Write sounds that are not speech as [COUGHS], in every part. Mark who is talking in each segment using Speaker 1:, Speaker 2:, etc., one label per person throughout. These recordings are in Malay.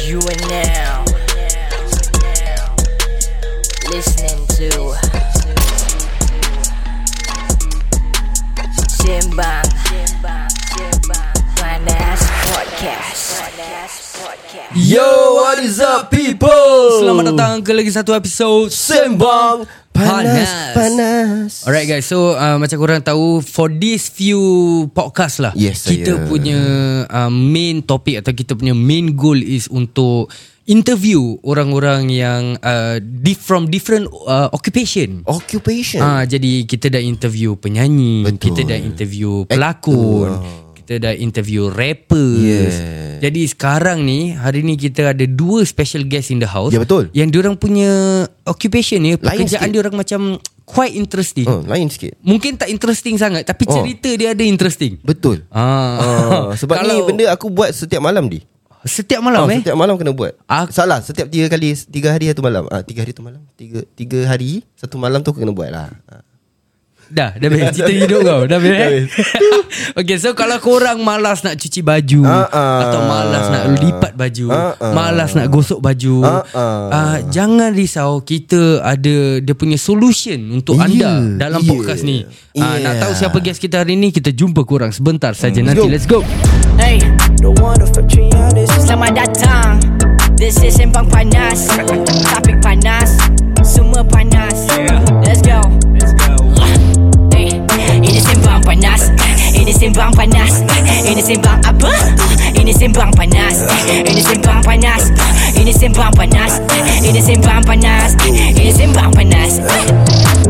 Speaker 1: You are now listening to Simbang Panas Podcast.
Speaker 2: Yo, what is up people?
Speaker 3: Selamat datang ke lagi satu episod
Speaker 2: Sembang
Speaker 3: Panas.
Speaker 2: panas.
Speaker 3: Alright guys, so uh, macam korang tahu for this few podcast lah
Speaker 2: Yes,
Speaker 3: kita
Speaker 2: saya.
Speaker 3: punya uh, main topic atau kita punya main goal is untuk interview orang-orang yang uh, di, from different uh, occupation.
Speaker 2: Occupation.
Speaker 3: Ah, jadi kita dah interview penyanyi,
Speaker 2: Kan? Betul.
Speaker 3: kita dah interview pelakon, kita dah interview rapper.
Speaker 2: Yeah.
Speaker 3: Jadi sekarang ni hari ni kita ada dua special guest in the house.
Speaker 2: Ya, betul.
Speaker 3: Yang diorang punya occupation ni pekerjaan
Speaker 2: sikit.
Speaker 3: diorang macam quite interesting.
Speaker 2: Oh, lain sikit.
Speaker 3: Mungkin tak interesting sangat tapi
Speaker 2: Oh.
Speaker 3: cerita dia ada interesting.
Speaker 2: Betul.
Speaker 3: Ah.
Speaker 2: Ah, sebab
Speaker 3: Kalau-
Speaker 2: ni benda aku buat setiap malam di.
Speaker 3: setiap malam
Speaker 2: Ah,
Speaker 3: eh.
Speaker 2: Setiap malam kena buat.
Speaker 3: Aku-
Speaker 2: Salah, setiap tiga kali, tiga hari satu malam. Ah, tiga hari satu malam. Tiga tiga hari satu malam tu aku kena buat lah. Ah.
Speaker 3: Dah, dah habis cerita hidup kau. Dah habis. Eh? [LAUGHS] okay, so kalau korang malas nak cuci baju
Speaker 2: Ah, ah.
Speaker 3: atau malas nak lipat baju,
Speaker 2: Ah, ah.
Speaker 3: malas nak gosok baju,
Speaker 2: Ah, ah.
Speaker 3: ah, jangan risau, kita ada dia punya solution untuk
Speaker 2: Yeah,
Speaker 3: anda dalam
Speaker 2: yeah.
Speaker 3: podcast ni. Ah,
Speaker 2: Yeah.
Speaker 3: nak tahu siapa guest kita hari ni, kita jumpa korang sebentar saja nanti.
Speaker 2: go.
Speaker 3: Let's go.
Speaker 1: Hey,
Speaker 4: The one of Trianis
Speaker 1: selamat datang. This is Sembang Panas. Topik panas, semua panas. Let's go. Hey, ini Sembang Panas. Ini Sembang Panas. Ini Sembang apa? Ini Sembang Panas. Ini Sembang Panas. Ini Sembang Panas. Ini Sembang Panas. Ini Sembang Panas.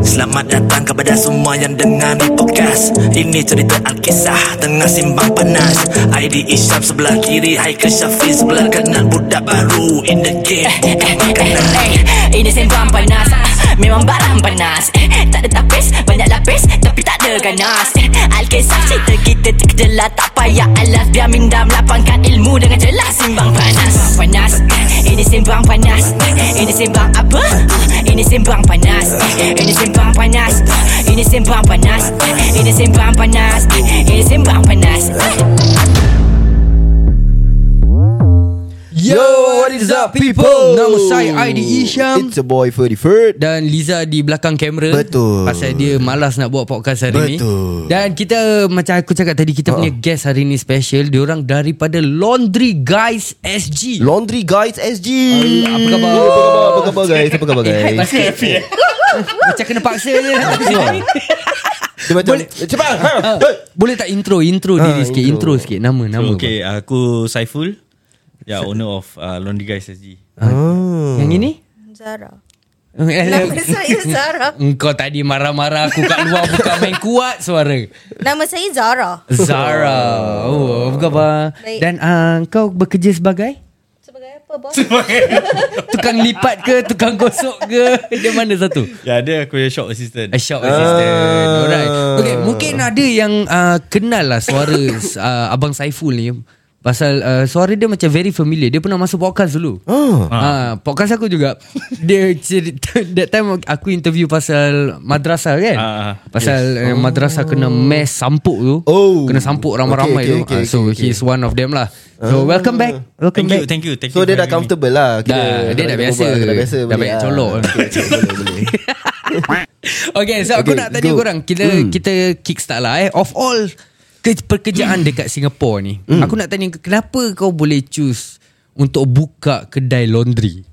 Speaker 4: Selamat datang kepada semua yang dengar di podcast Ini cerita Alkisah tengah simbang panas ID Isyam sebelah kiri Haikal Syafiq sebelah kanan Budak baru in the game
Speaker 1: Eh, eh, eh, eh, Ini sembang panas Ah, Memang barang panas Eh, Tak ada tapis Banyak lapis Tapi tak ada ganas Eh, Alkisah cerita kita terkejelah Tak payah alas Biar minda melapangkan ilmu Dengan jelas Simbang panas Sembang panas Eh, Ini sembang panas Eh, Ini sembang apa? Ah, Ini sembang panas Eh, Ini sembang panas Ah, Ini sembang panas Eh, Ini sembang panas Eh, Ini sembang panas Eh.
Speaker 3: Yo, what is up people? Nama saya Aidi Isham.
Speaker 2: It's a boy 33rd.
Speaker 3: dan Liza di belakang kamera
Speaker 2: Betul.
Speaker 3: pasal dia malas nak buat podcast hari
Speaker 2: Betul. Oh.
Speaker 3: ni dan kita macam aku cakap tadi kita punya guest hari ni special diorang daripada Laundry Guys SG
Speaker 2: Laundry Guys SG.
Speaker 3: apa khabar?
Speaker 2: Apa khabar? Apa khabar guys? Apa khabar
Speaker 3: Eh, hai,
Speaker 2: guys?
Speaker 3: basket.
Speaker 5: [LAUGHS]
Speaker 3: macam kena paksa je [LAUGHS] Eh,
Speaker 2: Dia macam cepat. ha,
Speaker 3: Ah.
Speaker 2: eh.
Speaker 3: boleh tak intro intro diri
Speaker 2: Ah,
Speaker 3: sikit
Speaker 2: intro.
Speaker 3: intro, sikit nama nama
Speaker 6: Okay, aku Saiful. Ya, yeah, owner of uh, Laundry Guys SG.
Speaker 2: Hmm.
Speaker 3: bang. yang ini
Speaker 5: Zara.
Speaker 3: [LAUGHS]
Speaker 5: Nama
Speaker 3: Eh,
Speaker 5: saya Zara.
Speaker 3: Engkau tadi marah-marah aku kat luar bukan main kuat suara.
Speaker 5: Nama saya Zara.
Speaker 3: Zara. Oh, apa khabar?
Speaker 5: Baik.
Speaker 3: Dan uh, kau bekerja sebagai?
Speaker 5: Sebagai apa bos?
Speaker 3: Tukang lipat ke Tukang gosok ke [LAUGHS] Dia mana satu
Speaker 6: Ya, yeah, dia aku punya shop assistant.
Speaker 3: A
Speaker 2: Ah.
Speaker 3: shop assistant Alright Okay mungkin ada yang uh, Kenal lah suara uh, Abang Saiful ni Pasal uh, suara dia macam very familiar Dia pernah masuk podcast dulu oh. ha, Podcast aku juga [LAUGHS] Dia cerita That time aku interview pasal Madrasah kan
Speaker 6: Ah, ah.
Speaker 3: Pasal yes. uh, madrasah kena mess sampuk tu
Speaker 2: Oh.
Speaker 3: Kena sampuk ramai-ramai
Speaker 2: Okay, okay, okay,
Speaker 3: tu Ah, So
Speaker 2: okay, Ah. okay.
Speaker 3: he's one of them lah So welcome back Welcome
Speaker 6: Thank
Speaker 3: back
Speaker 6: you, thank you, thank you.
Speaker 2: So dia
Speaker 6: for
Speaker 2: dah
Speaker 6: having me.
Speaker 2: comfortable lah kira.
Speaker 3: Dah, dia dah
Speaker 2: Kalau
Speaker 3: biasa.
Speaker 2: berbual, Dah biasa
Speaker 3: Dah
Speaker 2: boleh
Speaker 3: banyak
Speaker 2: lah.
Speaker 3: colok.
Speaker 2: Okay, okay, boleh, boleh.
Speaker 3: Okay so aku
Speaker 2: Okay,
Speaker 3: nak tanya
Speaker 2: go.
Speaker 3: korang Kita kita kickstart lah eh Of all ke- Pekerjaan dekat Singapore ni Aku nak tanya Kenapa kau boleh choose Untuk buka kedai laundry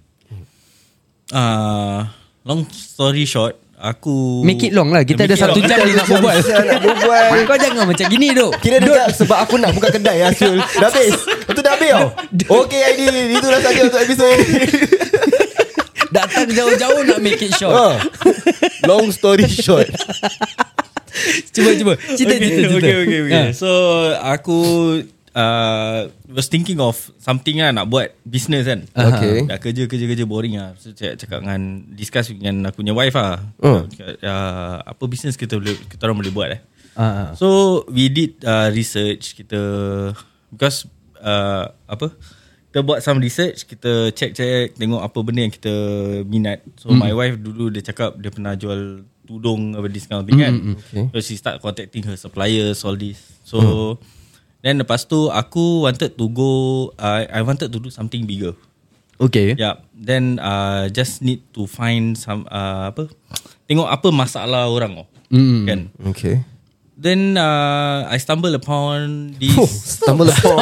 Speaker 6: Uh, long story short, aku...
Speaker 3: Make it long lah Kita
Speaker 6: Oh.
Speaker 3: ada
Speaker 6: Make it
Speaker 3: satu
Speaker 6: long. [LAUGHS]
Speaker 3: jam ni nak berbual
Speaker 2: Saya nak berbual.
Speaker 3: Kau jangan macam gini tu
Speaker 2: Kira dia cakap sebab aku nak buka kedai ya Syul. Dah habis. Itu dah habis tau. Okay Aidil, itulah saja untuk episod.
Speaker 3: Datang jauh-jauh nak make it short
Speaker 2: Ah. Long story short.
Speaker 3: Cuba cuba [LAUGHS] Cerita
Speaker 6: okay,
Speaker 3: cerita cerita
Speaker 6: Okay, okay, okay.
Speaker 3: Ah.
Speaker 6: So, aku uh, was thinking of something lah nak buat business kan.
Speaker 3: Aha.
Speaker 2: Okay.
Speaker 6: Dah kerja, kerja, kerja boring lah. So, cakap, cakap dengan, discuss dengan aku punya wife lah.
Speaker 2: Oh.
Speaker 6: Cakap, Uh, apa business kita boleh, kita orang boleh buat eh.
Speaker 3: Ah, ah.
Speaker 6: So we did uh, research kita because uh, apa kita buat some research kita check check tengok apa benda yang kita minat. So mm. my wife dulu dia cakap dia pernah jual tudung apa this kind of thing kan. Okay. So she start contacting her suppliers all this. So mm. then lepas tu aku wanted to go uh, I wanted to do something bigger.
Speaker 3: Okay. Yeah.
Speaker 6: Yeah. Then uh, just need to find some uh, apa? Tengok apa masalah orang oh. Mm. Kan?
Speaker 2: Okay
Speaker 6: Then uh, I stumble upon this
Speaker 2: oh, Stumble upon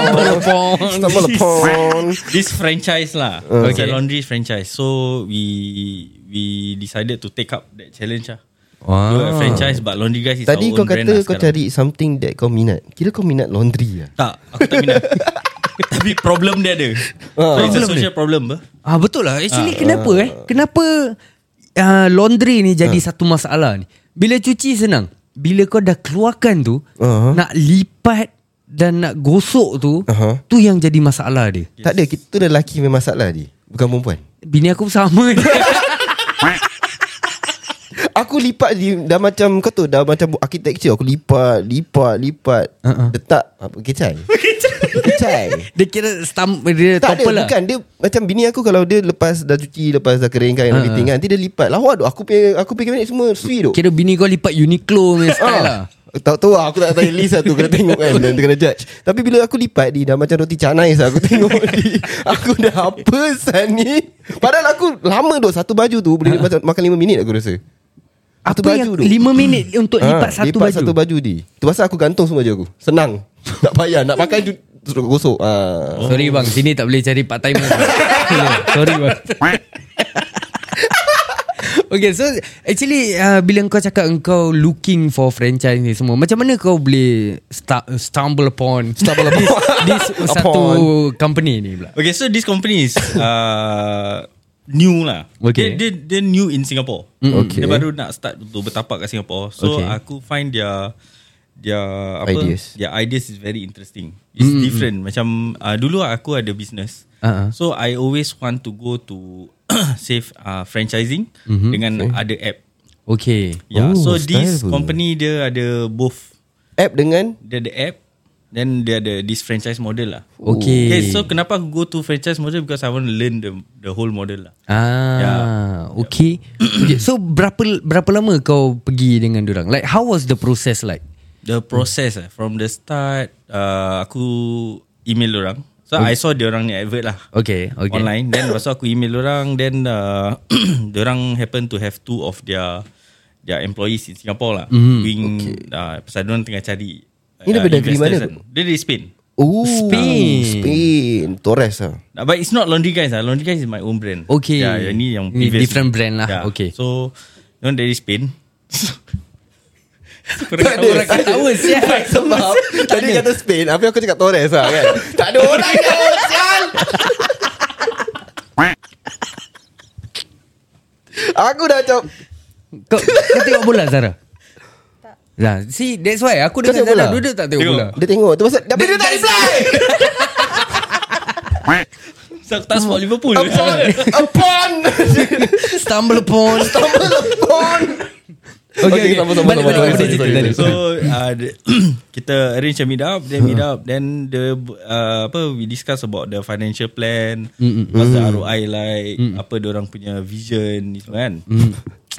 Speaker 2: Stumble upon
Speaker 6: this franchise lah.
Speaker 2: Uh.
Speaker 6: It's a
Speaker 3: Okay.
Speaker 6: laundry franchise. So we we decided to take up that challenge lah.
Speaker 3: Wow.
Speaker 6: Do a franchise but laundry guys is
Speaker 2: Ah. Tadi
Speaker 6: our
Speaker 2: kau
Speaker 6: own brand lah
Speaker 2: kata kau
Speaker 6: sekarang.
Speaker 2: cari something that kau minat Kira kau minat laundry lah
Speaker 6: Tak, aku tak
Speaker 2: [LAUGHS]
Speaker 6: minat. Tapi problem dia ada.
Speaker 2: Ah,
Speaker 6: So it's a
Speaker 3: Problem
Speaker 6: social problem apa?
Speaker 3: Ah betul lah. Actually kenapa eh? Kenapa uh, laundry ni
Speaker 2: Ah.
Speaker 3: jadi satu masalah ni? Bila cuci senang. Bila kau dah keluarkan tu,
Speaker 2: Uh-huh.
Speaker 3: nak lipat dan nak gosok tu,
Speaker 2: Uh-huh.
Speaker 3: tu yang jadi masalah dia.
Speaker 2: yes. Tak ada kita tu lelaki memang masalah dia Bukan perempuan
Speaker 3: Bini aku sama. [LAUGHS]
Speaker 2: Aku lipat di, Dah macam Kau tu dah macam Architecture Aku lipat Lipat Lipat
Speaker 3: Uh-uh.
Speaker 2: uh-uh. Letak apa, Kecai Kecai
Speaker 3: dia kira stam dia
Speaker 2: Tak
Speaker 3: topel
Speaker 2: ada
Speaker 3: lah.
Speaker 2: Bukan dia Macam bini aku Kalau dia lepas Dah cuci Lepas dah keringkan
Speaker 3: Uh-huh.
Speaker 2: uh-uh. Everything kan Nanti dia lipat Lawa tu Aku punya Aku punya kabinet semua Sui tu
Speaker 3: Kira bini kau lipat Uniqlo
Speaker 2: Ah.
Speaker 3: punya style lah.
Speaker 2: Tak tahu lah, aku tak tahu list satu kena tengok kan dan kena judge. Tapi bila aku lipat di dah macam roti canai lah aku tengok [LAUGHS] di aku dah apa san ni. Padahal aku lama tu satu baju tu boleh macam makan 5 minit aku rasa. Satu
Speaker 3: Ha. Apa yang
Speaker 2: baju tu.
Speaker 3: 5 minit untuk
Speaker 2: Ah,
Speaker 3: lipat satu
Speaker 2: lipat
Speaker 3: baju.
Speaker 2: satu baju di. Tu pasal aku gantung semua baju aku. Senang. [LAUGHS] tak payah nak pakai tu terus gosok. Ah.
Speaker 3: Sorry bang, sini tak boleh cari part [LAUGHS] timer. Sorry bang. Okay so Actually uh, Bila kau cakap Kau looking for franchise ni semua Macam mana kau boleh sta- Stumble upon Stumble [LAUGHS] upon This, this satu company ni pula
Speaker 6: Okay, so this
Speaker 2: [LAUGHS]
Speaker 6: company is uh, new lah.
Speaker 3: Okay.
Speaker 6: Dia, dia, dia new in Singapore.
Speaker 2: Okay.
Speaker 6: Dia baru nak start untuk bertapak kat Singapore. So
Speaker 2: Okay.
Speaker 6: okay. aku find their their apa
Speaker 2: Ideas.
Speaker 6: their ideas is very interesting. It's mm different. Macam uh, dulu aku ada business.
Speaker 2: Uh-huh.
Speaker 3: Ah, ah.
Speaker 6: So I always want to go to [COUGHS] save uh, franchising mm-hmm. dengan okay. ada app.
Speaker 3: Okay
Speaker 6: Yeah,
Speaker 2: Oh,
Speaker 6: so
Speaker 2: style
Speaker 6: this
Speaker 2: pun.
Speaker 6: company dia ada both
Speaker 2: App dengan
Speaker 6: dia ada app then dia ada this franchise model lah.
Speaker 3: Okay.
Speaker 6: okay so kenapa aku go to franchise model because I want to learn the the whole model lah.
Speaker 3: Ah,
Speaker 6: Ya.
Speaker 3: [COUGHS] okay. okay. So berapa berapa lama kau pergi dengan orang? Like how was the process like?
Speaker 6: The process lah from the start uh, aku email orang. So I saw dia orang ni advert lah.
Speaker 3: Okay, okay. [LAUGHS]
Speaker 6: Online then lepas tu aku email orang then uh, [CLEARS THROAT] dia orang happen to have two of their their employees in Singapore lah mm, doing okay. uh, pasal dia orang tengah cari
Speaker 2: Ni dia dari
Speaker 6: investors
Speaker 2: mana
Speaker 6: kan.
Speaker 2: tu?
Speaker 6: Dia dari Spain.
Speaker 2: Oh,
Speaker 3: Spain.
Speaker 2: Spain. Torres lah.
Speaker 6: Nah, But it's not Laundry Guys lah. Laundry Guys is my own brand.
Speaker 3: Okay.
Speaker 6: Ya, yang ni yang
Speaker 3: Ni
Speaker 6: previous.
Speaker 3: different brand lah.
Speaker 6: Ya.
Speaker 3: Okay.
Speaker 6: So, yang dari Spain.
Speaker 2: Tak ada.
Speaker 3: Orang ketawa siap.
Speaker 2: [LAUGHS] Sebab Tadi kata Spain Tapi aku cakap Torres lah kan [LAUGHS] Tak ada orang yang Sial [LAUGHS] Aku dah cakap
Speaker 3: Kau, kau tengok bola Zara? Tak. Nah, see that's why aku dengan
Speaker 2: tengok
Speaker 3: Zara
Speaker 2: bola?
Speaker 3: duduk tak tengok
Speaker 6: Tengok.
Speaker 3: bola.
Speaker 2: Dia tengok tu pasal Tapi dia, tak reply
Speaker 6: so, tak support Liverpool.
Speaker 2: Upon [LAUGHS] Upon
Speaker 3: [LAUGHS] Stumble upon.
Speaker 2: Stumble upon
Speaker 3: Okay, okay.
Speaker 2: Sama-sama
Speaker 3: Balik, balik,
Speaker 2: Sorry,
Speaker 3: balik, balik,
Speaker 2: sorry,
Speaker 3: balik.
Speaker 6: so,
Speaker 2: sorry.
Speaker 6: uh, [CLEARS THROAT] the- kita arrange a meet up. Then meet up. Then the, uh, apa, we discuss about the financial plan. Mm-mm. What's the ROI like. Mm. Apa orang punya vision. Ni semua kan. Mm.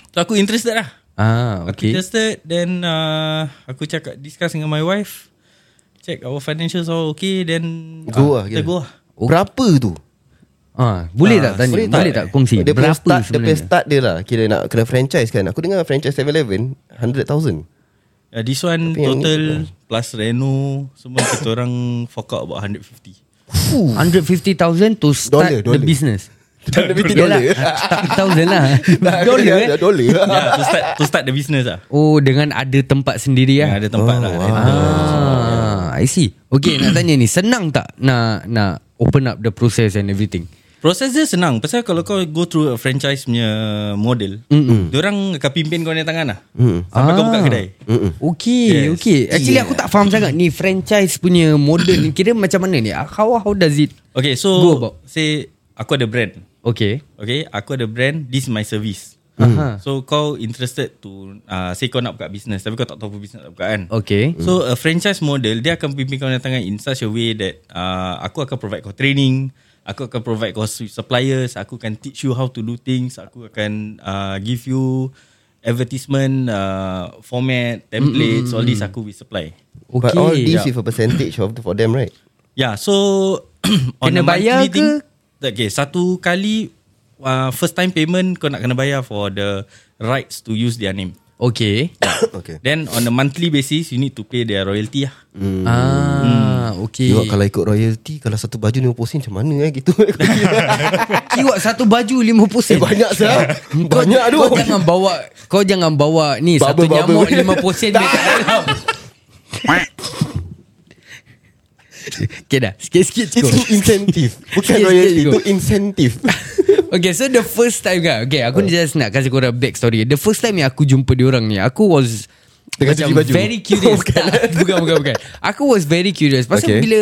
Speaker 6: So, aku interested lah.
Speaker 3: Ah, okay.
Speaker 6: Okay. Interested. Then, uh, aku cakap, discuss dengan my wife. Check our financials all okay. Then,
Speaker 2: Go lah,
Speaker 6: kita
Speaker 2: kira.
Speaker 6: go lah.
Speaker 2: Berapa tu
Speaker 3: Ah, boleh tak tanya? Boleh tak, boleh tak kongsi?
Speaker 2: Dia punya
Speaker 3: Berapa
Speaker 2: start Dia punya
Speaker 3: sebenarnya?
Speaker 2: start dia lah Kira nak kena franchise kan Aku dengar franchise 7-Eleven 100,000
Speaker 6: Uh, this one
Speaker 2: Tapi yang ni
Speaker 6: total plus reno semua kita orang fork out about 150.
Speaker 3: 150,000 to start
Speaker 2: Dollar,
Speaker 3: the
Speaker 2: dollar.
Speaker 3: business.
Speaker 2: Tak lebih
Speaker 3: Yalah, [LAUGHS] 100,000
Speaker 2: [LAUGHS]
Speaker 3: lah. Dollar eh.
Speaker 2: ya, Dollar
Speaker 6: yeah, to start to start the business lah.
Speaker 3: Oh, dengan ada tempat sendiri
Speaker 6: Yeah.
Speaker 3: ah.
Speaker 6: ada tempat
Speaker 2: Oh,
Speaker 6: oh, lah.
Speaker 2: wow.
Speaker 6: Rental.
Speaker 3: Ah, I see. Okay, nak tanya ni, senang tak nak nak open up the process and everything?
Speaker 6: Proses dia senang Pasal kalau kau go through a franchise punya model mm Diorang akan pimpin kau dengan tangan lah mm. Sampai kau
Speaker 3: Ah.
Speaker 2: Ah.
Speaker 6: buka kedai
Speaker 3: Okay, yes.
Speaker 6: Yes.
Speaker 3: okay. Actually aku tak faham sangat ni franchise punya model ni kira macam mana ni? How how does it? Go
Speaker 6: Okay so
Speaker 3: about.
Speaker 6: Say aku ada brand
Speaker 3: Okay.
Speaker 6: Okay Aku ada brand This is my service
Speaker 3: Aha.
Speaker 6: So kau interested to uh, Say kau nak buka business Tapi kau tak tahu apa business nak buka kan
Speaker 3: Okay.
Speaker 6: So a franchise model Dia akan pimpin kau dengan tangan In such a way that uh, Aku akan provide kau training Aku akan provide kau with suppliers Aku akan teach you how to do things Aku akan uh, give you Advertisement uh, Format Templates All this aku will supply
Speaker 3: Okay.
Speaker 2: But all this
Speaker 6: Yeah.
Speaker 2: with a percentage of for them right
Speaker 6: Yeah so Ya, [CLEARS THROAT] on
Speaker 3: Kena
Speaker 6: a
Speaker 3: bayar
Speaker 6: monthly
Speaker 3: ke
Speaker 6: okay, satu kali uh, first time payment kau nak kena bayar for the rights to use their name.
Speaker 3: Okay.
Speaker 2: [COUGHS] Okay.
Speaker 6: Then on a monthly basis you need to pay their royalty lah.
Speaker 3: Hmm. Ah, okay.
Speaker 2: Tengok
Speaker 3: [LAUGHS]
Speaker 2: kalau ikut royalty Kalau satu baju 50 sen Macam mana eh gitu
Speaker 3: Kiwak satu baju 50 sen.
Speaker 2: Eh, banyak, Syah. Banyak
Speaker 3: kau,
Speaker 2: tu.
Speaker 3: Kau jangan bawa kau jangan bawa ni
Speaker 2: Bubble,
Speaker 3: satu nyamuk
Speaker 2: bubble.
Speaker 3: 50 [LAUGHS] sen dekat dalam. Okay dah Sikit-sikit cukup
Speaker 2: Itu insentif Bukan
Speaker 3: Sikit-sikit
Speaker 2: royalty
Speaker 3: cukup. [LAUGHS]
Speaker 2: Itu insentif
Speaker 3: Okay so the first time kan Okay aku
Speaker 2: Oh.
Speaker 3: ni just nak kasih korang back story The first time yang aku jumpa diorang ni Aku was
Speaker 2: Tengah
Speaker 3: macam
Speaker 2: cuci baju.
Speaker 3: very curious
Speaker 2: [LAUGHS] Bukan.
Speaker 3: bukan. bukan bukan bukan Aku was very curious Pasal
Speaker 2: Okay. Mhm.
Speaker 3: okay. bila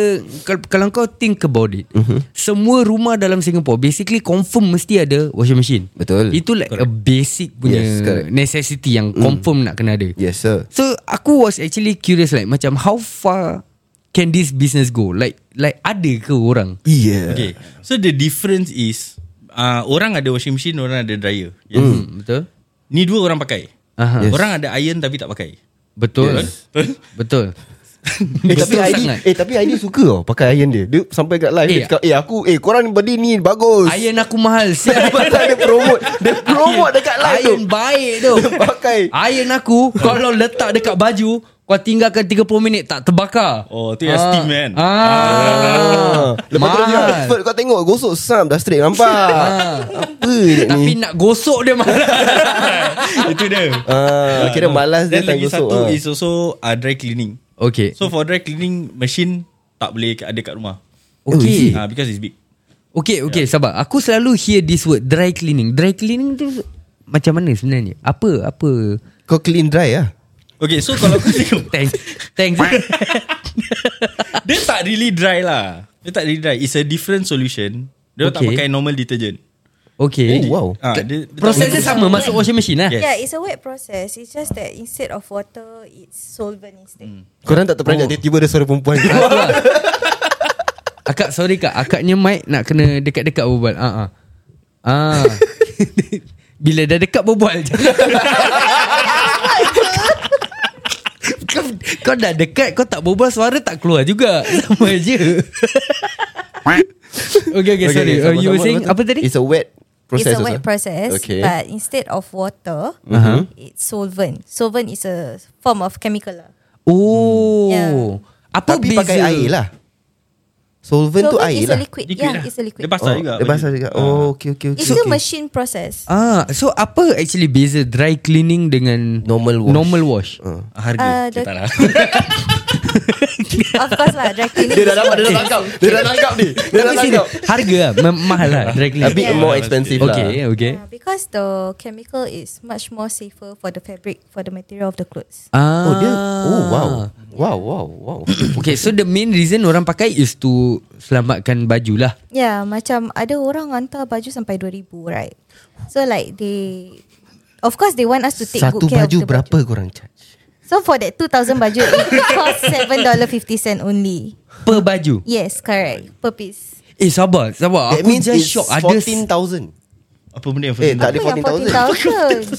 Speaker 3: kalau, kalau kau think about it Semua rumah dalam Singapore Basically confirm mesti ada washing machine
Speaker 2: Betul.
Speaker 3: Itu like correct. a basic punya
Speaker 2: Yes, correct. Mm.
Speaker 3: yes, necessity Yang confirm nak kena ada
Speaker 2: Yes sir
Speaker 3: So aku was actually curious like Macam how far can this business go Like like ada ke orang
Speaker 2: Yeah
Speaker 6: Okay. So the difference is uh, orang ada washing machine, orang ada dryer.
Speaker 2: Mm.
Speaker 6: Yes.
Speaker 3: hmm, Betul
Speaker 6: Ni dua orang pakai.
Speaker 3: Aha.
Speaker 6: Yes. Orang ada iron tapi tak pakai.
Speaker 3: Betul
Speaker 6: Yes. Betul?
Speaker 3: Betul
Speaker 2: [LAUGHS] Eh tapi
Speaker 3: Betul
Speaker 2: ID
Speaker 3: sangat.
Speaker 2: Eh tapi ID suka tau Pakai iron dia Dia sampai kat live
Speaker 3: Eh,
Speaker 2: Dia cakap Eh aku Eh korang beli ni Bagus
Speaker 3: Iron aku
Speaker 2: [LAUGHS]
Speaker 3: mahal Siapa
Speaker 2: Pasal dia promote Dia promote dekat live tu
Speaker 3: Iron baik tu
Speaker 2: Dia [LAUGHS] pakai
Speaker 3: Iron aku Kalau letak dekat baju Kau tinggalkan 30 minit Tak terbakar
Speaker 6: Oh, tu yang steam kan?
Speaker 3: ah.
Speaker 2: Lepas tu dia cakap,
Speaker 3: Mahal
Speaker 2: "Expert, kau tengok Gosok sam Dah straight nampak Ah. Apa dia
Speaker 3: Tapi
Speaker 2: ni
Speaker 3: nak gosok dia
Speaker 2: [LAUGHS]
Speaker 3: mahal
Speaker 6: [LAUGHS] Itu dia.
Speaker 2: Ah, Kira malas dia
Speaker 6: Then
Speaker 2: tak
Speaker 6: lagi
Speaker 2: gosok
Speaker 6: satu
Speaker 2: ah.
Speaker 6: is also uh, dry cleaning.
Speaker 3: Okay
Speaker 6: So for dry cleaning machine tak boleh ada kat rumah.
Speaker 2: oh,
Speaker 3: Okay
Speaker 6: Uh, because it's big.
Speaker 3: Okay okay
Speaker 2: Ya.
Speaker 3: sabar Aku selalu hear this word Dry cleaning Dry cleaning tu Macam mana sebenarnya Apa Apa
Speaker 2: Kau clean dry lah
Speaker 6: Okay, so kalau kau tengok [LAUGHS]
Speaker 3: Thanks Thanks
Speaker 2: [LAUGHS]
Speaker 6: Dia tak really dry lah Dia tak really dry It's a different solution Dia okay. tak
Speaker 3: Okay.
Speaker 6: pakai normal detergent
Speaker 3: Okay
Speaker 2: Oh, wow.
Speaker 6: Ah, dia, dia
Speaker 3: Proses
Speaker 6: tak,
Speaker 3: dia sama Masuk washing machine lah
Speaker 6: Yes.
Speaker 5: Yeah, it's a wet process. It's just that instead of water, it's solvent instead.
Speaker 2: Mm. Korang tak terperanjat
Speaker 3: Oh.
Speaker 2: Tiba-tiba ada suara [LAUGHS] perempuan
Speaker 3: Akak. Ah, lah. [LAUGHS] Akak sorry kak Akaknya mic nak kena dekat-dekat berbual Ah, ah. ah. [LAUGHS] Bila dah dekat berbual je [LAUGHS] kau, kau dah dekat Kau tak berbual Suara tak keluar juga Sama
Speaker 2: [LAUGHS]
Speaker 3: je Okay
Speaker 2: okay,
Speaker 3: okay, sorry okay,
Speaker 2: sama-sama.
Speaker 3: You were saying
Speaker 2: Lepas tu,
Speaker 3: Apa tadi
Speaker 2: It's a wet process
Speaker 5: it's a wet
Speaker 2: Ustaz.
Speaker 5: process,
Speaker 2: Okay. Mhm. Mm-hmm.
Speaker 5: but instead of water,
Speaker 3: Uh-huh.
Speaker 5: it's solvent. Solvent is a form of chemical. lah.
Speaker 3: Oh
Speaker 5: Yeah.
Speaker 3: Apa
Speaker 2: Tapi
Speaker 3: beza
Speaker 2: pakai air lah Solvent tu
Speaker 5: solvent
Speaker 2: air
Speaker 5: is
Speaker 2: lah
Speaker 5: a liquid.
Speaker 6: Liquid
Speaker 5: yeah,
Speaker 6: lah.
Speaker 5: it's a liquid.
Speaker 6: Dia basah juga
Speaker 2: Dia basah juga Oh okay okay, okay.
Speaker 5: It's a machine process.
Speaker 3: Ah, so apa actually beza dry cleaning dengan
Speaker 2: Normal wash.
Speaker 3: Normal wash.
Speaker 2: Ah.
Speaker 6: Harga
Speaker 5: Ah,
Speaker 6: okay,
Speaker 5: dia-
Speaker 6: tak lah.
Speaker 5: of course lah, dry cleaning.
Speaker 2: [LAUGHS] Dia dah dapat Dia dah tangkap Dia dah tangkap ni Dia dah
Speaker 3: Tapi sini,
Speaker 2: tangkap
Speaker 3: harga lah, ma- mahal lah dry
Speaker 2: A
Speaker 3: cleaning.
Speaker 2: bit more expensive lah
Speaker 3: Okay, okay.
Speaker 5: Yeah, because the chemical is much more safer for the fabric, for the material of the clothes.
Speaker 3: Ah.
Speaker 2: Oh dia Oh wow Wow wow [COUGHS] wow
Speaker 3: Okay, so the main reason orang pakai is to selamatkan baju lah.
Speaker 5: Yeah, Ya, macam ada orang hantar baju sampai 2000, right? So like they Of course they want us to take
Speaker 2: Satu
Speaker 5: good care
Speaker 2: baju
Speaker 5: of the
Speaker 2: berapa
Speaker 5: baju.
Speaker 2: korang charge
Speaker 5: So for that 2000 baju it [LAUGHS] cost $7.50 only.
Speaker 3: Per baju.
Speaker 5: Yes, correct. Per piece.
Speaker 3: Eh, sabar, sabar.
Speaker 2: That
Speaker 3: Aku
Speaker 2: means
Speaker 3: just
Speaker 2: it's
Speaker 3: shock. Ada s-
Speaker 2: 14,000
Speaker 6: Apa benda yang
Speaker 2: Eh tak ada
Speaker 5: Apa yang
Speaker 2: 14,000 [LAUGHS]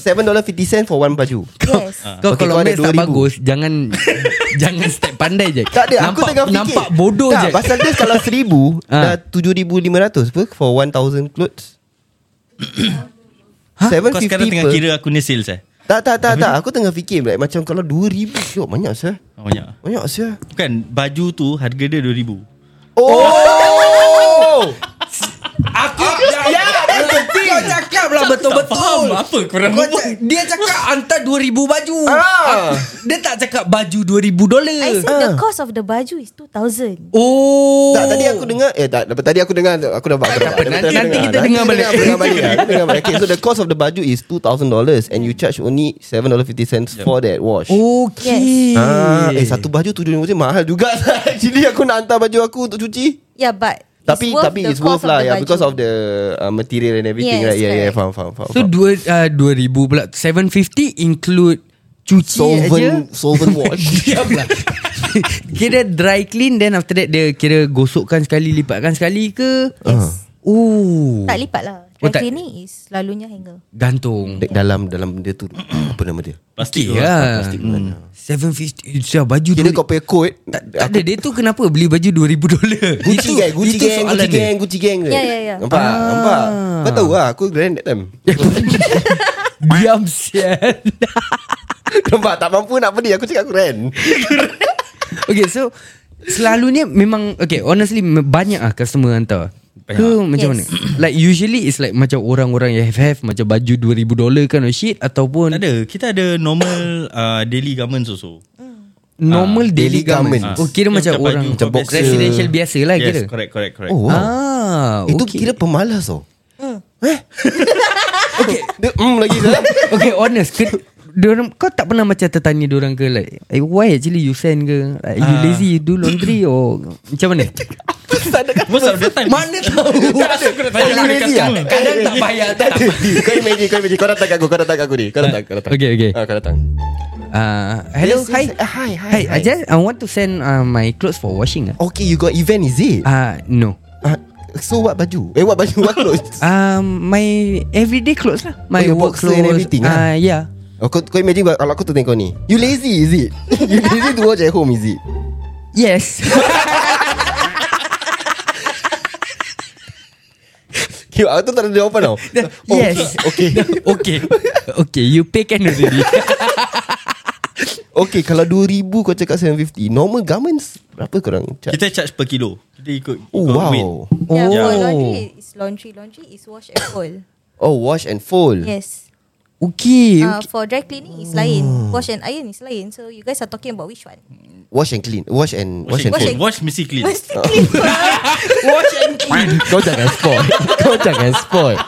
Speaker 2: $7.50
Speaker 5: 14,000?
Speaker 2: for one baju
Speaker 5: Yes.
Speaker 3: [LAUGHS]
Speaker 2: Okay,
Speaker 3: Kau okay,
Speaker 2: kau
Speaker 3: kalau
Speaker 2: ada
Speaker 3: match tak
Speaker 2: 2000.
Speaker 3: bagus, jangan [LAUGHS] jangan step pandai je.
Speaker 2: Tak ada Aku
Speaker 3: Nampak-
Speaker 2: tengah fikir
Speaker 3: Nampak bodoh
Speaker 2: tak,
Speaker 3: je.
Speaker 2: Pasal dia kalau seribu
Speaker 3: Ah.
Speaker 2: Dah tujuh ribu lima ratus per For one thousand clothes Seven
Speaker 6: Kau sekarang
Speaker 2: fifty
Speaker 6: tengah
Speaker 2: per
Speaker 6: kira aku ni sales eh
Speaker 2: Tak tak tak tak Aku tengah fikir like, Macam kalau dua ribu Yo, Banyak sah
Speaker 6: Oh, Banyak
Speaker 2: Banyak sah
Speaker 6: Bukan Baju tu harga dia RM2,000
Speaker 2: Oh
Speaker 3: Aku ya, Kau cakap lah betul-betul Apa kurang kau cak, Dia cakap hantar 2000 baju
Speaker 2: Ah.
Speaker 3: Dia tak cakap baju 2000 dolar
Speaker 5: I said the cost of the baju is 2000.
Speaker 3: Oh
Speaker 2: Tak tadi aku dengar Eh tak dapat- Tadi aku dengar Aku dah buat
Speaker 3: apa, nanti- nanti kita dengar balik.
Speaker 2: Aku dengar balik Aku dengar balik Okay so the cost of the baju Is $2,000 And you charge only $7.50 For that wash
Speaker 3: Oh. Okay
Speaker 2: Ah, eh satu baju tujuh ribu mahal juga. [LAUGHS] Actually aku nak hantar baju aku untuk cuci.
Speaker 5: Yeah, but
Speaker 2: Tapi
Speaker 5: it's worth
Speaker 2: tapi
Speaker 5: the
Speaker 2: it's worth
Speaker 5: cost of
Speaker 2: lah
Speaker 5: the
Speaker 2: yeah,
Speaker 5: baju.
Speaker 2: because of the uh, material and everything
Speaker 5: Yes,
Speaker 2: right. Yeah yeah
Speaker 5: correct.
Speaker 2: faham faham faham.
Speaker 3: So dua, uh, 2000 pula 750 include Cuci aja
Speaker 2: solvent
Speaker 3: [LAUGHS]
Speaker 2: solvent wash.
Speaker 3: Diam lah Kira dry clean Then
Speaker 2: Ah.
Speaker 3: after that Dia kira gosokkan sekali Lipatkan sekali ke
Speaker 5: Yes.
Speaker 3: Oh
Speaker 5: Tak lipat lah.
Speaker 3: Oh,
Speaker 5: Dry
Speaker 3: tak-
Speaker 5: cleaning is selalunya hanger.
Speaker 3: Gantung
Speaker 2: Dek dalam dalam benda tu apa nama dia?
Speaker 3: Okay
Speaker 6: Plastik tu
Speaker 3: lah
Speaker 6: lah.
Speaker 3: hmm. 750 Insya baju
Speaker 2: kan, Kira
Speaker 3: dulu
Speaker 2: kau pakai kot
Speaker 3: tak, tak ada Dia tu kenapa beli baju 2000 dolar
Speaker 2: [LAUGHS] Gucci kan Gucci gang Gucci gang Gucci gang
Speaker 5: Ya, ya, ya.
Speaker 2: Nampak ah. Nampak Kau tahu lah Aku grand that [LAUGHS] time
Speaker 3: Diam sial [LAUGHS]
Speaker 2: Nampak tak mampu nak beli Aku cakap aku grand
Speaker 3: Okay so Selalunya memang Okay honestly me- Banyak lah customer hantar Banyak.
Speaker 2: lah.
Speaker 3: Ke macam
Speaker 5: Yes.
Speaker 3: mana [CLEARS THROAT] Like usually It's like macam orang-orang Yang have-have Macam baju 2000 dolar kan Or shit Ataupun
Speaker 6: Tak ada. Kita ada normal uh, daily garments also.
Speaker 3: Normal
Speaker 2: Ah, daily
Speaker 3: daily, garment,
Speaker 2: garment.
Speaker 3: Oh kira
Speaker 6: Yang
Speaker 3: macam
Speaker 6: macam
Speaker 3: orang
Speaker 6: baju Macam boxer.
Speaker 3: Residential biasa lah
Speaker 6: yes,
Speaker 3: kira
Speaker 6: correct, correct, correct.
Speaker 2: Oh wow
Speaker 3: Ah,
Speaker 2: Itu
Speaker 3: okay.
Speaker 2: kira pemalas tau Eh Dia mm lagi dah
Speaker 3: [LAUGHS] Okay honest ke, Diorang, kau tak pernah macam tertanya orang ke like eh, Why actually you send ke
Speaker 2: Ah.
Speaker 3: like, You lazy you do laundry or Macam
Speaker 2: [LAUGHS]
Speaker 3: mana
Speaker 6: Most of the time.
Speaker 3: [LAUGHS] Mana tahu
Speaker 6: tanya
Speaker 2: Kau
Speaker 6: pada
Speaker 2: lazy ah?
Speaker 6: customer.
Speaker 3: Kadang tak
Speaker 6: [LAUGHS]
Speaker 3: payah
Speaker 2: [LAUGHS] Tak ada Kau imagine Kau imagine Kau datang kat aku Kau datang kat aku ni Kau datang Kau datang
Speaker 3: Okay, okay.
Speaker 2: Ah, Kau datang
Speaker 3: Uh, hello,
Speaker 2: Yes,
Speaker 3: hi.
Speaker 2: yes, uh, hi, hi,
Speaker 3: Hi, I
Speaker 2: hi.
Speaker 3: just I want to send uh, my clothes for washing. Ah,
Speaker 2: Okay you got event is it
Speaker 3: uh, no.
Speaker 2: Ah, So what baju Eh what baju What clothes [LAUGHS]
Speaker 3: Um, my everyday clothes lah.
Speaker 2: Oh,
Speaker 3: My
Speaker 2: your
Speaker 3: work
Speaker 2: boxer
Speaker 3: clothes.
Speaker 2: and everything lah.
Speaker 3: Ah, yeah.
Speaker 2: Oh, kau, kau imagine kalau aku tengok kau ni You lazy is [LAUGHS] it You lazy to watch at home is it [LAUGHS]
Speaker 3: Yes.
Speaker 2: Okay, aku tu tak ada jawapan [LAUGHS] tau Oh,
Speaker 3: yes.
Speaker 2: Okay
Speaker 3: okay. Okay, you pay can already.
Speaker 2: [LAUGHS] Okay kalau 2000 kau cakap 750 Normal garments Berapa korang
Speaker 6: Kita charge per kilo. Kita ikut, ikut
Speaker 2: Oh
Speaker 6: weight.
Speaker 2: wow
Speaker 3: oh.
Speaker 5: Yeah, for laundry is laundry. Laundry is wash and fold.
Speaker 2: Oh wash and fold
Speaker 5: Yes.
Speaker 3: Okay.
Speaker 5: Uh,
Speaker 3: okay.
Speaker 5: for dry cleaning is
Speaker 2: Oh.
Speaker 5: lain. Wash and iron is lain. So you guys are talking about which one?
Speaker 2: Wash and clean Wash and Wash,
Speaker 6: Wash,
Speaker 2: and
Speaker 6: wash,
Speaker 2: fold [LAUGHS]
Speaker 5: and-
Speaker 6: wash mesti clean.
Speaker 5: Mesti clean first.
Speaker 3: Watch and clean.
Speaker 2: Kau jangan spoil Kau jangan spoil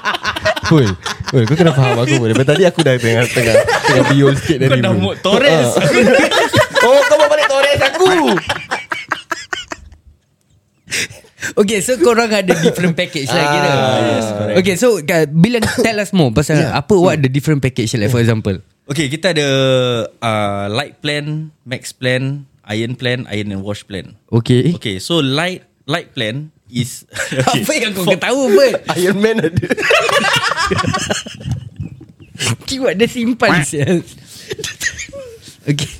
Speaker 2: Full Full kau kena faham aku Daripada tadi aku dah tengah Tengah, tengah biol sikit dari
Speaker 6: [LAUGHS] Kau dah
Speaker 2: dulu.
Speaker 6: mood Torres.
Speaker 2: [LAUGHS] Oh kau bawa balik Torres aku
Speaker 3: Okay, so korang ada different package lah
Speaker 2: Ah,
Speaker 3: kira.
Speaker 2: yes, correct.
Speaker 3: okay, so uh, bila tell us more pasal yeah. apa what the different package like for example.
Speaker 6: [LAUGHS] Okay, kita ada uh, light plan, max plan, iron plan, iron and wash plan.
Speaker 3: Okay.
Speaker 6: Okay, so light light plan is [LAUGHS]
Speaker 3: okay.
Speaker 6: okay.
Speaker 3: Apa yang kau ketawa pun?
Speaker 2: [LAUGHS] Iron Man ada
Speaker 3: Keyword dia simpan sial. okay.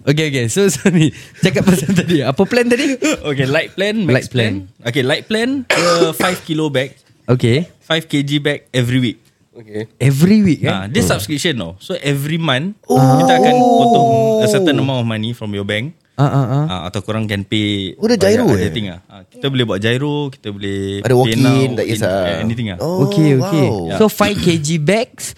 Speaker 3: Okay okay So sorry Cakap pasal tadi Apa plan tadi
Speaker 6: okay, light plan,
Speaker 3: Light
Speaker 6: max
Speaker 3: plan.
Speaker 6: plan. Okay, light plan [LAUGHS] uh, 5 kilo bag,
Speaker 3: Okay
Speaker 6: 5 kg bag every week.
Speaker 2: Okay
Speaker 3: Every week
Speaker 6: Yeah.
Speaker 3: kan
Speaker 6: Ah, this subscription tau. So every month oh. kita akan potong a certain amount of money from your bank.
Speaker 3: Ah ah ah.
Speaker 6: Uh, atau korang can pay
Speaker 2: Oh, dia
Speaker 6: bayar
Speaker 2: gyro eh?
Speaker 6: anything ah. Ah, kita boleh buat gyro, kita boleh
Speaker 2: Ada walk-in,
Speaker 6: PayNow,
Speaker 2: tak kisah.
Speaker 6: walk-in, Anything ah.
Speaker 2: Oh.
Speaker 3: Okay okay
Speaker 2: wow.
Speaker 3: So 5 kg bags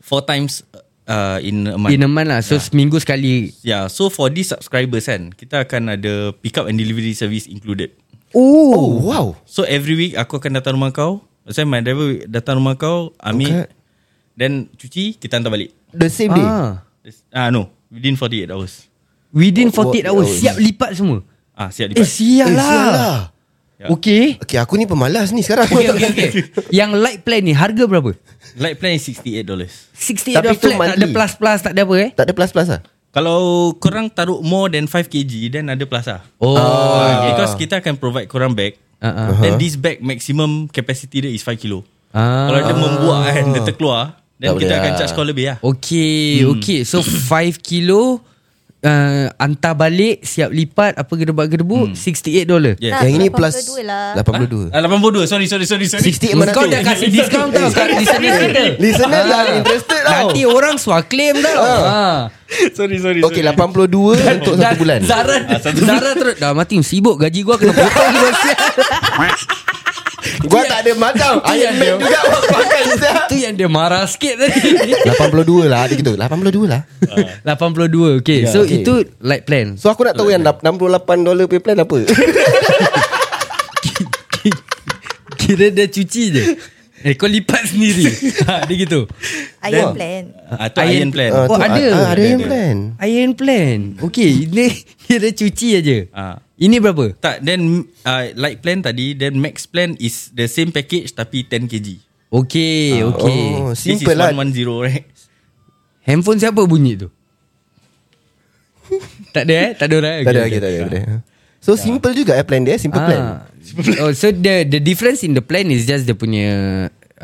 Speaker 6: Four times uh, in a month.
Speaker 3: In a month lah So seminggu sekali
Speaker 6: yeah, so for these subscribers kan, kita akan ada pick up and delivery service included.
Speaker 2: Oh
Speaker 3: Oh,
Speaker 2: wow
Speaker 6: So every week aku akan datang rumah kau. Saya my driver datang rumah kau, ambil
Speaker 2: Okay.
Speaker 6: then cuci, kita hantar balik.
Speaker 2: The same day
Speaker 3: ah.
Speaker 6: Ah no, within 48 hours.
Speaker 3: Within
Speaker 2: Oh, oh,
Speaker 3: 48 hours
Speaker 2: oh.
Speaker 3: Siap lipat semua
Speaker 6: Ah siap
Speaker 3: Eh
Speaker 6: lipat.
Speaker 3: sial lah
Speaker 6: Yeah.
Speaker 2: [LAUGHS]
Speaker 3: Okay
Speaker 2: Okay aku ni pemalas ni sekarang
Speaker 3: Okay okay okay Yang light plan ni Harga berapa?
Speaker 6: Light plan is $68.
Speaker 2: Tapi
Speaker 3: 68 Tapi
Speaker 2: tu
Speaker 3: flat Tak ada
Speaker 2: monthly.
Speaker 3: plus plus Tak ada apa eh
Speaker 2: [LAUGHS] Tak ada plus-plus lah
Speaker 6: Kalau korang taruh more than 5 kg then ada plus lah.
Speaker 3: Oh
Speaker 6: Uh, because kita akan provide korang bag.
Speaker 3: Ah, ah.
Speaker 6: Uh-huh. And this bag maximum capacity dia is 5 kilo.
Speaker 3: Ah.
Speaker 6: Kalau dia membuat kan dia terkeluar then
Speaker 2: Ah. Tak
Speaker 6: kita
Speaker 2: boleh
Speaker 6: akan
Speaker 2: lah.
Speaker 6: charge kau lebih lah.
Speaker 3: Okay hmm. Okay So 5 kilo uh, Hantar balik Siap lipat Apa gedebak-gedebu hmm. 68 dolar
Speaker 6: Yes.
Speaker 5: Tak,
Speaker 2: Yang ini plus
Speaker 5: 82 lah.
Speaker 2: 82
Speaker 6: Ah, 82. Sorry sorry sorry sorry.
Speaker 2: 68 mana
Speaker 3: Kau
Speaker 2: tu?
Speaker 3: dah kasih discount tau Kau listener kita
Speaker 6: Ah.
Speaker 2: Listener dah eh, interested tau
Speaker 3: Nanti orang suar claim tau ha.
Speaker 6: sorry sorry.
Speaker 2: Okay
Speaker 6: [LAUGHS]
Speaker 2: 82 untuk satu bulan
Speaker 3: Zara Zara terus Dah mati sibuk Gaji gua kena potong juga sial.
Speaker 2: Gua tak ada macam Iron Man juga
Speaker 6: [LAUGHS]
Speaker 2: awak pakai siap.
Speaker 3: Tu yang dia marah sikit [LAUGHS] tadi
Speaker 2: 82 lah Ada gitu 82 lah
Speaker 3: 82 Okay So
Speaker 2: okay.
Speaker 3: itu light plan
Speaker 2: So aku nak tahu yang 68 dolar pay plan apa
Speaker 3: [LAUGHS] Kira dia cuci je Eh kau lipat sendiri ha, Dia gitu
Speaker 5: Iron plan.
Speaker 6: Ah, tu iron plan.
Speaker 2: Ah,
Speaker 3: Oh,
Speaker 2: tu-
Speaker 3: ada.
Speaker 2: ah, Ada
Speaker 6: Ada,
Speaker 2: yang
Speaker 6: ada.
Speaker 2: plan
Speaker 3: Iron plan Okay Ini [LAUGHS] kira cuci aja
Speaker 6: Ah.
Speaker 3: Ini berapa?
Speaker 6: Tak then uh, light plan tadi then max plan is the same package tapi 10 kg.
Speaker 3: Okay Okay
Speaker 2: Oh,
Speaker 3: oh.
Speaker 2: simple lah.
Speaker 6: This is 110 right?
Speaker 3: Handphone siapa bunyi tu? tak ada eh? Tak ada orang eh?
Speaker 2: Tak ada
Speaker 3: Okay,
Speaker 2: lagi tak ada tak ada.
Speaker 3: Ya.
Speaker 2: So simple juga eh plan dia Simple plan
Speaker 3: Ah. Oh so the the difference in the plan is just dia punya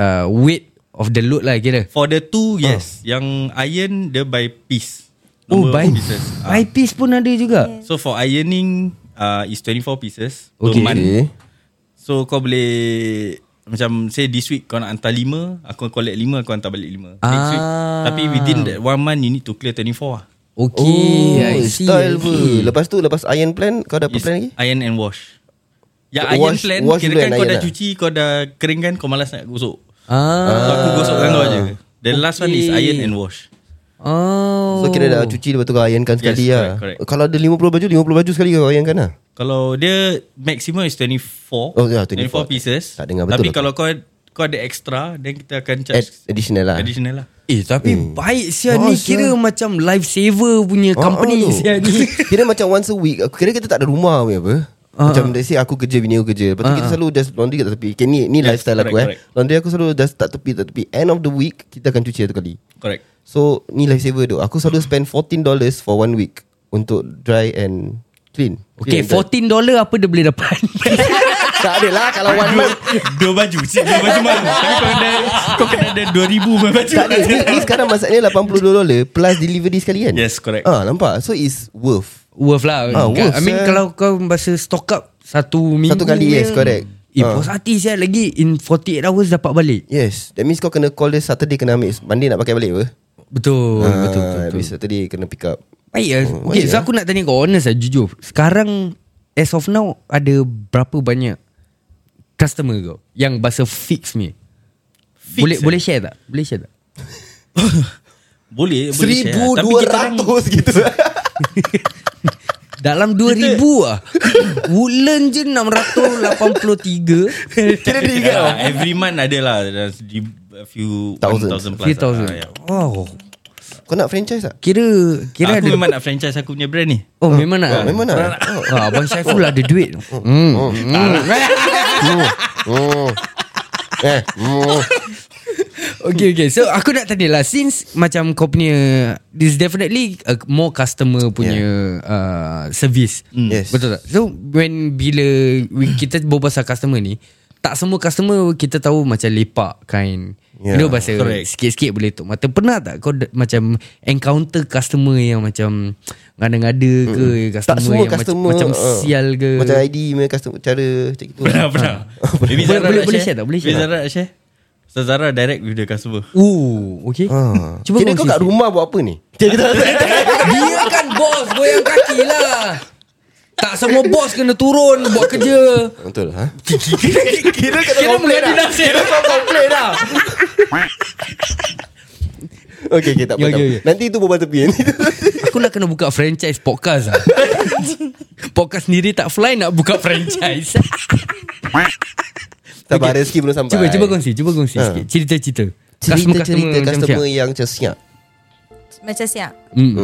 Speaker 3: uh, weight of the load lah kira.
Speaker 6: For the two Yes
Speaker 2: Ah.
Speaker 6: Yang iron Dia by piece
Speaker 3: Oh,
Speaker 6: Number
Speaker 3: by,
Speaker 6: of pieces Ah.
Speaker 3: by piece pun ada juga.
Speaker 6: So for ironing uh, Is 24 pieces Per
Speaker 3: Okay.
Speaker 6: month
Speaker 2: Okay.
Speaker 6: So kau boleh Macam say this week Kau nak hantar 5 Aku collect 5 Aku hantar balik 5 Next week
Speaker 3: Ah.
Speaker 6: Tapi within that one month You need to clear 24 lah
Speaker 3: Okay, I see.
Speaker 2: Oh, Style
Speaker 3: I
Speaker 2: apa
Speaker 3: see.
Speaker 2: Lepas tu Lepas iron plan Kau ada apa
Speaker 6: Is
Speaker 2: plan lagi?
Speaker 6: Iron and wash Ya
Speaker 2: So,
Speaker 6: iron
Speaker 2: wash-
Speaker 6: plan
Speaker 2: wash
Speaker 6: Kirakan
Speaker 2: dulu
Speaker 6: kau
Speaker 2: and
Speaker 6: dah
Speaker 2: iron lah.
Speaker 6: cuci Kau dah keringkan Kau malas nak gosok
Speaker 3: Ah,
Speaker 6: So aku gosokkan kau je The last one is
Speaker 3: Okay.
Speaker 6: iron and wash
Speaker 3: oh.
Speaker 2: So kira dah cuci Lepas tu kau ironkan sekali
Speaker 6: correct,
Speaker 2: lah
Speaker 6: correct.
Speaker 2: Kalau ada 50 baju 50 baju sekali kau ironkan lah
Speaker 6: Kalau dia Maximum is 24
Speaker 2: Oh, ya, 24.
Speaker 6: 24 pieces
Speaker 2: Tak dengar betul
Speaker 6: Tapi
Speaker 2: lah.
Speaker 6: kalau kau Kau ada extra Then kita akan
Speaker 2: Add
Speaker 6: charge
Speaker 2: Additional lah
Speaker 6: Additional lah
Speaker 3: Eh tapi hmm. baik sia
Speaker 2: Oh,
Speaker 3: ni
Speaker 2: sia.
Speaker 3: kira macam life saver punya
Speaker 2: Ah,
Speaker 3: company
Speaker 2: ah, tu.
Speaker 3: sia ni.
Speaker 2: [LAUGHS] Kira macam once a week Aku kira kita tak ada rumah punya apa
Speaker 3: Ah,
Speaker 2: macam let's say aku kerja Bini aku kerja Lepas tu kita selalu Just laundry kat tepi okay, Ni, ni lifestyle aku
Speaker 6: correct,
Speaker 2: eh
Speaker 6: correct.
Speaker 2: Laundry aku selalu Just tak tepi tak tepi End of the week Kita akan cuci satu kali
Speaker 6: Correct
Speaker 2: So ni lifesaver tu Aku selalu spend $14 For one week Untuk dry and clean
Speaker 3: Okay,
Speaker 2: Clean and dry.
Speaker 3: $14 apa dia boleh dapat? [LAUGHS]
Speaker 2: Tak ada lah Kalau one month
Speaker 6: Dua baju Cik dua baju mana
Speaker 3: Kan
Speaker 6: Tapi kau kena Kau kena ada 2000 main baju
Speaker 2: Tak ada ni, ni sekarang masaknya $82 Plus delivery sekali kan
Speaker 6: Yes, correct.
Speaker 2: Ah Nampak So it's worth
Speaker 3: worth lah.
Speaker 2: Ah, worth,
Speaker 3: I mean
Speaker 2: eh.
Speaker 3: kalau kau masa stock up satu minggu.
Speaker 2: kali,
Speaker 3: je.
Speaker 2: yes, correct.
Speaker 3: Eh,
Speaker 2: Ah.
Speaker 3: puas hati sia lagi in 48 hours dapat balik.
Speaker 2: Yes That means kau kena call dia Saturday kena ambil Monday nak pakai balik apa
Speaker 3: Oh, Betul,
Speaker 2: Ah,
Speaker 3: betul, betul. betul.
Speaker 2: Habis Saturday kena pick up
Speaker 3: Baik lah.
Speaker 2: Oh,
Speaker 3: okay,
Speaker 2: baik
Speaker 3: so
Speaker 2: lah.
Speaker 3: aku nak tanya kau honest lah jujur. Sekarang as of now ada berapa banyak customer kau yang bahasa fix ni?
Speaker 6: Fix
Speaker 3: boleh
Speaker 6: eh?
Speaker 3: boleh share tak? Boleh share tak?
Speaker 6: Boleh boleh share lah. Tapi kita orang
Speaker 2: 1200 gitu
Speaker 3: Dalam 2000 lah [LAUGHS] Woodland je 683
Speaker 2: Kira dia ingat tau.
Speaker 6: Yeah, Ya, every month ada lah there's di- a few
Speaker 2: kan? Thousand.
Speaker 6: 1000 plus.
Speaker 3: Few thousand
Speaker 6: Ah, yeah.
Speaker 3: Wow
Speaker 2: [LAUGHS] Kau nak franchise
Speaker 3: [LAUGHS]
Speaker 2: tak?
Speaker 3: Kira Kira
Speaker 6: Aku
Speaker 3: ada
Speaker 6: memang nak franchise aku punya brand ni.
Speaker 3: Oh memang nak
Speaker 2: Oh, memang nak Oh.
Speaker 3: Ah, Abang Syaiful ada duit Hmm.
Speaker 6: lah.
Speaker 3: [LAUGHS]
Speaker 2: Oh. Eh oh.
Speaker 3: Okay okay So aku nak tanya lah Since macam kau punya This definitely a More customer punya uh, Service
Speaker 2: Mm. Yes.
Speaker 3: Betul tak? So when bila we, Kita berbual pasal customer ni Tak semua customer Kita tahu macam lepak kind yeah. You
Speaker 2: Yeah.
Speaker 3: know bahasa
Speaker 6: Correct.
Speaker 3: Sikit-sikit boleh tutup mata Pernah tak kau da- macam Encounter customer yang macam Ngada-ngada ke customer
Speaker 2: Tak semua
Speaker 3: yang
Speaker 2: customer
Speaker 3: Macam, macam
Speaker 2: ah,
Speaker 3: sial ke
Speaker 2: Macam ID punya customer Cara macam gitu lah.
Speaker 6: Pernah pernah. Maybe
Speaker 3: [LAUGHS] Boleh-
Speaker 6: Zara
Speaker 3: boleh-
Speaker 6: nak
Speaker 3: boleh share tak? Boleh share
Speaker 6: Maybe
Speaker 3: tak?
Speaker 6: Zara nak share. So Zara direct with the customer.
Speaker 3: Oh, okay.
Speaker 2: Ah.
Speaker 3: Cuba
Speaker 2: Kira kau kat
Speaker 3: share.
Speaker 2: rumah buat apa ni? Kita
Speaker 3: [LAUGHS] Dia kan bos goyang kaki lah. Tak semua bos kena turun buat kerja.
Speaker 2: Betul ha?
Speaker 3: Kira kira boleh dah. Kira lah. kau komplain dah.
Speaker 2: Okay, okay tak apa,
Speaker 3: Ya,
Speaker 2: tak
Speaker 3: ya,
Speaker 2: apa.
Speaker 3: ya.
Speaker 2: Nanti tu berbual
Speaker 3: [LAUGHS]
Speaker 2: tepi eh.
Speaker 3: Aku nak kena buka franchise podcast lah. podcast sendiri tak fly nak buka
Speaker 2: [LAUGHS]
Speaker 3: franchise.
Speaker 2: Sabar okay. rezeki belum sampai
Speaker 3: cuba cuba kongsi, cuba kongsi
Speaker 2: Ah.
Speaker 3: sikit. Cerita-cerita.
Speaker 2: Cerita-cerita
Speaker 3: macam
Speaker 2: customer
Speaker 3: siap.
Speaker 2: yang macam senyap
Speaker 5: Macam siap
Speaker 3: Hmm.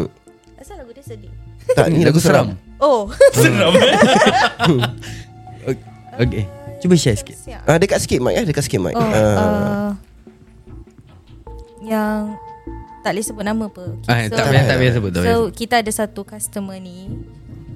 Speaker 5: Asal lagu dia sedih
Speaker 2: Tak ni lagu seram
Speaker 5: Oh
Speaker 6: Seram eh.
Speaker 3: Okay. Cuba share sikit.
Speaker 5: Siap
Speaker 2: Ah, dekat sikit mic eh, dekat sikit mic.
Speaker 5: [LAUGHS] Oh
Speaker 2: Ah.
Speaker 5: uh, Yang Tak boleh sebut nama apa
Speaker 3: Ah,
Speaker 5: So-
Speaker 3: tak payah tak payah sebut, tak payah.
Speaker 5: So kita ada satu customer ni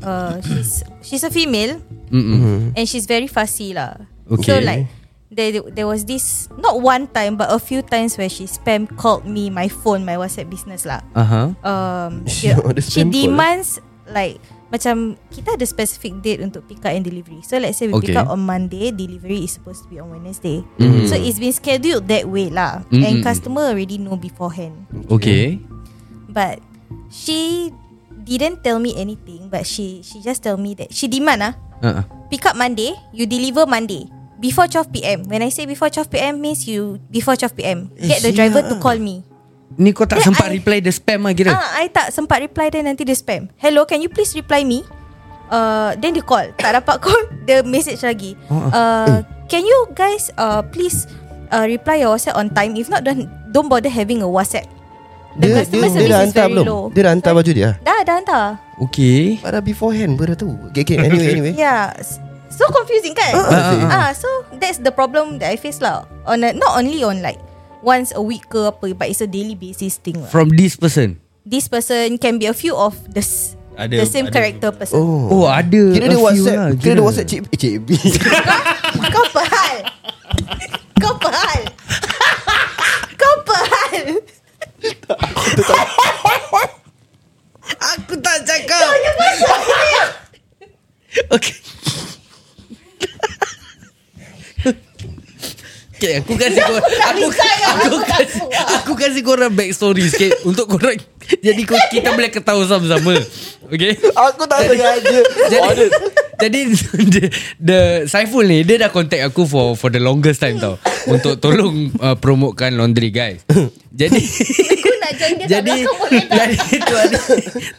Speaker 5: uh, she's, she's a female
Speaker 2: Mhm.
Speaker 3: Hmm.
Speaker 5: And she's very fussy lah
Speaker 3: Okay.
Speaker 5: So like there, there was this Not one time But a few times Where she spam called me My phone My WhatsApp business lah
Speaker 3: Aha.
Speaker 5: um,
Speaker 2: She
Speaker 5: she,
Speaker 2: order
Speaker 5: she
Speaker 2: spam call, eh?
Speaker 5: demands like macam kita ada specific date untuk pick up and delivery. So let's say we
Speaker 3: Okay.
Speaker 5: pick up on Monday, delivery is supposed to be on Wednesday. So it's been scheduled that way lah,
Speaker 3: Mm-mm.
Speaker 5: and customer already know beforehand.
Speaker 3: Okay.
Speaker 5: But she didn't tell me anything. But she she just tell me that she demand ah
Speaker 3: Ah. ah.
Speaker 5: pick up Monday, you deliver Monday before 12 p.m. When I say before 12 p.m. means you before 12 p.m. Get the driver to call me.
Speaker 3: Ni kau tak
Speaker 5: Then
Speaker 3: sempat
Speaker 5: I-
Speaker 3: reply the spam lah kira.
Speaker 5: Ah, I tak sempat reply Then nanti dia spam Hello can you please reply me uh, Then dia call Tak dapat call [LAUGHS] Dia message lagi
Speaker 2: Oh, ah. Eh.
Speaker 5: uh, Can you guys uh, Please uh, Reply your WhatsApp on time If not don't, don't bother having a WhatsApp
Speaker 2: Dia,
Speaker 5: The
Speaker 2: dia,
Speaker 5: customer
Speaker 2: dia
Speaker 5: service
Speaker 2: dah
Speaker 5: is
Speaker 2: hantar
Speaker 5: very
Speaker 2: belum?
Speaker 5: low.
Speaker 2: Dia dah hantar baju dia? ah?
Speaker 5: Dah dah hantar
Speaker 3: Okay.
Speaker 2: Pada beforehand pun dah tahu okay, okay,
Speaker 5: [LAUGHS]
Speaker 2: anyway, anyway
Speaker 5: Yeah Ya. S- So confusing kan
Speaker 2: Eh? Ah, ah,
Speaker 5: Ah So that's the problem That I face lah on a, Not only on like Once a week ke apa But it's a daily basis thing lah
Speaker 3: From this person.
Speaker 5: This person can be a few of The, s-
Speaker 6: Ada-
Speaker 5: the same
Speaker 6: ada-
Speaker 5: character person
Speaker 2: Oh,
Speaker 3: Oh, ada.
Speaker 2: Kira
Speaker 3: a
Speaker 2: dia
Speaker 3: few
Speaker 2: WhatsApp
Speaker 3: lah,
Speaker 2: kira. dia WhatsApp Cik, eh, Cik B
Speaker 5: Kau apa hal? Kau apa hal?
Speaker 2: tak
Speaker 7: Aku tak cakap
Speaker 3: [LAUGHS]
Speaker 7: Okay Okay, aku kasi
Speaker 3: [LAUGHS]
Speaker 7: korang aku, aku, kasi, aku kasi korang back story sikit Untuk korang Jadi kau- kita boleh ketawa sama-sama Okay
Speaker 2: Aku tak sengaja
Speaker 7: jadi
Speaker 3: [LAUGHS] Jadi [LAUGHS] the, the Saiful ni Dia dah contact aku For for the longest time tau Untuk tolong uh, Promotekan laundry guys Jadi [LAUGHS]
Speaker 5: Aku nak join dia kat
Speaker 3: Jadi ya.
Speaker 5: belakang boleh tak?
Speaker 3: Jadi tu hari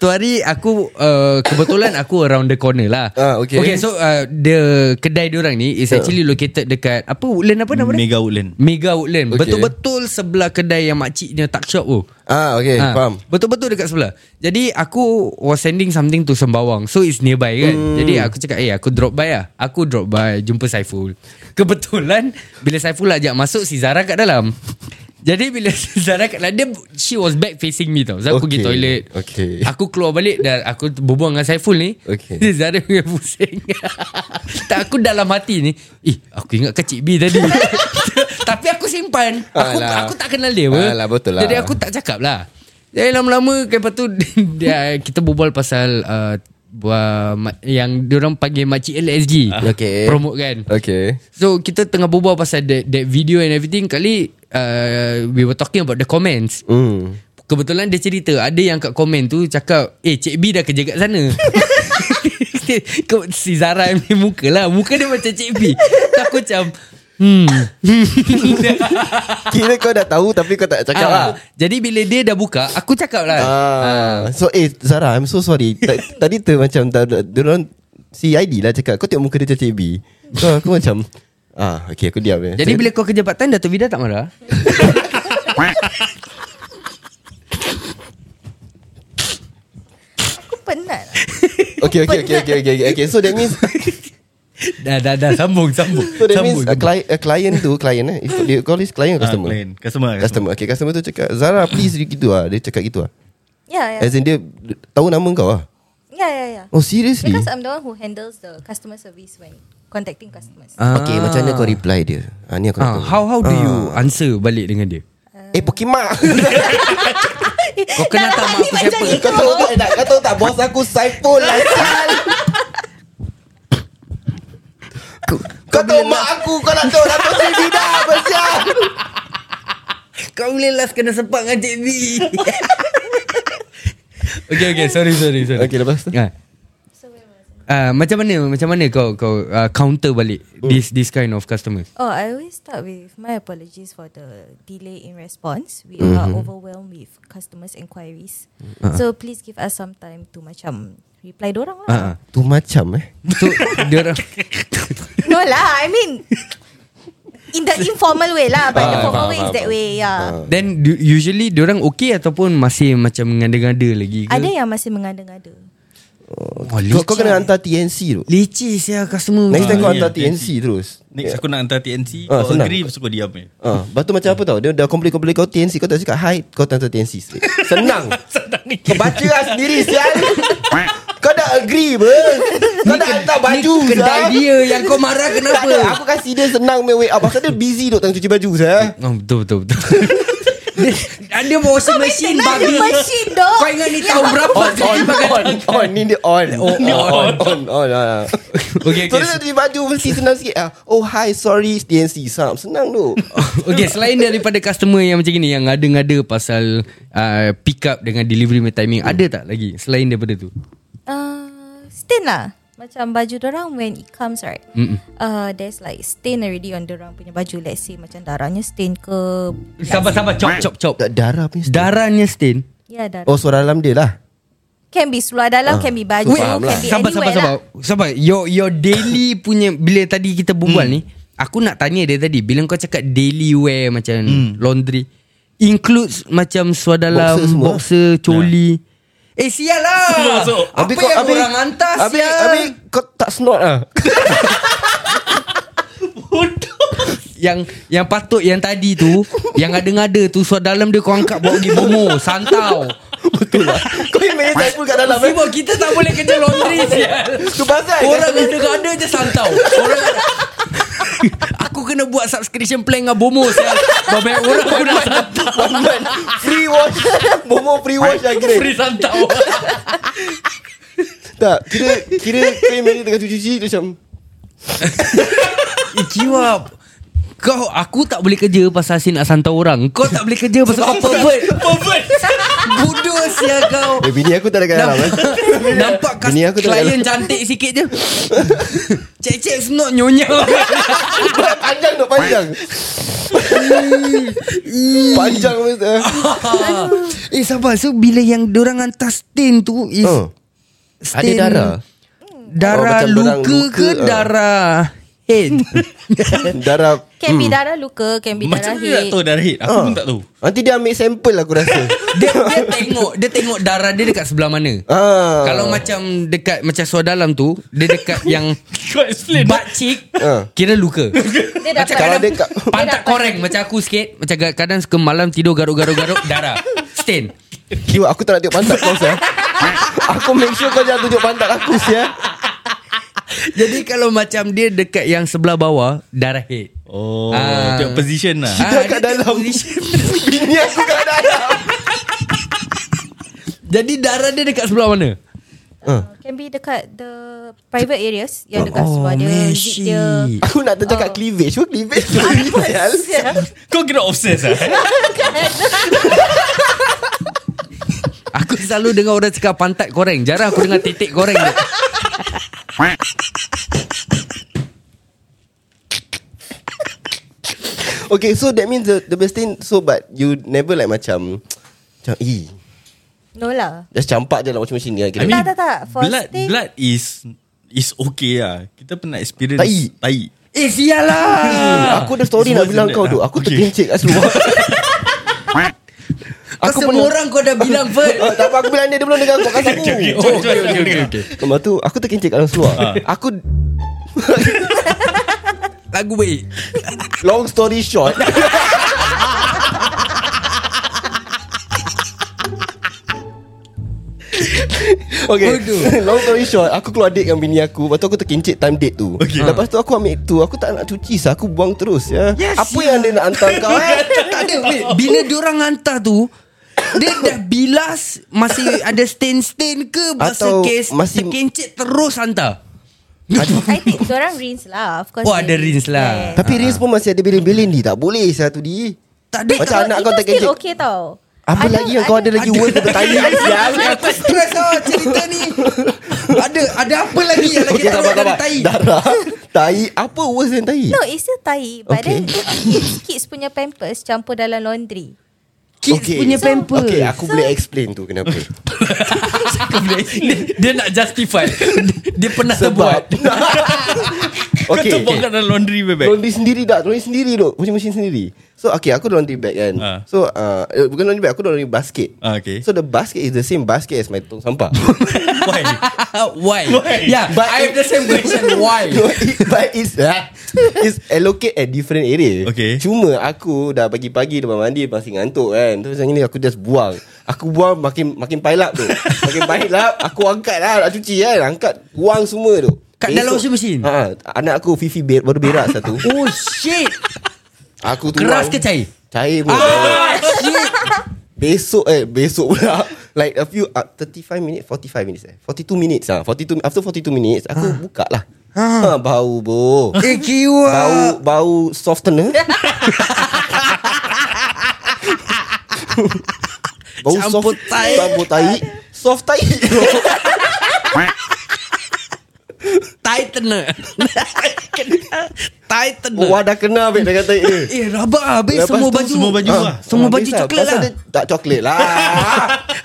Speaker 3: Tu hari aku uh, Kebetulan aku around the corner lah
Speaker 2: Ah, okay. Ah.
Speaker 3: Okay so uh, The kedai diorang ni Is actually located dekat Apa woodland apa nama dia?
Speaker 6: Mega Woodland.
Speaker 3: Mega Woodland
Speaker 2: Okay.
Speaker 3: Betul-betul sebelah kedai yang makciknya tak shop tu
Speaker 2: [LAUGHS] Ah okay
Speaker 3: Ah,
Speaker 2: faham
Speaker 3: Betul-betul dekat sebelah Jadi aku Was sending something to Sembawang So it's nearby kan
Speaker 2: Hmm.
Speaker 3: Jadi aku cakap Eh aku drop by lah Aku drop by Jumpa Saiful Kebetulan Bila Saiful ajak masuk Si Zara kat dalam Jadi bila [LAUGHS] si Zara kat dalam Dia She was back facing me tau So
Speaker 2: Okay.
Speaker 3: aku pergi toilet
Speaker 2: Okay.
Speaker 3: Aku keluar balik Dan aku berbual dengan Saiful ni
Speaker 2: Okay.
Speaker 3: Si [LAUGHS] Zara punya pusing [LAUGHS] Tak aku dalam hati ni Eh aku ingat kecil B tadi [LAUGHS] Tapi aku simpan Aku,
Speaker 2: Alah.
Speaker 3: aku tak kenal dia apa.
Speaker 2: Alah, betul lah.
Speaker 3: Jadi aku tak cakap lah Jadi lama-lama Lepas tu [LAUGHS] dia, Kita berbual pasal uh, buah, ma- Yang diorang panggil Makcik LSG
Speaker 2: Ah. Okay.
Speaker 3: Promote kan
Speaker 2: Okay
Speaker 3: So kita tengah berbual pasal that, that video and everything Kali uh, We were talking about the comments
Speaker 2: Hmm
Speaker 3: Kebetulan dia cerita Ada yang kat komen tu Cakap Eh Cik B dah kerja kat sana [LAUGHS] Kau Si Zara ni muka lah Muka dia macam Cik B So aku macam Hmm
Speaker 2: Kira kau dah tahu Tapi kau tak cakap lah
Speaker 3: ah, Jadi bila dia dah buka Aku cakap lah
Speaker 2: ah. So eh Zara I'm so sorry Ta- [LAUGHS] Tadi tu macam ta- ta- Diorang Si ID lah cakap Kau tengok muka dia macam CB So aku macam Ah, okay aku diam je.
Speaker 3: Jadi bila kau kerja part time Dato' Vida tak marah
Speaker 5: Aku penat
Speaker 2: Okay okay okay okay okay, okay. okay. So that means
Speaker 3: Dah dah dah Sambung Sambung
Speaker 2: So that means
Speaker 3: sambung.
Speaker 2: a client, a client tu Client eh If you call this client or
Speaker 6: Ah,
Speaker 2: customer?
Speaker 6: client. Customer, customer.
Speaker 2: Customer Okay customer tu cakap Zara please gitu lah Dia cakap gitu lah
Speaker 5: Ya ya
Speaker 2: As in dia Tahu nama kau lah
Speaker 5: Ya ya ya
Speaker 2: Oh seriously
Speaker 5: Because I'm the one who handles the customer service when contacting customers.
Speaker 2: Okay macam mana kau reply dia ha, Ni aku nak
Speaker 3: ah,
Speaker 2: tahu.
Speaker 3: How how do you
Speaker 7: Ah.
Speaker 3: Answer balik dengan dia
Speaker 2: Eh Pokemon [LAUGHS]
Speaker 3: Kau kenal tak mak aku siapa
Speaker 2: Kau tahu tak, tak Kau tahu tak Bos aku Saiful lah sial. Kau- Kau tahu mak aku Kau nak tahu Dato' Sri Vida Apa sial
Speaker 7: Kau boleh last kena sepak dengan Cik B
Speaker 3: [LAUGHS] Okay okay sorry sorry sorry.
Speaker 2: Okay, lepas tu?
Speaker 3: Ah. Ah, macam mana macam mana kau kau uh, counter balik
Speaker 2: Hmm.
Speaker 3: this this kind of customers.
Speaker 5: Oh, I always start with my apologies for the delay in response. We are overwhelmed with customers' inquiries. So please give us some time to macam reply dorang
Speaker 3: Ah, ah.
Speaker 5: lah.
Speaker 2: Tu macam eh
Speaker 3: So [LAUGHS] dia orang
Speaker 5: No lah, I mean in the informal way lah, but
Speaker 2: Ah,
Speaker 5: the formal way is that way. Yeah.
Speaker 3: then du- usually dia orang okay ataupun masih macam mengada-ngada lagi ke?
Speaker 2: Ah.
Speaker 5: Ada yang masih mengada-ngada.
Speaker 3: oh,
Speaker 2: kau, kau kena hantar TNC tu
Speaker 3: licik ya customer.
Speaker 2: Next time
Speaker 6: Ah,
Speaker 2: kau
Speaker 6: yeah,
Speaker 2: hantar
Speaker 6: TNC.
Speaker 2: TNC terus
Speaker 6: Next aku nak hantar TNC
Speaker 2: Ya. Ah,
Speaker 6: Kau
Speaker 2: senang.
Speaker 6: agree Lepas tu kau diam je
Speaker 2: Ah, lepas tu macam apa tau Dia dah komplain-komplain kau TNC Kau tak cakap hi Kau hantar TNC straight
Speaker 3: [LAUGHS]
Speaker 2: Senang Kau baca lah sendiri sial Kau dah agree ber Kau dah hantar baju
Speaker 3: Ni kedai
Speaker 2: sial.
Speaker 3: dia yang kau
Speaker 2: Tak
Speaker 3: marah
Speaker 2: ada
Speaker 3: kenapa?
Speaker 2: Aku kasi dia senang main way up Pasal dia busy duk tengah cuci baju saya.
Speaker 3: oh, betul betul [LAUGHS] betul. Ada washing machine
Speaker 5: Nah,
Speaker 3: babi.
Speaker 5: machine dok.
Speaker 3: Kau ingat ni tahun berapa?
Speaker 2: On [LAUGHS] on on on [LAUGHS] ni dia on. Oh, On on on on. ah.
Speaker 3: Okay, okay.
Speaker 2: So dia cuci baju mesti senang sikit ah. Oh hi sorry TNC sam senang [LAUGHS] tu.
Speaker 3: Okay selain daripada customer yang macam ni Yang ngada-ngada pasal uh, Pick up dengan delivery punya timing Ada tak lagi selain daripada tu
Speaker 5: Uh, stain lah. Macam baju dorang when it comes right.
Speaker 3: Mm-mm.
Speaker 5: Uh, there's like stain already on dorang punya baju. Let's say macam darahnya stain ke.
Speaker 3: Sabar-sabar Chop chop chop
Speaker 2: Tak darah punya. stain.
Speaker 3: Darahnya stain
Speaker 5: Ya darah.
Speaker 2: Oh suara dalam dia lah.
Speaker 5: Can be seluar dalam, can be baju,
Speaker 2: Wait,
Speaker 5: can
Speaker 2: lah.
Speaker 5: be
Speaker 3: Sabar sabar
Speaker 5: anywhere
Speaker 3: sabar
Speaker 5: lah.
Speaker 3: Sabar Your, your daily
Speaker 2: [LAUGHS]
Speaker 3: punya Bila tadi kita
Speaker 2: Hmm.
Speaker 3: berbual ni Aku nak tanya dia tadi Bila kau cakap daily wear Macam laundry Includes macam
Speaker 2: Hmm.
Speaker 3: suadalam
Speaker 2: Boxer semua.
Speaker 3: Boxer, coli Eh sial lah
Speaker 6: masuk.
Speaker 3: Apa
Speaker 2: Habis
Speaker 3: yang
Speaker 2: habis-
Speaker 3: orang hantar
Speaker 2: habis-
Speaker 3: sial
Speaker 2: habis kau tak snort ah. [LAUGHS]
Speaker 3: yang yang patut yang tadi
Speaker 2: [LAUGHS]
Speaker 3: tu yang ada-ngada tu suat dalam dia kau angkat bawa pergi bomo santau
Speaker 2: Betul lah Kau imagine Saiful kat dalam eh?
Speaker 3: Sibuk kita tak boleh kerja laundry [LAUGHS] sial
Speaker 2: Tu pasal [LAUGHS]
Speaker 3: orang ada-ngada je santau orang ada- aku kena Kau buat subscription plan dengan bomo saya. Banyak orang aku nak santau.
Speaker 2: Free wash [LAUGHS] Bomo free wash lah kira
Speaker 3: Free santau.
Speaker 2: Tak Kira Kira kau yang Mary tengah cuci-cuci dia Macam
Speaker 3: Eh, Give up. Kau aku tak boleh kerja pasal asyik nak santau orang. Kau tak boleh kerja pasal kau pervert. pervert. Bodoh sia kau.
Speaker 2: Eh bini aku tak ada kat dalam
Speaker 3: [LAUGHS]
Speaker 2: eh.
Speaker 3: Nampak kas
Speaker 2: Bini aku tak
Speaker 3: klien cantik sikit je. Cek-cek snot [LAUGHS] nyonya.
Speaker 2: [LAUGHS] Panjang dok panjang Panjang betul
Speaker 3: eh sabar so bila yang dorang hantar stain tu is
Speaker 2: Oh.
Speaker 3: stain
Speaker 2: Ada darah?
Speaker 3: Darah
Speaker 2: Oh, macam
Speaker 3: oh, luka,
Speaker 2: dorang
Speaker 3: ke
Speaker 2: luka, ah.
Speaker 3: darah
Speaker 2: [LAUGHS]
Speaker 3: head?
Speaker 2: Darah
Speaker 5: Can be darah luka Can be
Speaker 3: lah,
Speaker 6: Macam mana
Speaker 5: darah
Speaker 6: nak
Speaker 5: hit
Speaker 6: tahu darah hit Aku
Speaker 2: Ah.
Speaker 6: pun tak tahu
Speaker 2: Nanti dia ambil sampel aku rasa
Speaker 3: dia, dia tengok dia tengok darah dia dekat sebelah mana.
Speaker 2: ah.
Speaker 3: Kalau macam dekat macam suar dalam tu, dia dekat yang
Speaker 6: [LAUGHS] Kau explain
Speaker 3: butt cheek
Speaker 2: Ah.
Speaker 3: kira
Speaker 6: [LAUGHS]
Speaker 3: luka.
Speaker 5: Dia dapat
Speaker 2: Kalau dia kat [LAUGHS]
Speaker 3: Pantat koreng macam aku sikit, macam ga- kadang suka malam tidur garuk-garuk-garuk [LAUGHS] darah. Stain.
Speaker 2: Kiwa aku tak nak tengok pantat kau saya Aku make sure kau jangan tunjuk pantat aku sia
Speaker 3: Jadi kalau macam dia dekat yang sebelah bawah darah head.
Speaker 6: Oh
Speaker 3: Ah.
Speaker 6: Tengok position lah
Speaker 2: Dia kat dalam Bini aku kat dalam
Speaker 3: [LAUGHS] Jadi darah dia dekat sebelah mana?
Speaker 5: Can be dekat The private areas Yang dekat sebelah dia
Speaker 2: Oh,
Speaker 5: Zip dia
Speaker 2: Aku nak tercakap cleavage Pun cleavage tu sial.
Speaker 6: Kau kena obsessed lah
Speaker 3: Aku selalu dengar orang cakap pantat koreng. Jarang aku dengar titik koreng. dia.
Speaker 2: Okay so that means the, the best thing So but you never like macam Macam ee
Speaker 5: No lah
Speaker 2: Just campak je lah washing machine ni lah, kira.
Speaker 5: mean- Tak, tak, tak. For
Speaker 6: blood,
Speaker 5: stain-
Speaker 6: blood is Is okay lah Kita pernah experience
Speaker 2: Tai.
Speaker 6: Tai
Speaker 3: Eh sial lah.
Speaker 2: [LAUGHS] Aku ada story nak
Speaker 6: Ah. Semua
Speaker 2: bilang
Speaker 6: standard
Speaker 2: kau tu
Speaker 6: lah.
Speaker 2: Aku
Speaker 6: Okay.
Speaker 2: terkencik kat
Speaker 3: [LAUGHS]
Speaker 2: seluar
Speaker 3: Kau semua orang kau dah bilang Ferd.
Speaker 2: [LAUGHS] Ah, Tak apa aku bilang dia Dia belum dengar kau Kasih aku
Speaker 6: Oh, [LAUGHS] okay, Ah. okay, okay, [LAUGHS] okay.
Speaker 2: Lepas tu Aku terkencik kat dalam seluar Aku
Speaker 3: Lagu baik.
Speaker 2: Long story
Speaker 6: [LAUGHS]
Speaker 2: short Okay
Speaker 3: Bodoh.
Speaker 2: [LAUGHS] Long story short Aku keluar date dengan bini aku Lepas tu aku terkincit time date tu okay. Lepas tu aku ambil tu Aku tak nak cuci sah Aku buang terus ya.
Speaker 3: Yes,
Speaker 2: Apa
Speaker 3: ya.
Speaker 2: yang dia nak hantar kau eh?
Speaker 3: Tak ada wait. Bila diorang hantar tu dia dah bilas Masih ada stain-stain ke Masa
Speaker 2: Atau
Speaker 3: kes
Speaker 2: masih-
Speaker 3: Terkencit terus hantar
Speaker 5: I
Speaker 2: [LAUGHS]
Speaker 5: think Diorang rinse lah Of course
Speaker 3: Oh,
Speaker 5: they
Speaker 3: ada rinse lah.
Speaker 5: Yes.
Speaker 2: Tapi Rins pun masih ada bilin-bilin ni Tak boleh sah tu di
Speaker 3: [LAUGHS] Tak ada
Speaker 2: Macam anak kau
Speaker 5: Itu
Speaker 2: terkencit
Speaker 5: still okay tau
Speaker 2: Apa
Speaker 5: Ada-
Speaker 2: lagi yang kau ada lagi word Untuk
Speaker 3: [LAUGHS]
Speaker 2: tanya sial
Speaker 3: Aku stres lah cerita ni Ada Ada apa lagi Yang lagi
Speaker 2: Okay
Speaker 3: tak
Speaker 2: sabar
Speaker 3: ada
Speaker 2: sabar
Speaker 3: tai
Speaker 2: Darah Tai Apa worse than tai
Speaker 5: No it's still tai But
Speaker 2: Okay.
Speaker 5: then Kids, kids punya pampers Campur dalam laundry
Speaker 3: Kids punya pampers.
Speaker 2: Okay aku boleh explain tu kenapa
Speaker 3: dia, dia nak
Speaker 6: [LAUGHS]
Speaker 3: justify Dia pernah
Speaker 2: [LAUGHS] Sebab
Speaker 3: terbuat
Speaker 6: okay,
Speaker 2: Okay,
Speaker 6: [LAUGHS]
Speaker 2: okay.
Speaker 6: Kau terbongkar dalam laundry bebek
Speaker 2: Laundry sendiri tak Laundry sendiri dok Washing machine sendiri So okay aku ada laundry bag kan
Speaker 6: Ah.
Speaker 2: So uh, eh, Bukan laundry bag Aku ada laundry basket
Speaker 6: Ah, okay.
Speaker 2: So the basket is the same basket As my tong sampah
Speaker 6: [LAUGHS] Why?
Speaker 3: [LAUGHS] Why?
Speaker 6: Why?
Speaker 3: Yeah
Speaker 2: But-
Speaker 3: But I have the
Speaker 2: [LAUGHS]
Speaker 3: same question Why?
Speaker 2: No, it- But it's ha, It's allocate at different area
Speaker 6: Okay.
Speaker 2: Cuma aku Dah pagi-pagi Depan mandi Masih ngantuk kan Terus macam ni Aku just buang Aku buang Makin makin pile up tu Makin pile up Aku angkat lah Nak cuci kan Angkat Buang semua tu
Speaker 3: Kat dalam washing machine?
Speaker 2: ha, Anak aku Fifi ber, baru berak satu
Speaker 3: Oh shit
Speaker 2: Aku tu
Speaker 3: Keras ke cair?
Speaker 2: Cair pun
Speaker 3: Ah shit
Speaker 2: [LAUGHS] Besok eh Besok pula [LAUGHS] Like a few uh, 35 minutes 45 minutes eh 42 minutes ah 42 After 42 minutes Aku buka lah ha. Bau bo
Speaker 3: Ah. Eh kiwa
Speaker 2: Bau Bau
Speaker 3: [LAUGHS]
Speaker 2: softener Bau
Speaker 3: Campur
Speaker 2: soft
Speaker 3: tai.
Speaker 2: Campur
Speaker 3: [LAUGHS]
Speaker 2: tai Soft tai [LAUGHS]
Speaker 3: Tightener Tightener
Speaker 2: Wah dah kena Abik dah kata eh
Speaker 3: Eh rabak ah Habis
Speaker 2: Lepas
Speaker 3: semua
Speaker 2: tu
Speaker 3: baju
Speaker 6: semua baju
Speaker 3: Ah,
Speaker 6: lah.
Speaker 3: Semua
Speaker 2: Ah,
Speaker 3: baju
Speaker 2: habis
Speaker 3: coklat
Speaker 2: pasal
Speaker 3: lah
Speaker 2: dia Tak coklat lah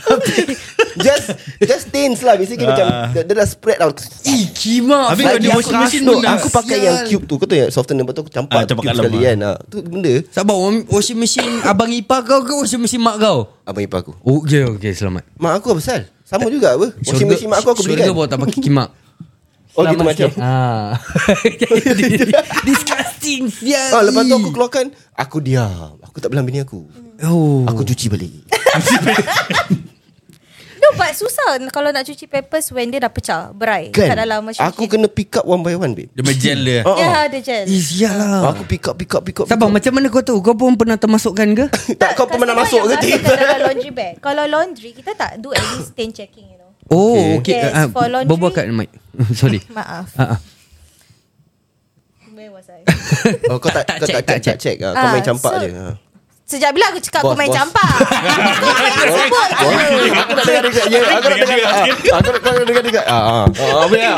Speaker 2: [LAUGHS] Just Just stains lah Basically macam dia, dia dah spread out
Speaker 3: Ih kima
Speaker 6: Habis
Speaker 3: Fadi,
Speaker 6: kau dia
Speaker 3: aku
Speaker 6: washing
Speaker 3: rasa-
Speaker 6: machine
Speaker 2: No,
Speaker 6: benda.
Speaker 2: aku pakai
Speaker 3: Sial.
Speaker 2: yang cube tu. Kau tahu yang softener betul aku
Speaker 6: Ah,
Speaker 2: campak tu
Speaker 6: campak
Speaker 2: cube
Speaker 6: kat
Speaker 2: sekali
Speaker 6: lama.
Speaker 2: kan. Ah, tu benda
Speaker 3: Sabar wa- Washing machine Abang Ipa kau ke Washing machine mak kau
Speaker 2: abang ipar aku.
Speaker 3: Oh okay, okay selamat
Speaker 2: Mak aku apa pasal? Sama juga apa? Washing machine mak aku aku
Speaker 3: Syurga
Speaker 2: belikan.
Speaker 3: bawa tak pakai kimak
Speaker 2: Oh gitu macam.
Speaker 3: ah. [LAUGHS] Disgusting sial
Speaker 2: Ah, lepas tu aku keluarkan Aku Oh.
Speaker 3: [LAUGHS]
Speaker 2: diam Aku tak bilang bini aku
Speaker 3: oh.
Speaker 2: Aku cuci balik
Speaker 5: No but susah kalau nak cuci pampers when dia dah pecah berai
Speaker 2: Kan
Speaker 5: kat dalam machine.
Speaker 2: Aku kena pick up one by one babe
Speaker 6: Dia majel dia
Speaker 2: Oh, oh.
Speaker 5: Ya, dia gel.
Speaker 3: Iyalah.
Speaker 2: Aku pick up pick up pick up
Speaker 3: lah. Ya. Sabar
Speaker 2: pick up.
Speaker 3: macam mana kau tahu Kau pun pernah termasukkan ke
Speaker 2: Tak kau pernah
Speaker 5: customer
Speaker 2: masuk ke tiba
Speaker 5: yang masuk kat dalam laundry bag. Kalau laundry kita tak do any stain checking, you know.
Speaker 3: Oh
Speaker 5: Okay.
Speaker 3: okay,
Speaker 5: Yes,
Speaker 3: Ah,
Speaker 5: for laundry.
Speaker 3: Berbual kat mic [LAUGHS] Sorry
Speaker 5: Maaf.
Speaker 2: Uh-uh.
Speaker 3: Ah, ah.
Speaker 5: Where was I?
Speaker 2: oh, Kau tak,
Speaker 3: Tak
Speaker 2: kau
Speaker 3: check,
Speaker 2: tak,
Speaker 3: tak
Speaker 2: check, tak check. Ah, Kau
Speaker 5: Ah,
Speaker 2: main campak [LAUGHS]
Speaker 5: so-
Speaker 2: je Ah.
Speaker 5: Sejak bila aku cakap aku
Speaker 2: Boss,
Speaker 5: main
Speaker 2: boss. [LAUGHS]
Speaker 5: campak? Kau main sebut je.
Speaker 2: Aku nak dengar dekat Ya aku nak dengar ah, Aku nak kau nak dengar dekat ah, ah. Ah, Apa ya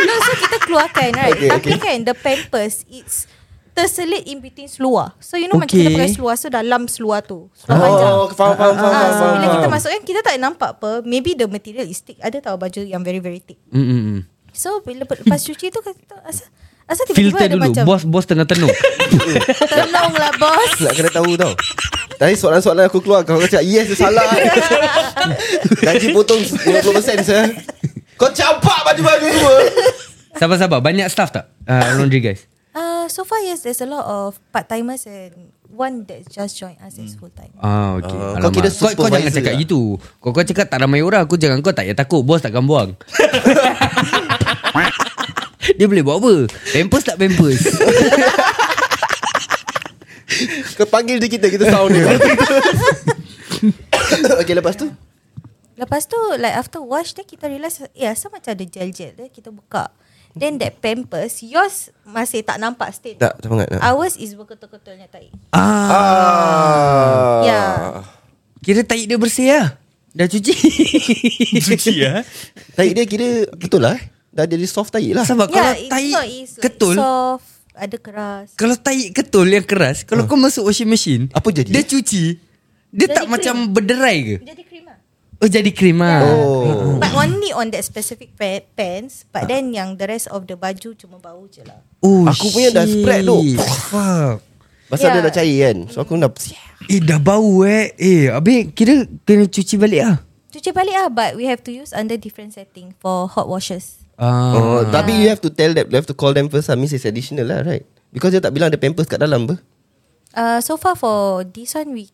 Speaker 5: No, so kita keluarkan right
Speaker 2: Okay,
Speaker 5: okay, Tapi
Speaker 2: okay.
Speaker 5: kan the pampers It's terselit in between seluar So you know okay. macam kita
Speaker 3: Okay.
Speaker 5: pakai seluar So dah lump seluar tu Seluar panjang
Speaker 2: Oh faham faham faham
Speaker 5: Ah, so
Speaker 2: faham,
Speaker 5: bila kita
Speaker 2: faham
Speaker 5: masukkan Kita tak nampak apa Maybe the material is thick Ada tahu baju yang very very thick
Speaker 3: mm, mm, mm.
Speaker 5: So
Speaker 3: [LAUGHS]
Speaker 5: bila lepas cuci tu kata Asal, asal tiba-tiba
Speaker 3: Filter
Speaker 5: ada
Speaker 3: dulu
Speaker 5: macam
Speaker 3: Bos bos tengah
Speaker 5: [LAUGHS]
Speaker 3: tenung
Speaker 5: Tolonglah
Speaker 3: [LAUGHS]
Speaker 5: bos
Speaker 2: Nak kena tahu tau Tadi soalan-soalan aku keluar Kau cakap yes [LAUGHS] salah Gaji potong 50% saya Kau campak baju-baju semua
Speaker 3: Sabar-sabar Banyak staff tak uh, Laundry guys
Speaker 5: [LAUGHS] uh, So far yes There's a lot of part-timers And one that just joined us as full-time
Speaker 3: Ah, okay.
Speaker 2: Ah,
Speaker 3: Alamak.
Speaker 2: kau kira
Speaker 3: kau, kau jangan
Speaker 2: supervisor
Speaker 3: cakap
Speaker 2: lah.
Speaker 3: gitu. Kau kau cakap tak ramai orang, aku jangan kau tak payah takut, bos takkan
Speaker 2: [LAUGHS]
Speaker 3: buang. Dia boleh buat apa? Pampers tak
Speaker 2: [LAUGHS]
Speaker 3: pampers.
Speaker 2: Kau panggil dia kita Kita sound [LAUGHS] dia Okay lepas tu
Speaker 5: Lepas tu like after wash then kita realise eh asal macam ada gel-gel dia kita buka. Then that pampers yours masih tak nampak stain.
Speaker 2: Tak tak sangat ah.
Speaker 5: Ours is berketul-ketulnya tai.
Speaker 3: ah,
Speaker 2: ah.
Speaker 5: Ya.
Speaker 3: kira tahi dia bersih lah. Dah cuci.
Speaker 6: Cuci
Speaker 2: eh?
Speaker 3: [LAUGHS]
Speaker 6: lah
Speaker 2: Tahi dia kira Betul lah eh? Dah jadi soft tahi lah
Speaker 3: Sebab Oh, kalau
Speaker 5: Yeah, Ya, it's
Speaker 3: tahi
Speaker 5: not- it's like
Speaker 3: ketul,
Speaker 5: soft, ada keras.
Speaker 3: kalau tahi ketul yang keras, kalau kau masuk washing machine,
Speaker 2: Ah. Apa jadi?
Speaker 3: Dia cuci. Dia
Speaker 5: Jadi
Speaker 3: tak
Speaker 5: cream.
Speaker 3: macam berderai ke?
Speaker 5: Jadi krim lah.
Speaker 3: Oh jadi krim ah.
Speaker 2: Oh
Speaker 5: But only on that specific pa- pants But then yang the rest of the baju Cuma bau je lah
Speaker 3: oh
Speaker 2: Aku punya dah spread tu.
Speaker 3: shit. Fuck.
Speaker 2: Pasal dia
Speaker 5: Ya.
Speaker 2: dah cair kan So aku dah
Speaker 3: Eh dah bau eh Eh habis kira kena cuci balik lah
Speaker 5: Cuci balik lah But we have to use under different setting For hot washes
Speaker 3: Ah,
Speaker 2: Oh, [LAUGHS] Tapi you have to tell them You have to call them first lah Means it's additional lah right Because dia tak bilang ada pampers kat dalam apa
Speaker 5: uh, So far for this one we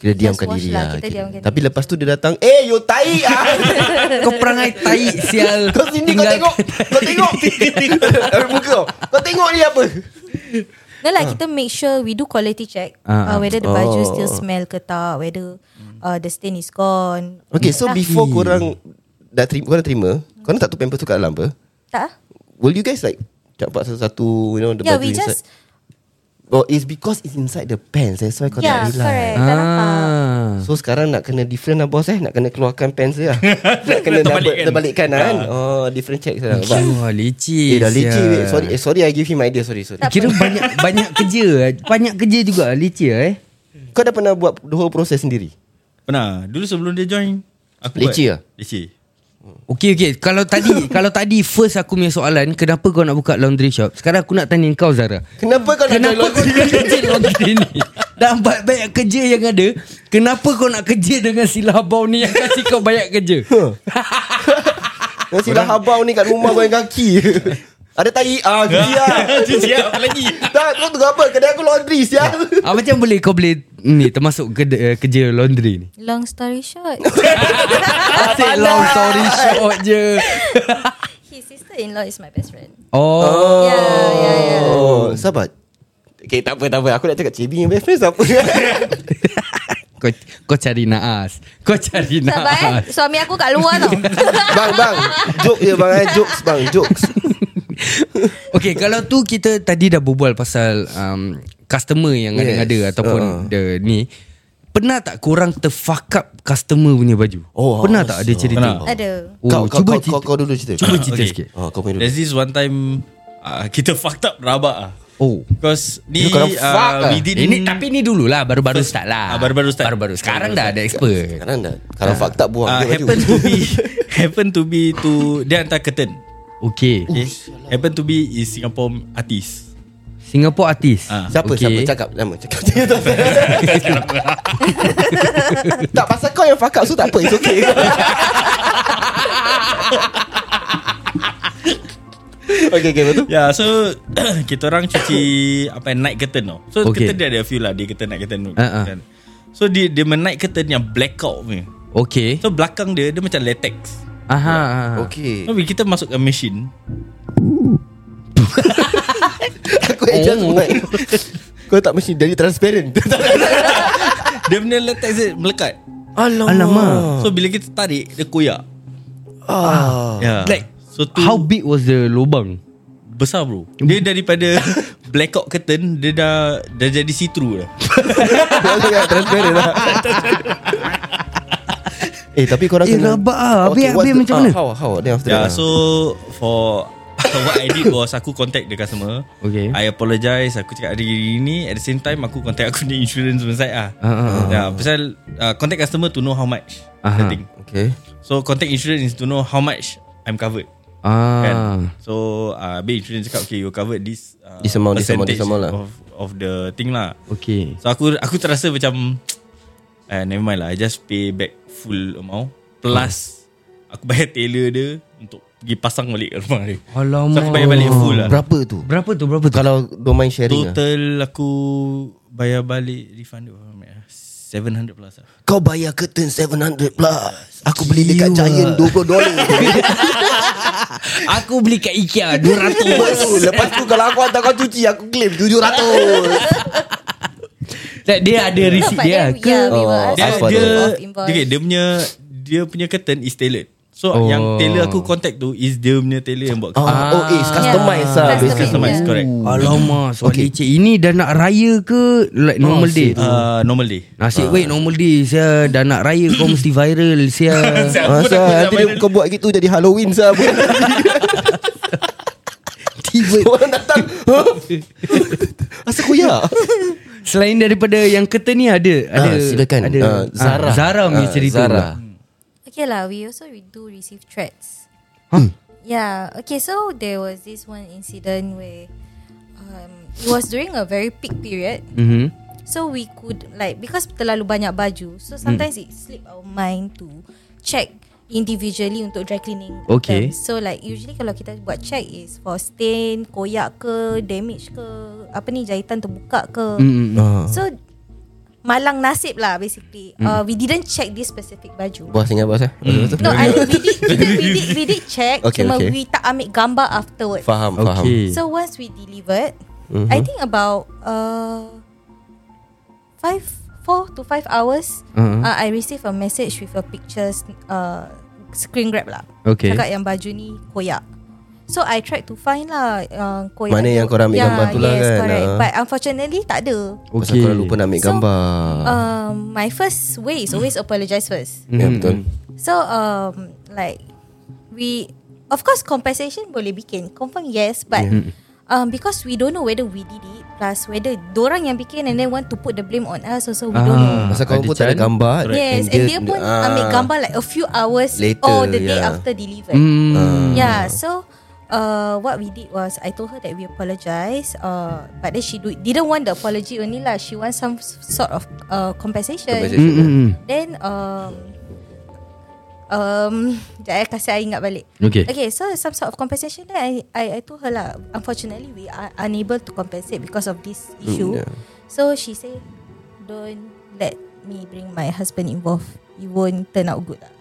Speaker 2: Kita
Speaker 5: Just
Speaker 2: diamkan
Speaker 5: wash
Speaker 2: diri
Speaker 5: lah,
Speaker 2: lah
Speaker 5: kita
Speaker 2: kira.
Speaker 5: diamkan
Speaker 2: Tapi
Speaker 5: diri.
Speaker 2: lepas tu dia datang Eh you tai ah [LAUGHS]
Speaker 3: Kau perangai tai sial
Speaker 2: Kau sini kau tengok Kau tengok [LAUGHS] Eh, Muka kau Kau tengok ni apa
Speaker 5: No lah kita make sure we do quality check
Speaker 3: Ah,
Speaker 5: uh, whether the
Speaker 2: ah.
Speaker 5: baju
Speaker 2: Oh.
Speaker 5: still smell ke tak whether uh, the stain is gone.
Speaker 2: Okay so
Speaker 5: Ah,
Speaker 2: before korang Dah terima Korang terima Korang tak tu pampers tu kat dalam apa
Speaker 5: tak? ah?
Speaker 2: Will you guys like Campak satu-satu You know the
Speaker 5: Yeah,
Speaker 2: baju
Speaker 5: we
Speaker 2: inside
Speaker 5: just
Speaker 2: Oh it's because It's inside the pants That's why kau tak
Speaker 5: yeah,
Speaker 2: realize
Speaker 5: correct. Tak nampak.
Speaker 3: Ah. Hmm.
Speaker 2: So sekarang nak kena different lah bos eh Nak kena keluarkan pants dia lah
Speaker 3: [LAUGHS]
Speaker 2: Nak kena
Speaker 6: Terbalikkan.
Speaker 2: terbalikkan, terbalikkan lah
Speaker 3: Ya.
Speaker 2: kan Oh different check lah But,
Speaker 3: Wah
Speaker 2: Eh
Speaker 3: leceh
Speaker 2: dah leceh
Speaker 3: sial.
Speaker 2: wait. Sorry, eh, sorry I give him idea Sorry sorry
Speaker 5: Tak
Speaker 3: Kira banyak banyak kerja eh. Banyak kerja juga leceh eh
Speaker 2: Kau dah pernah buat The whole process sendiri
Speaker 6: Pernah Dulu sebelum dia join aku
Speaker 2: [COUGHS] Leceh ah?
Speaker 6: buat. Leceh
Speaker 3: Okay okay Kalau tadi [LAUGHS] Kalau tadi first aku punya soalan Kenapa kau nak buka laundry shop Sekarang aku nak tanya kau Zara
Speaker 2: Kenapa kau nak
Speaker 3: Kenapa kau nak kerja laundry ni Dah ba- banyak kerja yang ada Kenapa kau nak kerja dengan si labau ni Yang kasih kau banyak kerja
Speaker 2: [LAUGHS] Nasi dah habau ni kat rumah Goyang
Speaker 3: [LAUGHS]
Speaker 2: kaki Ada tai Ah
Speaker 3: Ya.
Speaker 2: gigi lah
Speaker 6: Cuci lah apa lagi
Speaker 2: Tak kau tunggu apa Kedai aku laundry sial
Speaker 3: ah, Macam boleh kau boleh Ni termasuk kerja, kerja laundry ni
Speaker 5: Long story short,
Speaker 3: Asyik long story short je
Speaker 5: his sister-in-law is my best friend.
Speaker 3: Oh
Speaker 5: Oh. Yeah, yeah, yeah.
Speaker 2: Oh Sahabat Okay tak apa tak apa Aku nak cakap Cibi yang best friend
Speaker 3: [LAUGHS]
Speaker 2: siapa
Speaker 3: Kau, kau cari naas Kau cari
Speaker 5: Sabar eh,
Speaker 3: naas
Speaker 5: suami aku kat luar tau.
Speaker 2: Bang bang Joke je bang eh. Jokes bang Jokes
Speaker 3: [LAUGHS] Okay kalau tu kita tadi dah berbual pasal um, Customer yang
Speaker 2: Yes.
Speaker 3: ada-ada Ataupun
Speaker 2: Uh.
Speaker 3: the, ni Pernah tak korang terfuck up customer punya baju?
Speaker 2: Oh,
Speaker 3: Pernah
Speaker 2: oh,
Speaker 3: tak ada cerita?
Speaker 6: Pernah.
Speaker 5: Ada.
Speaker 3: Oh,
Speaker 2: kau, kau, kau,
Speaker 3: cuba cerita.
Speaker 2: kau, dulu cerita
Speaker 3: Cuba cerita
Speaker 6: Okay.
Speaker 3: sikit.
Speaker 2: Ah, Kau punya dulu
Speaker 6: There's this one time uh, Kita fucked up rabak ah.
Speaker 3: Oh.
Speaker 6: Because ni
Speaker 2: Kau korang fuck
Speaker 6: uh,
Speaker 2: ah.
Speaker 6: we didn't
Speaker 3: Ini tapi ni dululah baru-baru
Speaker 6: First-
Speaker 3: start lah.
Speaker 6: Ah, baru-baru start.
Speaker 3: Baru-baru. Sekarang dah ada
Speaker 6: Baru-baru
Speaker 3: expert.
Speaker 2: Sekarang dah Kan Kalau fakta buang
Speaker 6: uh,
Speaker 2: dia baju.
Speaker 6: happen to
Speaker 2: [LAUGHS]
Speaker 6: be happen to be to dia hantar curtain.
Speaker 3: Okay.
Speaker 6: Okay. happen to be is Singapore artist.
Speaker 3: Singapore artis.
Speaker 6: Ah.
Speaker 2: Siapa
Speaker 3: Okay.
Speaker 2: siapa Cakap nama Cakap [LAUGHS] dia tak Tak pasal kau yang fuck up So tak apa It's okay [LAUGHS] Okay okay betul
Speaker 6: Ya yeah, so [COUGHS] Kita orang cuci Apa yang night curtain tau So
Speaker 3: Okay.
Speaker 6: curtain dia ada a few lah Dia curtain night curtain
Speaker 3: Ah, ah.
Speaker 6: So dia dia menaik curtain yang blackout punya
Speaker 3: Okay.
Speaker 6: So belakang dia Dia macam latex
Speaker 3: Aha. Okay.
Speaker 2: Okay
Speaker 6: So bila kita masuk ke mesin
Speaker 2: [LAUGHS] Aku adjust oh. mic [LAUGHS] Kau tak mesti Jadi [LAUGHS] transparent
Speaker 6: Dia punya latex dia melekat
Speaker 2: Alamak, Alamak.
Speaker 6: So bila kita tarik Dia koyak
Speaker 2: Ah.
Speaker 6: yeah.
Speaker 3: Like,
Speaker 6: So tu
Speaker 3: How big was the lubang?
Speaker 6: Besar bro Dia [LAUGHS] daripada Blackout curtain Dia dah Dah jadi see-through dah
Speaker 2: Kau cakap transparent lah Eh tapi korang
Speaker 3: Eh,
Speaker 2: kena
Speaker 3: rabak ah. Habis-
Speaker 2: what's
Speaker 3: habis
Speaker 2: the-
Speaker 3: macam
Speaker 2: ah,
Speaker 3: mana?
Speaker 2: How how Then after
Speaker 6: Yeah,
Speaker 2: that ah.
Speaker 6: Ya, so for what I did was aku contact the customer.
Speaker 3: Okay.
Speaker 6: I apologize. Aku cakap ada gini ni. At the same time aku contact aku ni insurance punya side ah.
Speaker 3: Ah, ah,
Speaker 6: Yeah, pasal uh, contact customer to know how much.
Speaker 3: Aha.
Speaker 6: The thing.
Speaker 2: Okay
Speaker 6: So contact insurance is to know how much I'm covered.
Speaker 3: Ah.
Speaker 6: Kan? So uh, Habis insurance cakap Okay you covered this uh,
Speaker 2: This amount, this amount, this
Speaker 6: percentage
Speaker 2: amount lah.
Speaker 6: of, of the thing lah
Speaker 3: Okay.
Speaker 6: So aku aku terasa macam uh, Never mind lah I just pay back full amount
Speaker 2: Hmm.
Speaker 6: Plus Aku bayar tailor dia Untuk pergi pasang balik kat rumah dia So
Speaker 3: Alamak.
Speaker 6: aku bayar balik full lah
Speaker 2: Berapa tu
Speaker 3: Berapa tu? Berapa tu?
Speaker 2: Kalau don't mind sharing lah.
Speaker 6: Total aku Bayar balik refund dia berapa banyak ah? 700 plus lah
Speaker 2: Kau bayar curtain 700 plus Aku beli dekat Giant 20 dolar
Speaker 3: Aku beli kat IKEA
Speaker 2: [LAUGHS]
Speaker 3: 200
Speaker 2: Lepas tu kalau aku hantar kau cuci Aku claim 700
Speaker 3: Like, Dia ada
Speaker 5: But
Speaker 3: receipt dia
Speaker 5: then,
Speaker 3: ke?
Speaker 5: yeah, we were
Speaker 2: lah Oh,
Speaker 5: asked
Speaker 6: dia,
Speaker 2: ask
Speaker 5: for
Speaker 2: for
Speaker 6: dia,
Speaker 5: proof of
Speaker 6: dia,
Speaker 5: invoice.
Speaker 6: okay, dia punya Dia punya curtain is tailored So
Speaker 3: Oh.
Speaker 6: oh. yang tailor aku contact tu Is dia punya tailor yang buat
Speaker 2: Oh, oh eh Customize lah
Speaker 6: It's
Speaker 5: Yeah.
Speaker 2: basically.
Speaker 6: customized
Speaker 5: Yeah.
Speaker 6: correct
Speaker 2: Hmm.
Speaker 3: Alamak Soal okay. licik Ini dah nak raya ke Like normal
Speaker 2: Oh,
Speaker 3: day
Speaker 6: uh, Normal day
Speaker 3: Nasib
Speaker 2: Ah.
Speaker 3: baik normal day Sia Dah nak raya kau mesti viral
Speaker 2: [LAUGHS]
Speaker 3: Sia
Speaker 2: Ah, sah, nanti dia, kau buat gitu jadi Halloween sah. [LAUGHS] Tiba orang datang. Huh? [LAUGHS] Asal ya? koyak.
Speaker 3: Selain daripada yang kata ni ada ada
Speaker 2: Ah, silakan.
Speaker 3: ada
Speaker 2: Ah, Zara.
Speaker 3: ah, Zara punya
Speaker 2: Ah,
Speaker 3: cerita
Speaker 2: Zara.
Speaker 3: Zara.
Speaker 5: Okay lah, we also re- do receive threats.
Speaker 3: Huh?
Speaker 5: Yeah. Okay, so there was this one incident where um, it was during a very peak period.
Speaker 3: Mhm.
Speaker 5: So we could like because terlalu banyak baju, so sometimes it slip our mind to check individually untuk dry cleaning.
Speaker 3: Okay.
Speaker 5: items. So like usually kalau kita buat check is for stain, koyak ke, damage ke, apa ni jahitan terbuka ke.
Speaker 3: Mm.
Speaker 2: Ah,
Speaker 5: So malang nasib lah basically. Uh, we didn't check this specific baju.
Speaker 2: Bos ingat bos eh?
Speaker 5: No, I, we, did, we, did, we, did, we did
Speaker 2: [LAUGHS]
Speaker 5: check
Speaker 2: Okay,
Speaker 5: okay, Cuma
Speaker 2: okay.
Speaker 5: okay. we tak ambil gambar afterwards
Speaker 2: Faham, faham.
Speaker 3: Okay.
Speaker 5: So once we delivered I
Speaker 2: Mm-hmm.
Speaker 5: think about uh, Five Four to five hours
Speaker 2: Mm-hmm.
Speaker 3: Uh-huh.
Speaker 5: uh, I received a message with a pictures uh, Screen grab lah
Speaker 3: Okay.
Speaker 5: Cakap yang baju ni koyak So I tried to find lah uh, koyak
Speaker 2: Mana
Speaker 5: tu.
Speaker 2: yang korang ambil gambar tu lah
Speaker 5: yes,
Speaker 2: kan,
Speaker 5: correct.
Speaker 2: ah.
Speaker 5: But unfortunately tak ada
Speaker 2: Pasal
Speaker 3: Okay.
Speaker 2: korang lupa nak ambil
Speaker 5: So,
Speaker 2: gambar.
Speaker 5: um, My first way is always apologise first
Speaker 3: Mm-hmm.
Speaker 2: Ya betul.
Speaker 5: So um like we of course compensation boleh bikin confirm yes but
Speaker 2: Mm-hmm.
Speaker 5: um because we don't know whether we did it plus whether dorang yang bikin and then want to put the blame on us also we don't know.
Speaker 2: Pasal kau
Speaker 3: ada
Speaker 2: pun tak Hmm. ada
Speaker 3: chance.
Speaker 2: gambar.
Speaker 5: Yes and, dia pun
Speaker 2: ah,
Speaker 5: ambil gambar like a few hours
Speaker 2: Later,
Speaker 5: or the day
Speaker 2: yeah.
Speaker 5: after delivered.
Speaker 3: Mm.
Speaker 5: Yeah, so uh, what we did was I told her that we apologize, uh, but then she do, didn't want the apology only lah. She wants some s- sort of uh, compensation.
Speaker 2: Compensation.
Speaker 3: Mm, mm, mm.
Speaker 5: Then um, um, sekejap eh, kasih I ingat balik.
Speaker 3: Okay.
Speaker 5: Okay, so some sort of compensation. Then I, I, I told her lah. Unfortunately, we are unable to compensate because of this issue.
Speaker 2: Mm, yeah.
Speaker 5: So she say, don't let me bring my husband involved. It won't turn out good lah.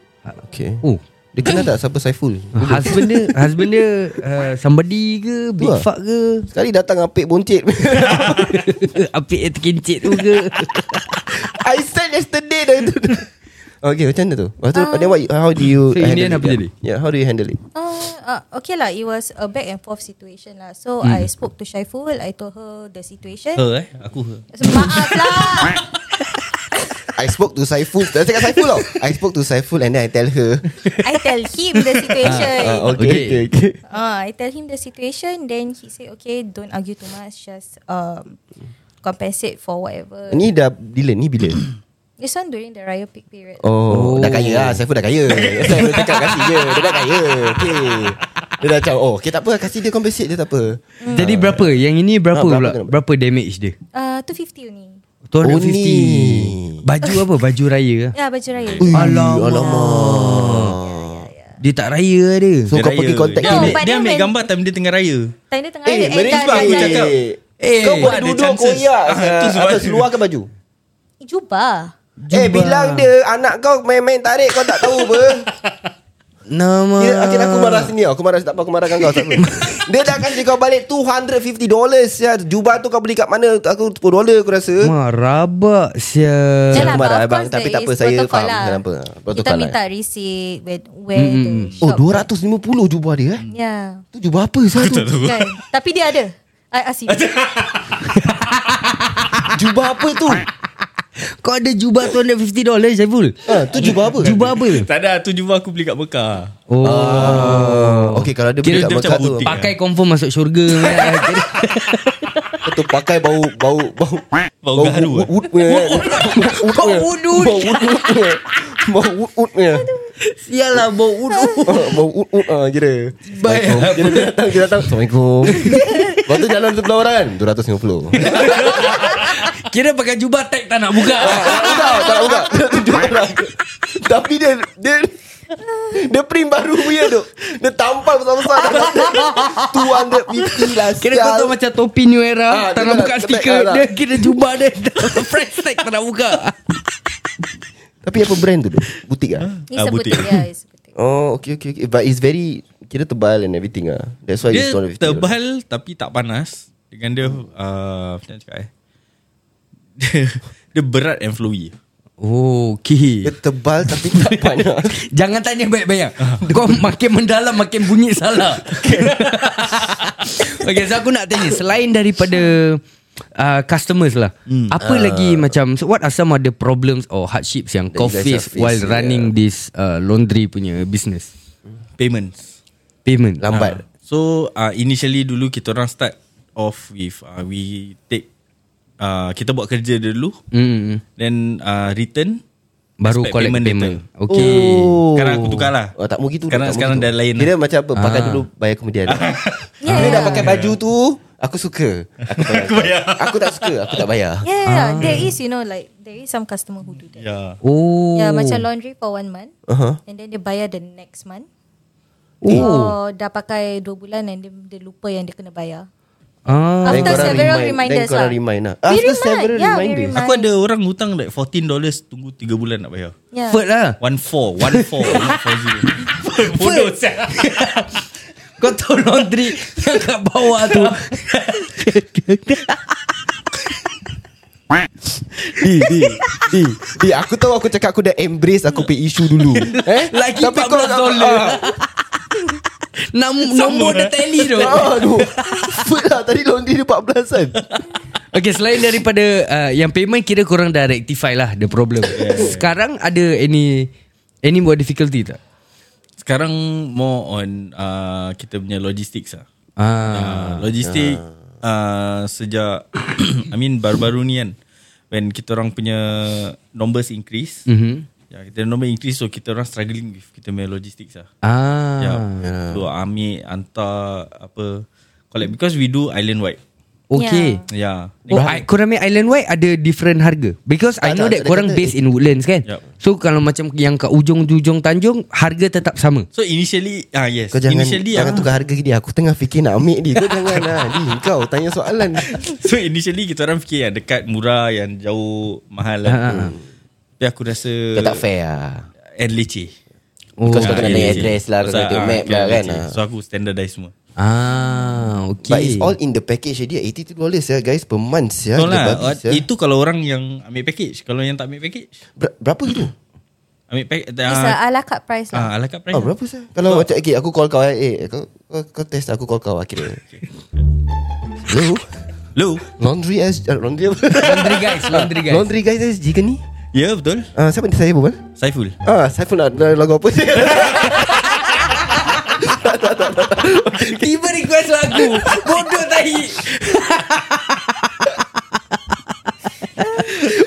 Speaker 2: Okay.
Speaker 3: Oh.
Speaker 2: Dia kenal tak siapa Saiful?
Speaker 3: Husband dia Husband dia uh, Somebody ke Big
Speaker 2: Wah.
Speaker 3: fuck ke
Speaker 2: Sekali datang apik boncit.
Speaker 3: [LAUGHS] Apik yang terkincit tu ke
Speaker 2: [LAUGHS] I said yesterday dah itu. Okay macam mana tu Lepas tu then what, you- How do you
Speaker 3: So, in the end
Speaker 2: handle
Speaker 3: apa
Speaker 2: it?
Speaker 3: jadi?
Speaker 2: Yeah how do you handle it
Speaker 5: Uh, uh, okay lah, it was a back and forth situation lah. So
Speaker 2: Mm.
Speaker 5: I spoke to Syaiful, I told her the situation.
Speaker 2: Uh.
Speaker 6: Her eh Aku her
Speaker 5: So, maaf lah. [LAUGHS]
Speaker 2: I spoke to Saiful Dah cakap Saiful tau I spoke to Saiful And then I tell [LAUGHS] her
Speaker 5: I tell him the situation.
Speaker 2: Ah,
Speaker 5: Uh,
Speaker 2: okay, okay. okay.
Speaker 5: Ah, I tell him the situation. Then he say, okay, don't argue too much. Just um, compensate for whatever.
Speaker 2: Ni dah bila Ni bila
Speaker 5: This one during the Raya peak period.
Speaker 2: Oh, oh. Dah kaya lah Saiful dah [LAUGHS] kaya Saiful cakap kasih dia Dia dah kaya Okay Dia dah macam Oh okay tak apa Kasih dia compensate dia tak apa
Speaker 3: [LAUGHS] Jadi berapa Yang ini berapa
Speaker 2: Ah, berapa
Speaker 3: pula
Speaker 2: kena-
Speaker 3: Berapa damage dia
Speaker 5: Uh, 250 ni.
Speaker 3: 250
Speaker 2: Oh, ni.
Speaker 3: Baju apa Baju raya
Speaker 2: Eh,
Speaker 3: ke
Speaker 5: Ya, baju Raya.
Speaker 2: Ui,
Speaker 3: Alamak. Dia tak raya lah dia
Speaker 2: So kau pergi contact
Speaker 6: dia,
Speaker 2: him
Speaker 6: ambil,
Speaker 5: No, but
Speaker 6: dia
Speaker 5: then
Speaker 6: ambil
Speaker 5: when-
Speaker 6: gambar time dia tengah raya
Speaker 5: Time dia tengah
Speaker 2: Eh
Speaker 5: ada. dah,
Speaker 2: management
Speaker 5: dah,
Speaker 2: aku
Speaker 5: dah.
Speaker 2: cakap
Speaker 6: Eh,
Speaker 2: Kau boleh
Speaker 6: ada
Speaker 2: duduk
Speaker 6: chances.
Speaker 2: koyak
Speaker 6: Ah, tu sebab
Speaker 2: Atau
Speaker 6: tu.
Speaker 2: seluar ke baju
Speaker 5: Jubah.
Speaker 2: Eh bilang dia Anak kau main-main tarik Kau tak tahu apa
Speaker 3: Nama
Speaker 2: [LAUGHS] Kira akhirnya aku marah sini tau Aku marah tak apa Aku marahkan kau tak apa [LAUGHS] Dia dah kasih kau balik 250 dollars ya. Jubah tu kau beli kat mana Aku 10 dollar aku rasa
Speaker 3: Wah rabak sia
Speaker 2: Saya
Speaker 5: Yalah,
Speaker 2: marah,
Speaker 5: but of
Speaker 2: Eh, abang.
Speaker 5: course
Speaker 2: Tapi
Speaker 5: there
Speaker 2: tak apa,
Speaker 5: is
Speaker 2: saya
Speaker 5: protocol
Speaker 2: faham kenapa. Protocol
Speaker 5: Kita
Speaker 2: lah.
Speaker 5: minta receipt Where, where the shop
Speaker 2: Oh 250 jubah dia eh
Speaker 5: Ya
Speaker 2: Tu jubah apa sah tu
Speaker 5: Kan Tapi dia ada I ask him
Speaker 2: Jubah apa tu
Speaker 3: [LAUGHS] Kau ada jubah $250 Saiful
Speaker 2: ha, Tu jubah apa Ah.
Speaker 3: Jubah apa tu?
Speaker 6: Tak ada tu jubah aku beli kat Mekah.
Speaker 2: Oh, okay kalau dia beli
Speaker 6: Kira
Speaker 2: kat
Speaker 6: dia
Speaker 2: Mekah
Speaker 6: macam
Speaker 2: tu
Speaker 6: butik.
Speaker 3: Pakai confirm masuk
Speaker 2: [LAUGHS]
Speaker 3: syurga
Speaker 2: Betul pakai bau bau bau
Speaker 6: Bau
Speaker 2: wood-
Speaker 6: garu, eh?
Speaker 2: wood punya, eh. Wood-
Speaker 3: Bau
Speaker 2: wood
Speaker 3: wood,
Speaker 2: punya. Bau wood wood
Speaker 3: wood.
Speaker 2: punya. Bau wood wood punya.
Speaker 3: Sialah bau udu
Speaker 2: Bau wood wood ah kira.
Speaker 3: Baik.
Speaker 2: Assalamualaikum. Kira dia datang dia datang. Assalamualaikum. Lepas tu jalan sebelah orang kan 250
Speaker 3: Kira pakai jubah tag tak nak buka
Speaker 2: Tak buka Tak nak buka Dia tunjuk orang Tapi dia Dia dia print baru punya tu Dia tampal besar-besar Dia kata, 250 lah
Speaker 3: Kira kau tahu macam topi new
Speaker 2: Ah,
Speaker 3: era Tak
Speaker 2: dia tak
Speaker 3: nak buka
Speaker 2: nak- tak
Speaker 3: stiker
Speaker 2: nak.
Speaker 3: Dia kira jubah dia [LAUGHS] Fresh tag tak nak buka
Speaker 2: Tapi apa brand tu dok? Butik lah
Speaker 5: It's
Speaker 6: Ah,
Speaker 5: a
Speaker 6: butik.
Speaker 5: butik Ya it's a butik
Speaker 2: Oh okay okay okay But it's very Kira tebal and everything lah That's why
Speaker 6: Dia
Speaker 2: it's 250
Speaker 6: tebal tapi tak panas. Dengan dia uh, macam mana cakap eh. [LAUGHS] Dia, dia berat and flowy.
Speaker 3: Oh okay
Speaker 2: Dia tebal tapi [LAUGHS] tak panas
Speaker 3: Jangan tanya banyak-banyak Kau makin mendalam Makin bunyi salah
Speaker 2: [LAUGHS]
Speaker 3: Okay so aku nak tanya Selain daripada uh, Customers lah hmm.
Speaker 2: Ah.
Speaker 3: Apa uh, lagi macam so What are some other problems Or hardships Yang
Speaker 2: That
Speaker 3: kau
Speaker 2: you guys
Speaker 3: face
Speaker 2: are facing,
Speaker 3: While running this uh, Laundry punya business
Speaker 6: Payments.
Speaker 3: Payment
Speaker 2: Lambat
Speaker 6: So uh, initially dulu kita orang start off with uh, we take uh, kita buat kerja dulu.
Speaker 3: uh, mm,
Speaker 6: Then uh, return
Speaker 3: Baru
Speaker 6: expect
Speaker 3: collect payment,
Speaker 6: later.
Speaker 3: Okay
Speaker 2: Oh.
Speaker 6: Sekarang aku tukar lah.
Speaker 2: oh, Tak mau gitu tak
Speaker 6: Sekarang-
Speaker 2: mau
Speaker 6: sekarang
Speaker 2: gitu.
Speaker 6: dah lain
Speaker 2: Kira
Speaker 6: lah.
Speaker 2: macam apa Pakai dulu bayar
Speaker 6: [LAUGHS]
Speaker 2: kemudian
Speaker 5: Yeah.
Speaker 2: Bila Ah, dah pakai baju tu Aku suka Aku bayar, aku, tak suka Aku tak bayar
Speaker 5: Yeah, yeah. ya, There
Speaker 2: Ah.
Speaker 5: is you know like There is some customer who do that
Speaker 6: Yeah.
Speaker 3: Oh
Speaker 5: Ya macam laundry for one month
Speaker 2: [LAUGHS] Uh-huh.
Speaker 5: And then dia bayar the next month Oh. Dah pakai dua bulan And dia, dia lupa yang dia kena bayar
Speaker 2: Hmm.
Speaker 3: ah.
Speaker 2: Then
Speaker 5: After
Speaker 2: korang
Speaker 5: several
Speaker 2: remind-
Speaker 5: reminders
Speaker 2: Then korang
Speaker 5: lah.
Speaker 2: remind lah
Speaker 5: We
Speaker 2: After
Speaker 5: remind,
Speaker 2: several
Speaker 5: yeah, we
Speaker 2: reminders
Speaker 5: remind.
Speaker 6: Aku ada orang hutang like $14 tunggu 3 bulan nak bayar.
Speaker 5: yeah.
Speaker 3: Effort lah
Speaker 6: One four, one four, one four zero. Bodoh siapa?
Speaker 3: [LAUGHS] Kau tahu laundry [LAUGHS] Yang kat bawah tu
Speaker 2: Di di di di aku tahu aku cakap aku dah embrace aku pay issue
Speaker 6: [LAUGHS]
Speaker 2: dulu. Eh?
Speaker 3: Lagi
Speaker 2: kau-
Speaker 3: 14 dolar. Nam- Nombor dia tally
Speaker 2: [LAUGHS]
Speaker 3: tu
Speaker 2: Ah, aduh. Food lah tadi laundry dia 14 kan.
Speaker 3: Okay selain daripada uh, Yang payment kira korang dah rectify lah The
Speaker 2: [LAUGHS]
Speaker 3: problem Sekarang ada any Any more difficulty tak?
Speaker 6: Sekarang more on uh, kita punya logistics lah.
Speaker 3: Ah,
Speaker 6: Uh, logistik
Speaker 2: ya.
Speaker 6: uh, sejak [COUGHS] I mean baru-baru ni kan when kita orang punya numbers increase.
Speaker 2: Hmm.
Speaker 3: Mhm.
Speaker 6: Ya, kita number increase so kita orang struggling with kita punya logistics lah.
Speaker 3: ah.
Speaker 6: Ya. So ambil hantar apa collect because we do island wide.
Speaker 3: Okay
Speaker 6: Ya. Yeah.
Speaker 3: Oh, I, korang punya island wide ada different harga Because I know
Speaker 2: tak,
Speaker 3: that
Speaker 2: dia
Speaker 3: korang
Speaker 2: kata-
Speaker 3: based in Woodlands kan
Speaker 6: Yup.
Speaker 3: So kalau macam yang kat ujung-ujung Tanjung Harga tetap sama
Speaker 6: So initially ah yes.
Speaker 2: Kau jangan
Speaker 6: initially ah.
Speaker 2: jangan
Speaker 6: aku-
Speaker 2: tukar harga dia. Aku tengah fikir nak ambil dia. Kau jangan lah. Di, kau tanya soalan.
Speaker 6: [LAUGHS] So initially kita orang fikir yang dekat murah yang jauh mahal lah.
Speaker 3: Ha, ha.
Speaker 6: Tapi aku rasa
Speaker 2: Ah, Kau tak fair lah.
Speaker 6: And leceh.
Speaker 3: Oh.
Speaker 2: Because kau
Speaker 6: Ah,
Speaker 2: kena
Speaker 6: and
Speaker 2: ada
Speaker 6: leceh.
Speaker 2: address lah, kau
Speaker 6: Pasal,
Speaker 2: kena tengok
Speaker 6: ah,
Speaker 2: map
Speaker 6: kena
Speaker 2: lah kan,
Speaker 6: leceh.
Speaker 2: ah.
Speaker 6: So aku standardize semua.
Speaker 3: Ah, okay
Speaker 2: But it's all in the package dia 80 dollars ya guys per month ya.
Speaker 6: Betul
Speaker 2: Dia
Speaker 6: lah.
Speaker 2: bagus, ya.
Speaker 6: Itu kalau orang yang ambil package. Kalau yang tak ambil package,
Speaker 2: Ber- berapa gitu?
Speaker 6: ambil package.
Speaker 5: It's a ala carte price lah
Speaker 6: Ah, ala carte price.
Speaker 2: Oh, berapa sah? Kalau macam okay, aku call kau eh. eh kau, kau, kau test aku call kau
Speaker 3: [LAUGHS]
Speaker 2: akhirnya. Hello.
Speaker 6: Low.
Speaker 2: Laundry as uh, laundry apa?
Speaker 3: [LAUGHS] Laundry guys Laundry guys
Speaker 2: Laundry guys SG ke ni?
Speaker 6: Ya, yeah, betul.
Speaker 2: Ah, siapa ni saya berbual?
Speaker 6: Saiful.
Speaker 2: Ah, saya pun nak nak lagu apa [LAUGHS] ni?
Speaker 3: Tiba request lagu Bodoh tahi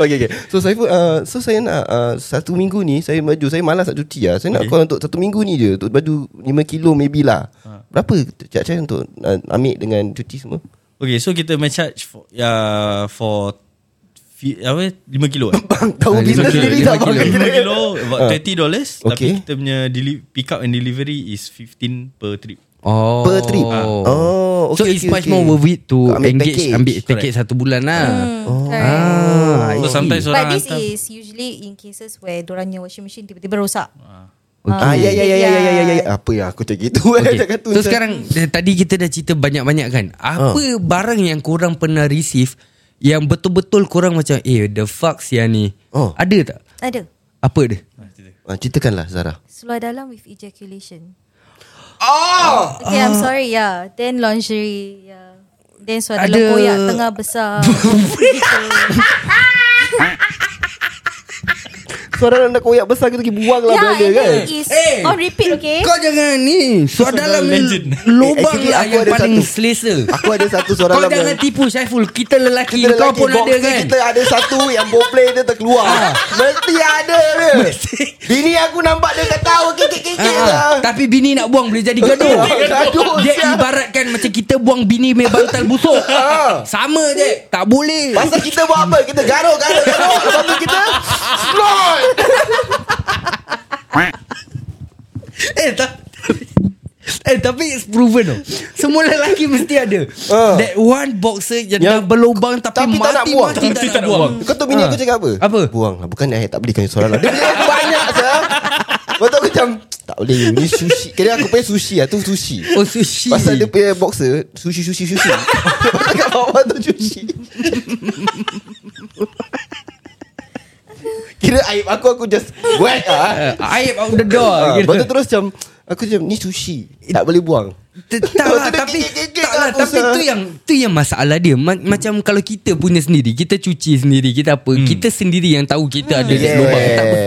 Speaker 2: okay, okay. So saya pun uh, so saya nak uh, satu minggu ni saya baju saya malas nak cuci lah. Saya nak call untuk satu minggu ni je untuk baju 5 kilo maybe lah.
Speaker 3: Ah.
Speaker 2: Berapa cak saya untuk uh, ambil dengan cuci semua?
Speaker 6: Okay, so kita main charge for, uh, for fi, apa, 5 kilo. Eh?
Speaker 2: Tahu
Speaker 3: Ah,
Speaker 2: bila
Speaker 3: lima kilo,
Speaker 2: sendiri
Speaker 3: lima
Speaker 2: tak
Speaker 3: kilo.
Speaker 2: pakai
Speaker 6: 5
Speaker 2: kira.
Speaker 6: kilo about $30
Speaker 2: Okay.
Speaker 6: Tapi kita punya deli- Pick up and delivery Is 15 per trip
Speaker 3: Oh.
Speaker 2: Per trip Oh okay,
Speaker 3: so it's much more worth it to
Speaker 2: Ambil
Speaker 3: engage
Speaker 2: package.
Speaker 3: ambil tiket satu bulan lah.
Speaker 5: Oh.
Speaker 3: Ah, I
Speaker 6: So
Speaker 3: see.
Speaker 6: [LAUGHS] sometimes
Speaker 5: But
Speaker 6: orang
Speaker 5: this
Speaker 6: hantar
Speaker 5: is usually in cases where dorangnya washing machine tiba-tiba rosak.
Speaker 2: Ah ya ya ya ya ya ya ya Apa yang aku cakap gitu [LAUGHS] eh
Speaker 3: Okay.
Speaker 2: cakap Ah. tu
Speaker 3: So sekarang eh, Tadi kita dah cerita banyak-banyak kan Apa barang yang korang pernah receive Yang betul-betul korang macam Eh the fuck sia ni
Speaker 2: Oh.
Speaker 3: Ada tak?
Speaker 5: Ada.
Speaker 3: Apa dia?
Speaker 2: ah, Ceritakanlah Zara
Speaker 5: Seluar dalam with ejaculation. Oh. Okay, I'm sorry. Yeah. Then lingerie. Yeah. Then seluar dalam
Speaker 3: Ada-
Speaker 5: koyak tengah besar.
Speaker 3: Ah. [LAUGHS]
Speaker 5: Gitu.
Speaker 2: Suara anda koyak besar Kita pergi buang lah
Speaker 5: yeah,
Speaker 2: benda
Speaker 5: and
Speaker 2: kan
Speaker 5: then is on repeat, okay?
Speaker 3: Kau jangan ni Suara dalam lubang
Speaker 2: Actually,
Speaker 3: lah
Speaker 2: aku
Speaker 3: yang
Speaker 2: ada
Speaker 3: paling
Speaker 2: satu.
Speaker 3: selesa
Speaker 2: Aku ada satu suara
Speaker 3: Kau
Speaker 2: dalam
Speaker 3: jangan
Speaker 2: yang-
Speaker 3: tipu Syaiful Kita lelaki
Speaker 2: Kita
Speaker 3: Kau
Speaker 2: lelaki
Speaker 3: pun ada
Speaker 2: boxer,
Speaker 3: kan Ah.
Speaker 2: Kita ada satu yang boplay dia terkeluar Mesti ada dia Bini aku nampak dia kata Awak kekek-kekek
Speaker 3: Ah,
Speaker 2: lah
Speaker 3: ah. Tapi bini nak buang Boleh jadi gaduh
Speaker 2: Gaduh,
Speaker 3: Dia
Speaker 2: siap.
Speaker 3: ibaratkan Macam kita buang bini Main bantal
Speaker 2: [LAUGHS]
Speaker 3: busuk
Speaker 2: Ah.
Speaker 3: Sama je Tak boleh
Speaker 2: Pasal kita buat apa? Kita garuk, garuk, garuk. Lepas tu kita slot.
Speaker 3: Eh tak [LAUGHS] Eh tapi it's proven tau Semua lelaki mesti ada
Speaker 2: Ah.
Speaker 3: That one boxer Yang
Speaker 2: Yang-
Speaker 3: dah berlubang Tapi,
Speaker 2: tapi tak nak
Speaker 3: mati-mati
Speaker 2: buang.
Speaker 3: tak,
Speaker 6: Tapi
Speaker 3: nak buang Ah.
Speaker 2: Kau tahu bini aku cakap apa?
Speaker 3: Apa?
Speaker 2: Buang lah. Bukan eh, tak belikan suara lah. Dia beli aku banyak sah. Lepas tu aku macam, tak boleh. Ni sushi. Kira aku punya sushi lah. Tu sushi.
Speaker 3: Oh sushi
Speaker 2: Pasal dia punya boxer, sushi, sushi, sushi. Pasal kat bawah tu sushi. Kira aib aku Aku just Whack lah
Speaker 3: Aib out the door
Speaker 2: Ah,
Speaker 3: gitu.
Speaker 2: Lepas tu terus macam Aku macam Ni sushi Tak boleh buang
Speaker 3: T- Tak
Speaker 2: Lepas tu
Speaker 3: lah
Speaker 2: dia
Speaker 3: Tapi
Speaker 2: gigit-gigit
Speaker 3: Tak lah
Speaker 2: aku,
Speaker 3: Tapi
Speaker 2: sah.
Speaker 3: tu yang Tu yang masalah dia Ma-
Speaker 2: Hmm.
Speaker 3: Macam kalau kita punya sendiri Kita cuci sendiri Kita apa Kita sendiri yang tahu Kita ada
Speaker 2: Hmm.
Speaker 3: yes. lubang tak apa.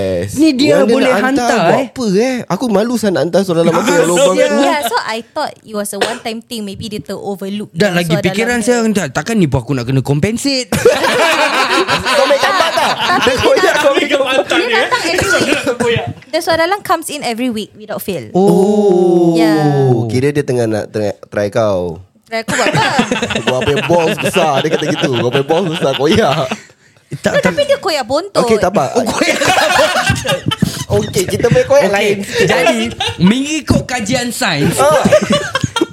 Speaker 3: Ni dia
Speaker 2: Orang
Speaker 3: boleh
Speaker 2: nak
Speaker 3: hantar,
Speaker 2: buat
Speaker 3: eh.
Speaker 2: apa eh Aku malu sangat nak hantar Suara dalam aku yang lubang tu
Speaker 5: Yeah, so I thought it was a one time thing. Maybe dia teroverlook.
Speaker 3: Dah
Speaker 5: So,
Speaker 3: lagi
Speaker 5: dalam
Speaker 3: pikiran
Speaker 5: dia-
Speaker 3: saya dah, Takkan ni pun aku nak kena
Speaker 2: [LAUGHS]
Speaker 3: compensate
Speaker 2: Kau ambil gambar
Speaker 3: [LAUGHS]
Speaker 2: tak Dia koyak kau ambil gambar
Speaker 5: Dia datang
Speaker 2: [LAUGHS]
Speaker 5: every week. The suara dalam comes in every week without fail.
Speaker 2: Oh
Speaker 5: Yeah.
Speaker 2: Kira dia tengah nak tengah Try kau
Speaker 5: Try aku buat apa?
Speaker 2: [LAUGHS] Kau punya balls besar Dia kata gitu Kau punya balls besar Koyak
Speaker 5: No, tapi dia koyak bontot.
Speaker 2: Okay tak
Speaker 3: Oh,
Speaker 2: apa [LAUGHS] Okay kita punya koyak lain
Speaker 3: Jadi Mengikut kajian sains
Speaker 2: Ah.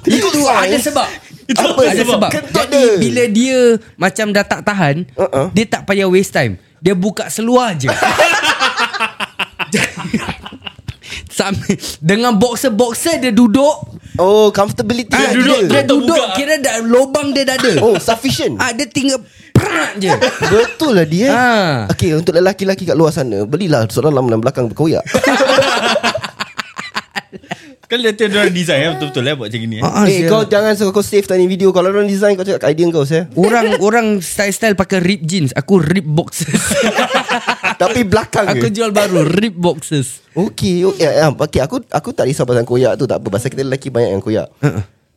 Speaker 3: Itu ada
Speaker 2: size.
Speaker 3: sebab
Speaker 2: Itu
Speaker 3: Apa
Speaker 2: ada
Speaker 3: ada
Speaker 2: sebab.
Speaker 3: sebab
Speaker 2: Kentut
Speaker 3: Jadi
Speaker 2: dia.
Speaker 3: bila dia Macam dah tak tahan
Speaker 2: Uh-uh.
Speaker 3: Dia tak payah waste time Dia buka seluar
Speaker 2: [LAUGHS]
Speaker 3: je [LAUGHS] Sambil, Dengan boxer-boxer dia duduk
Speaker 2: Oh comfortability
Speaker 3: Ah,
Speaker 2: ada.
Speaker 3: Dia, dia duduk Kira dah, lubang dia dah ada
Speaker 2: Oh sufficient
Speaker 3: ah, Dia tinggal Perak je
Speaker 2: Betul lah dia
Speaker 3: Ha.
Speaker 2: Okay untuk lelaki-lelaki kat luar sana Belilah seorang dalam belakang berkoyak
Speaker 6: Kan dia orang design eh, Betul-betul eh Buat macam gini eh.
Speaker 3: [LAUGHS] Ah,
Speaker 2: Eh
Speaker 3: sia.
Speaker 2: kau jangan suka kau save tadi video Kalau orang design kau cakap idea kau saya
Speaker 3: [LAUGHS] Orang orang style-style pakai rib jeans Aku rib [LAUGHS] boxers
Speaker 2: Tapi belakang
Speaker 3: Aku
Speaker 2: ke?
Speaker 3: jual baru Rib boxes
Speaker 2: Okay okay, ya, okay aku aku tak risau pasal koyak tu tak apa Pasal kita lelaki banyak yang koyak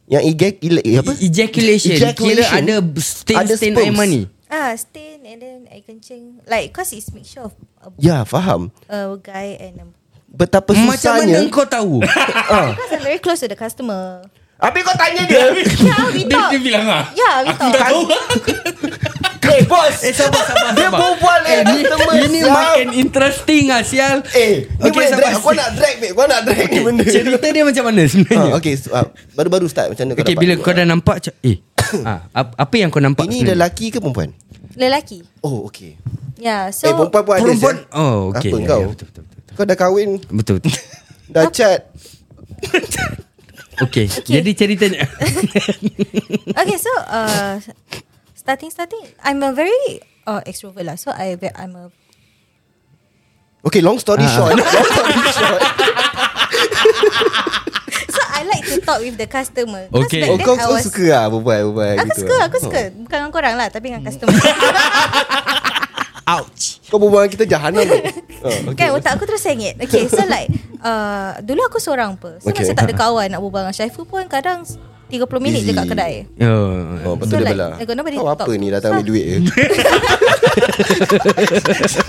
Speaker 2: Yang egek ile, eh, apa?
Speaker 3: E- Ha. ejaculation. Kira ada stain- stain air
Speaker 2: sperms.
Speaker 3: mani.
Speaker 5: Ah, stain and then I kencing. Like, cause it's mixture of a,
Speaker 2: Ya faham
Speaker 5: a guy and a...
Speaker 2: Betapa
Speaker 3: Macam
Speaker 2: susahnya
Speaker 3: mana kau tahu
Speaker 2: Ah.
Speaker 5: Because I'm very close to the customer.
Speaker 2: Habis kau tanya dia ah?
Speaker 5: Yeah, we talk.
Speaker 6: Dia bilang lah
Speaker 5: Yeah, we talk.
Speaker 2: Eh bos
Speaker 3: Eh
Speaker 2: [LAUGHS]
Speaker 3: sabar sabar
Speaker 2: Dia
Speaker 3: sabar.
Speaker 2: berbual eh,
Speaker 3: [LAUGHS] Eh, ni,
Speaker 2: customer,
Speaker 3: ini
Speaker 2: siap.
Speaker 3: makin interesting ah sial.
Speaker 2: Eh, ni
Speaker 3: Okay,
Speaker 2: boleh
Speaker 3: sabar,
Speaker 2: drag. Kau
Speaker 3: si-
Speaker 2: nak drag, babe. Kau nak drag ni benda.
Speaker 3: Cerita dia macam mana
Speaker 2: Ah,
Speaker 3: sebenarnya?
Speaker 2: okay,
Speaker 3: okay,
Speaker 2: so, ah, baru-baru start macam mana kau dapat?
Speaker 3: bila kau dah nampak macam- [COUGHS] eh ah, ap- apa yang kau nampak
Speaker 2: Ini
Speaker 3: sebenarnya?
Speaker 2: lelaki ke perempuan?
Speaker 5: Lelaki.
Speaker 2: Oh, okay.
Speaker 5: Yeah,
Speaker 2: So, eh,
Speaker 5: so...
Speaker 2: perempuan pun ada.
Speaker 3: perempuan.
Speaker 2: Syah.
Speaker 3: Oh, okey.
Speaker 2: Apa
Speaker 3: Ya,
Speaker 2: kau?
Speaker 3: ya, betul, betul, betul.
Speaker 2: Kau dah kahwin,
Speaker 3: Betul. [LAUGHS] betul.
Speaker 2: dah chat.
Speaker 3: Okey. Jadi ceritanya
Speaker 5: Okay, so... Uh, starting, starting... I'm a very uh, extrovert lah. So, I, ve- I'm a...
Speaker 2: Okay, long story
Speaker 3: Ah. [LAUGHS]
Speaker 2: short. Long story short.
Speaker 5: So, I like to talk with the customer. 'Cause
Speaker 3: Okay.
Speaker 5: back
Speaker 2: Oh,
Speaker 5: then
Speaker 2: kau,
Speaker 5: I
Speaker 2: kau
Speaker 5: was-
Speaker 2: suka lah perempuan-perempuan gitu. ah. lah. Oh.
Speaker 5: Aku
Speaker 2: Hmm.
Speaker 5: suka, aku suka. Bukan dengan korang lah, tapi dengan
Speaker 2: [LAUGHS]
Speaker 5: customer.
Speaker 3: ouch.
Speaker 2: Kau perempuan kita
Speaker 5: [LAUGHS]
Speaker 2: jahanam. oh,
Speaker 5: Okay. Kan otak aku terus sengit Okay so like uh, Dulu aku seorang apa So
Speaker 2: Okay.
Speaker 5: okay. macam
Speaker 2: [LAUGHS]
Speaker 5: tak ada kawan nak berbual dengan Syaiful pun kadang 30 minit je
Speaker 2: Busy.
Speaker 5: kat kedai
Speaker 3: [LAUGHS] Oh.
Speaker 2: Oh, lepas tu
Speaker 5: So,
Speaker 2: dia
Speaker 5: like,
Speaker 2: belah.
Speaker 5: I got nobody
Speaker 2: Kau
Speaker 5: to
Speaker 2: apa
Speaker 5: talk
Speaker 2: ni
Speaker 5: to.
Speaker 2: datang ambil
Speaker 5: So- [LAUGHS]
Speaker 2: duit je?
Speaker 5: So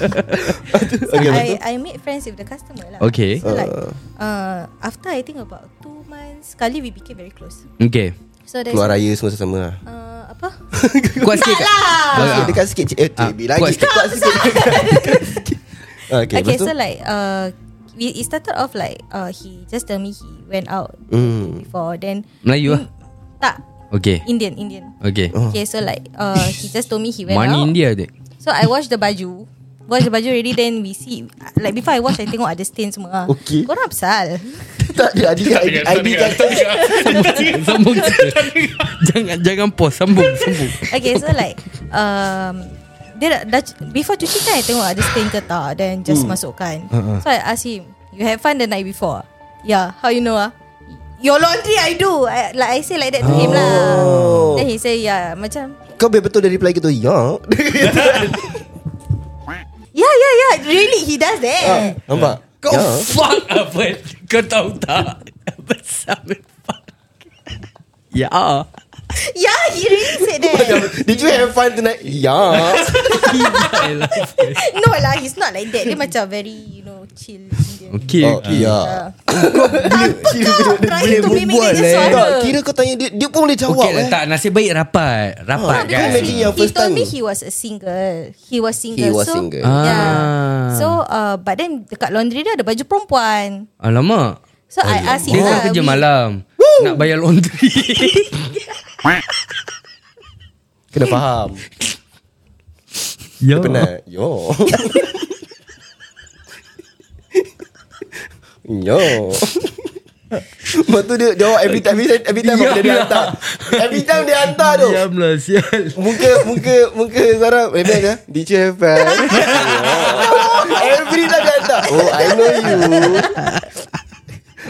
Speaker 2: Okay, lepas
Speaker 5: I, I made friends with the customer lah
Speaker 3: Okay.
Speaker 5: So like uh, After I think about 2 months Sekali we became very close
Speaker 3: Okey.
Speaker 5: So there's
Speaker 2: [LAUGHS] Keluar raya semua sama lah.
Speaker 5: uh, Apa lah!
Speaker 3: Kuat sikit.
Speaker 2: Kau sikit
Speaker 3: Kak? Ah.
Speaker 2: dekat sikit. cik- Eh, cik,
Speaker 3: Ah,
Speaker 2: lagi.
Speaker 3: kuat sikit.
Speaker 5: [LAUGHS]
Speaker 2: Kuat sikit. [LAUGHS] Ah, Okay,
Speaker 5: Okay,
Speaker 2: lepas tu?
Speaker 5: so like uh, we it started off like uh, he just tell me he went out
Speaker 2: Hmm.
Speaker 5: before then
Speaker 3: Melayu lah
Speaker 5: tak
Speaker 3: Okay
Speaker 5: Indian Indian.
Speaker 3: Okay
Speaker 2: Oh.
Speaker 5: Okay, so like uh, he just told me he went
Speaker 3: Money
Speaker 5: out.
Speaker 3: India [LAUGHS] dek
Speaker 5: So I wash the baju. Wash the baju already then we see like before I wash I tengok ada stain semua.
Speaker 2: Okay.
Speaker 5: Korang apasal?
Speaker 2: Tak ada ID ID, ID cakap
Speaker 3: Sambung cerita. Jangan jangan pause Sambung Sambung
Speaker 5: Okay so like um, Dia dah, dah Before cuci kan I tengok ada stain ke tak Then just
Speaker 2: Hmm.
Speaker 5: mm. masukkan uh-uh. So I ask him You had fun the night before Yeah How you know ah Your laundry I do I, Like I say like that to him lah
Speaker 2: Oh.
Speaker 5: Then he say yeah Macam
Speaker 2: Kau betul-betul dari reply gitu [LAUGHS] Ya
Speaker 5: Yeah yeah yeah Really he does
Speaker 2: Ah.
Speaker 5: that
Speaker 2: Nampak Ya. Kau
Speaker 3: Ya. Fuck apa Kau tahu tak Besar fuck Ya
Speaker 5: Yeah he really
Speaker 2: [LAUGHS]
Speaker 5: said that
Speaker 2: Did you have fun tonight? Ya [LAUGHS]
Speaker 5: No lah he's not like that Dia macam very You know chill
Speaker 2: [LAUGHS]
Speaker 5: Indian.
Speaker 3: Okay
Speaker 2: Oh, Ya
Speaker 5: Yeah. Kau trying to mimic
Speaker 2: buat,
Speaker 5: dia
Speaker 2: eh.
Speaker 5: suara
Speaker 2: Tak, [LAUGHS] Kira kau tanya dia Dia pun boleh jawab
Speaker 3: Okay lah
Speaker 2: eh.
Speaker 3: tak Nasib baik rapat Rapat
Speaker 5: Oh,
Speaker 2: Ah,
Speaker 3: kan
Speaker 2: because Imagine
Speaker 5: he,
Speaker 2: your
Speaker 5: he
Speaker 2: first
Speaker 5: told
Speaker 2: time.
Speaker 5: me he was a single. He was
Speaker 2: He
Speaker 5: single.
Speaker 2: was
Speaker 5: so,
Speaker 2: single.
Speaker 5: Yeah.
Speaker 3: Ah.
Speaker 5: Ya. So, uh, but then dekat laundry dia ada baju perempuan.
Speaker 3: Alamak
Speaker 5: So I asked him
Speaker 3: Dia kan
Speaker 5: lah,
Speaker 3: kerja
Speaker 5: we-
Speaker 3: malam Nak bayar laundry
Speaker 2: Kena faham
Speaker 3: Ya
Speaker 2: Dia penat Ya. [LAUGHS] Yo Yo Lepas tu dia jawab every time Every time, every time apabila dia
Speaker 3: Diam lah.
Speaker 2: hantar Every time dia hantar tu
Speaker 3: lah sial
Speaker 2: Muka Muka Muka Sarah Maybe ada eh? Did you have uh, fun Every time dia hantar Oh I know you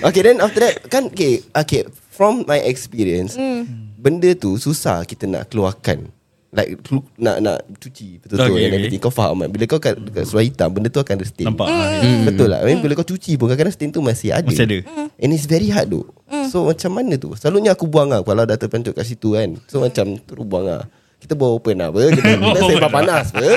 Speaker 2: Okay then after that Kan okay, okay From my experience Benda tu Susah kita nak keluarkan Like tu- nak nak cuci betul-betul
Speaker 6: Okay,
Speaker 2: okay, and
Speaker 6: okay.
Speaker 2: everything. Kau faham kan? Bila kau kat, dekat seluar hitam, benda tu akan ada stain.
Speaker 6: Nampak ah,
Speaker 2: Mm. Betul lah. I mean, bila kau cuci pun kadang-kadang stain tu masih ada.
Speaker 6: Masih ada.
Speaker 2: And it's very hard tu. So macam mana tu? Selalunya aku buang lah kalau dah terpencuk kat situ kan. So macam terus buang lah. Kita buat open lah apa. Kita, kita sebab panas apa.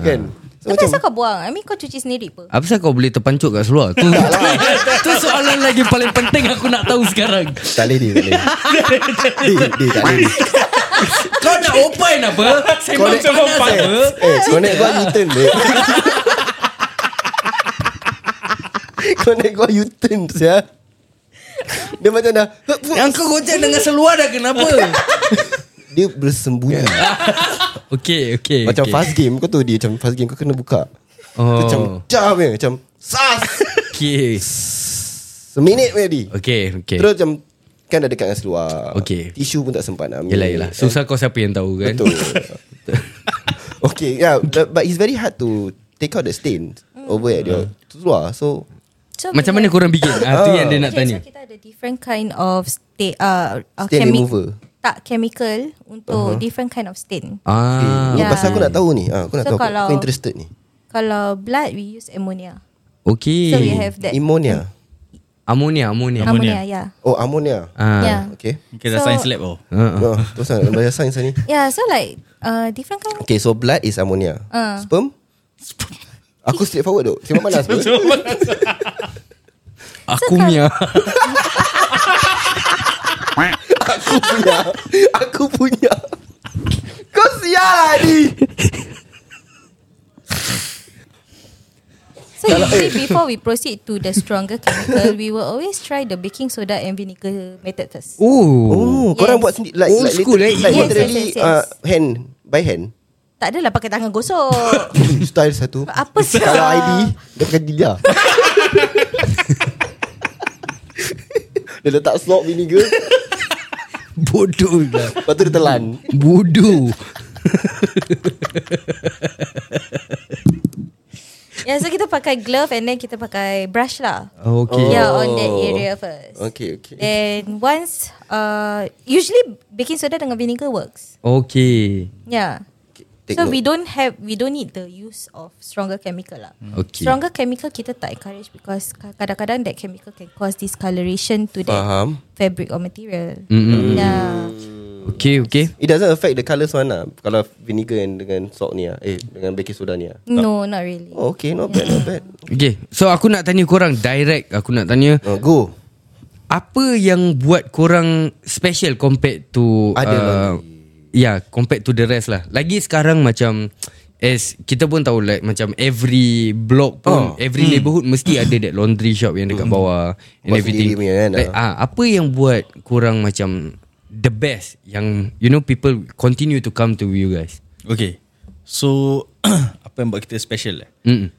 Speaker 2: kan? So
Speaker 5: Tapi
Speaker 2: macam
Speaker 5: asal kau buang? I mean kau cuci sendiri apa?
Speaker 3: Apa sebab kau boleh terpancut kat seluar tu, [LAUGHS] tu soalan lagi paling penting Aku nak tahu sekarang
Speaker 2: tak boleh dia. Tak boleh dia. Dia tak boleh dia.
Speaker 3: Kau nak open [LAUGHS] apa Sembang
Speaker 2: Connect- Eh, connect gua U-turn dek. Connect gua U-turn ya. Dia macam dah
Speaker 3: Yang kau gocek dengan seluar dah kenapa
Speaker 2: Dia bersembunyi
Speaker 3: Okay okay
Speaker 2: Macam
Speaker 3: okay.
Speaker 2: fast game Kau tahu dia macam fast game Kau kena buka
Speaker 3: Oh.
Speaker 2: Macam jam je Macam Sas
Speaker 3: [LAUGHS] Okay
Speaker 2: Seminit je tadi
Speaker 3: Okay okay
Speaker 2: Terus macam Kan dah dekat dengan seluar
Speaker 3: Okay.
Speaker 2: Tisu pun tak sempat nak ambil Eh,
Speaker 3: Yelah yelah Susah kau siapa yang tahu kan
Speaker 2: Betul [LAUGHS] Okay yeah, but, but it's very hard to Take out the stain Over at
Speaker 3: Hmm.
Speaker 2: your Seluar So
Speaker 5: So,
Speaker 3: [LAUGHS] Macam
Speaker 5: bila-
Speaker 3: mana korang bikin ah, Tu yang dia nak
Speaker 5: Okay,
Speaker 3: tanya
Speaker 5: So kita ada different kind of stain. Uh, uh,
Speaker 2: Stain
Speaker 5: chemi-
Speaker 2: remover.
Speaker 5: Tak, chemical untuk uh-huh. different kind of stain.
Speaker 3: Ah,
Speaker 2: Ni
Speaker 5: Ya.
Speaker 2: pasal aku nak tahu ni ha, Aku nak
Speaker 5: So
Speaker 2: tahu aku-
Speaker 5: kalau-
Speaker 2: Aku interested ni
Speaker 5: Kalau blood, we use ammonia.
Speaker 3: Okay
Speaker 5: So we have that.
Speaker 2: Ammonia
Speaker 3: Ammonia Ammonia
Speaker 5: ammonia, ya. yeah.
Speaker 2: Oh ammonia
Speaker 3: ah.
Speaker 5: Yeah.
Speaker 2: Okay
Speaker 6: Kira
Speaker 5: So-
Speaker 6: science
Speaker 5: [LAUGHS]
Speaker 6: lab oh.
Speaker 3: Ah, ah.
Speaker 2: uh. Terus lah nak belajar sains lah ni
Speaker 5: Yeah, Ya, so like uh, different kind
Speaker 2: Okay so blood is ammonia
Speaker 5: Ah.
Speaker 2: Sperm Aku straight forward tu Sembang panas
Speaker 3: [LAUGHS]
Speaker 2: pun
Speaker 3: Aku mia
Speaker 2: Aku punya Aku punya Kau sial lah ni
Speaker 5: So usually before we proceed to the stronger chemical, we will always try the baking soda and vinegar method first.
Speaker 3: Oh
Speaker 2: Oh yes. korang buat sendiri like,
Speaker 3: Old
Speaker 2: like,
Speaker 3: school,
Speaker 2: literally-
Speaker 3: eh?
Speaker 2: Like
Speaker 5: Yes,
Speaker 2: literally
Speaker 5: yes, yes, yes.
Speaker 2: Uh, Hand By hand
Speaker 5: Tak adalah pakai tangan gosok.
Speaker 2: [COUGHS] Style satu
Speaker 5: Apa sih?
Speaker 2: Kalau ID Dia pakai [LAUGHS] dia Dia letak slot vinegar Lepas
Speaker 3: Bodoh lah
Speaker 2: tu dia telan
Speaker 3: Bodoh
Speaker 5: Ya, yeah, so kita pakai glove and then kita pakai brush lah.
Speaker 3: Okay
Speaker 5: Yeah, on that area first.
Speaker 2: Oh. Okay okay
Speaker 5: Eh. Then once, uh, usually baking soda dengan vinegar works.
Speaker 3: Okay
Speaker 5: Yeah.
Speaker 2: Take
Speaker 5: so
Speaker 2: note.
Speaker 5: we don't have, we don't need the use of stronger chemical lah.
Speaker 3: Okay.
Speaker 5: Stronger chemical kita tak encourage because kadang-kadang that chemical can cause discoloration to that
Speaker 2: Faham.
Speaker 5: fabric or material.
Speaker 3: Mm-mm.
Speaker 5: Yeah.
Speaker 3: Okay okay
Speaker 2: It doesn't affect the colours one lah Kalau vinegar and dengan salt ni lah Eh dengan baking soda ni lah
Speaker 5: No, not really.
Speaker 2: Oh okay not bad not [COUGHS] bad
Speaker 3: Okay So aku nak tanya korang Direct aku nak tanya
Speaker 2: uh, Go
Speaker 3: Apa yang buat korang Special compared to
Speaker 2: Ada
Speaker 3: uh,
Speaker 2: laundry.
Speaker 3: Ya yeah, Compared to the rest lah Lagi sekarang macam As kita pun tahu like Macam every block
Speaker 2: Oh.
Speaker 3: pun
Speaker 2: Hmm.
Speaker 3: Every neighborhood Mesti ada that laundry shop Yang dekat bawah And
Speaker 2: Buat
Speaker 3: everything
Speaker 2: sendiri punya kan,
Speaker 3: like, ah, Apa yang buat Korang macam The best Yang you know people Continue to come to you guys
Speaker 6: Okay So [CLEARS THROAT] Apa yang buat kita special eh? [LAUGHS]
Speaker 3: Mm.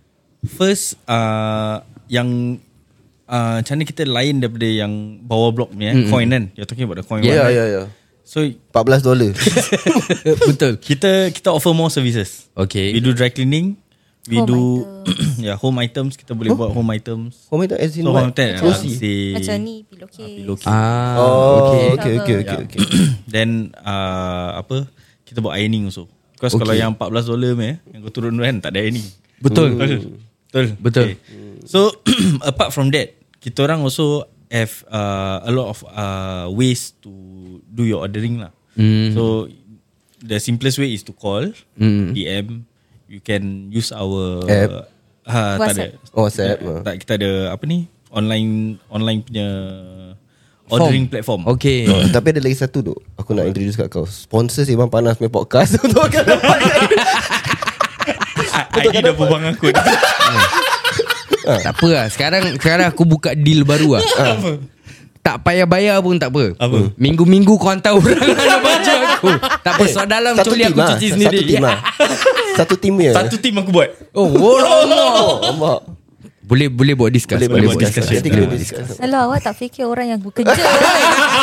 Speaker 6: First uh, Yang uh, Macam mana kita lain daripada yang Bawah blok ni eh? Coin kan You're talking about the coin
Speaker 2: Ya,
Speaker 6: one, right?
Speaker 2: ya, ya.
Speaker 6: So
Speaker 2: 14 dolar.
Speaker 3: Betul
Speaker 6: kita kita offer more services.
Speaker 3: Okay.
Speaker 6: We do dry cleaning. We
Speaker 5: Home
Speaker 6: do [CLEARS THROAT] yeah home items kita boleh buat home items.
Speaker 2: [LAUGHS] Home item as in
Speaker 6: So
Speaker 2: what?
Speaker 6: home item
Speaker 2: Kerusi.
Speaker 5: Macam ni pillowcase.
Speaker 6: Pilokis.
Speaker 3: Ah, okay.
Speaker 2: Oh, okay, okay, okay,
Speaker 6: Yeah.
Speaker 2: okay.
Speaker 6: [CLEARS THROAT] Then uh, apa kita buat ironing also. Because okay. kalau yang 14 dolar meh yang kau turun tu kan tak ada ironing.
Speaker 3: Betul.
Speaker 2: Hmm.
Speaker 6: Betul.
Speaker 3: Betul.
Speaker 6: So [CLEARS THROAT] apart from that, kita orang also have uh, a lot of uh, ways to do your ordering lah. Mm. So the simplest way is to call mm. DM. You can use our
Speaker 2: App.
Speaker 6: Uh, tak ada.
Speaker 5: WhatsApp.
Speaker 2: Oh, WhatsApp.
Speaker 6: Kita, tak kita ada apa ni? Online online punya ordering platform.
Speaker 3: Okay
Speaker 2: Oh, tapi ada lagi satu duk Aku nak introduce kat kau Sponsor Sembang Panas punya podcast [LAUGHS] Untuk akan dapat
Speaker 6: ID dah berbang aku.
Speaker 3: [LAUGHS] Tak apa lah Sekarang Sekarang aku buka deal baru
Speaker 2: [LAUGHS]
Speaker 3: lah Tak payah bayar pun tak apa Hmm.
Speaker 6: Apa?
Speaker 3: Minggu-minggu kau hantar orang [LAUGHS] Ada baju aku Tak apa So dalam
Speaker 2: Eh, Satu
Speaker 3: culi
Speaker 2: tim
Speaker 3: aku
Speaker 2: lah
Speaker 3: cuci sendiri
Speaker 2: Satu
Speaker 3: [LAUGHS]
Speaker 2: tim lah Satu tim ya
Speaker 6: Satu team aku buat.
Speaker 3: Oh wow.
Speaker 2: Oh Allah
Speaker 3: Boleh boleh buat discuss
Speaker 2: Boleh boleh buat discuss ya.
Speaker 6: discuss.
Speaker 2: Nanti kita boleh discuss
Speaker 5: Salah awak tak fikir orang yang
Speaker 2: [LAUGHS]
Speaker 5: bekerja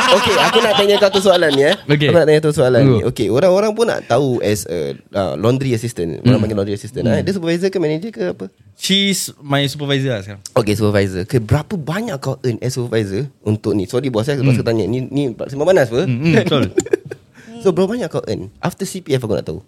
Speaker 2: Okay aku nak tanya kau tu soalan ni eh
Speaker 3: Okay.
Speaker 2: Aku nak tanya tu soalan ni
Speaker 3: Go.
Speaker 2: Okay orang-orang pun nak tahu As a uh, laundry assistant Orang
Speaker 3: Hmm.
Speaker 2: panggil laundry assistant eh. Dia supervisor ke manager ke apa
Speaker 6: She's my supervisor lah sekarang.
Speaker 2: Okay supervisor okay, Berapa banyak kau earn as supervisor Untuk ni Sorry bos
Speaker 3: Hmm.
Speaker 2: saya Terpaksa tanya Ni, ni Sembang Panas apa
Speaker 6: Mm, betul.
Speaker 2: [LAUGHS] So berapa banyak kau earn After CPF aku nak tahu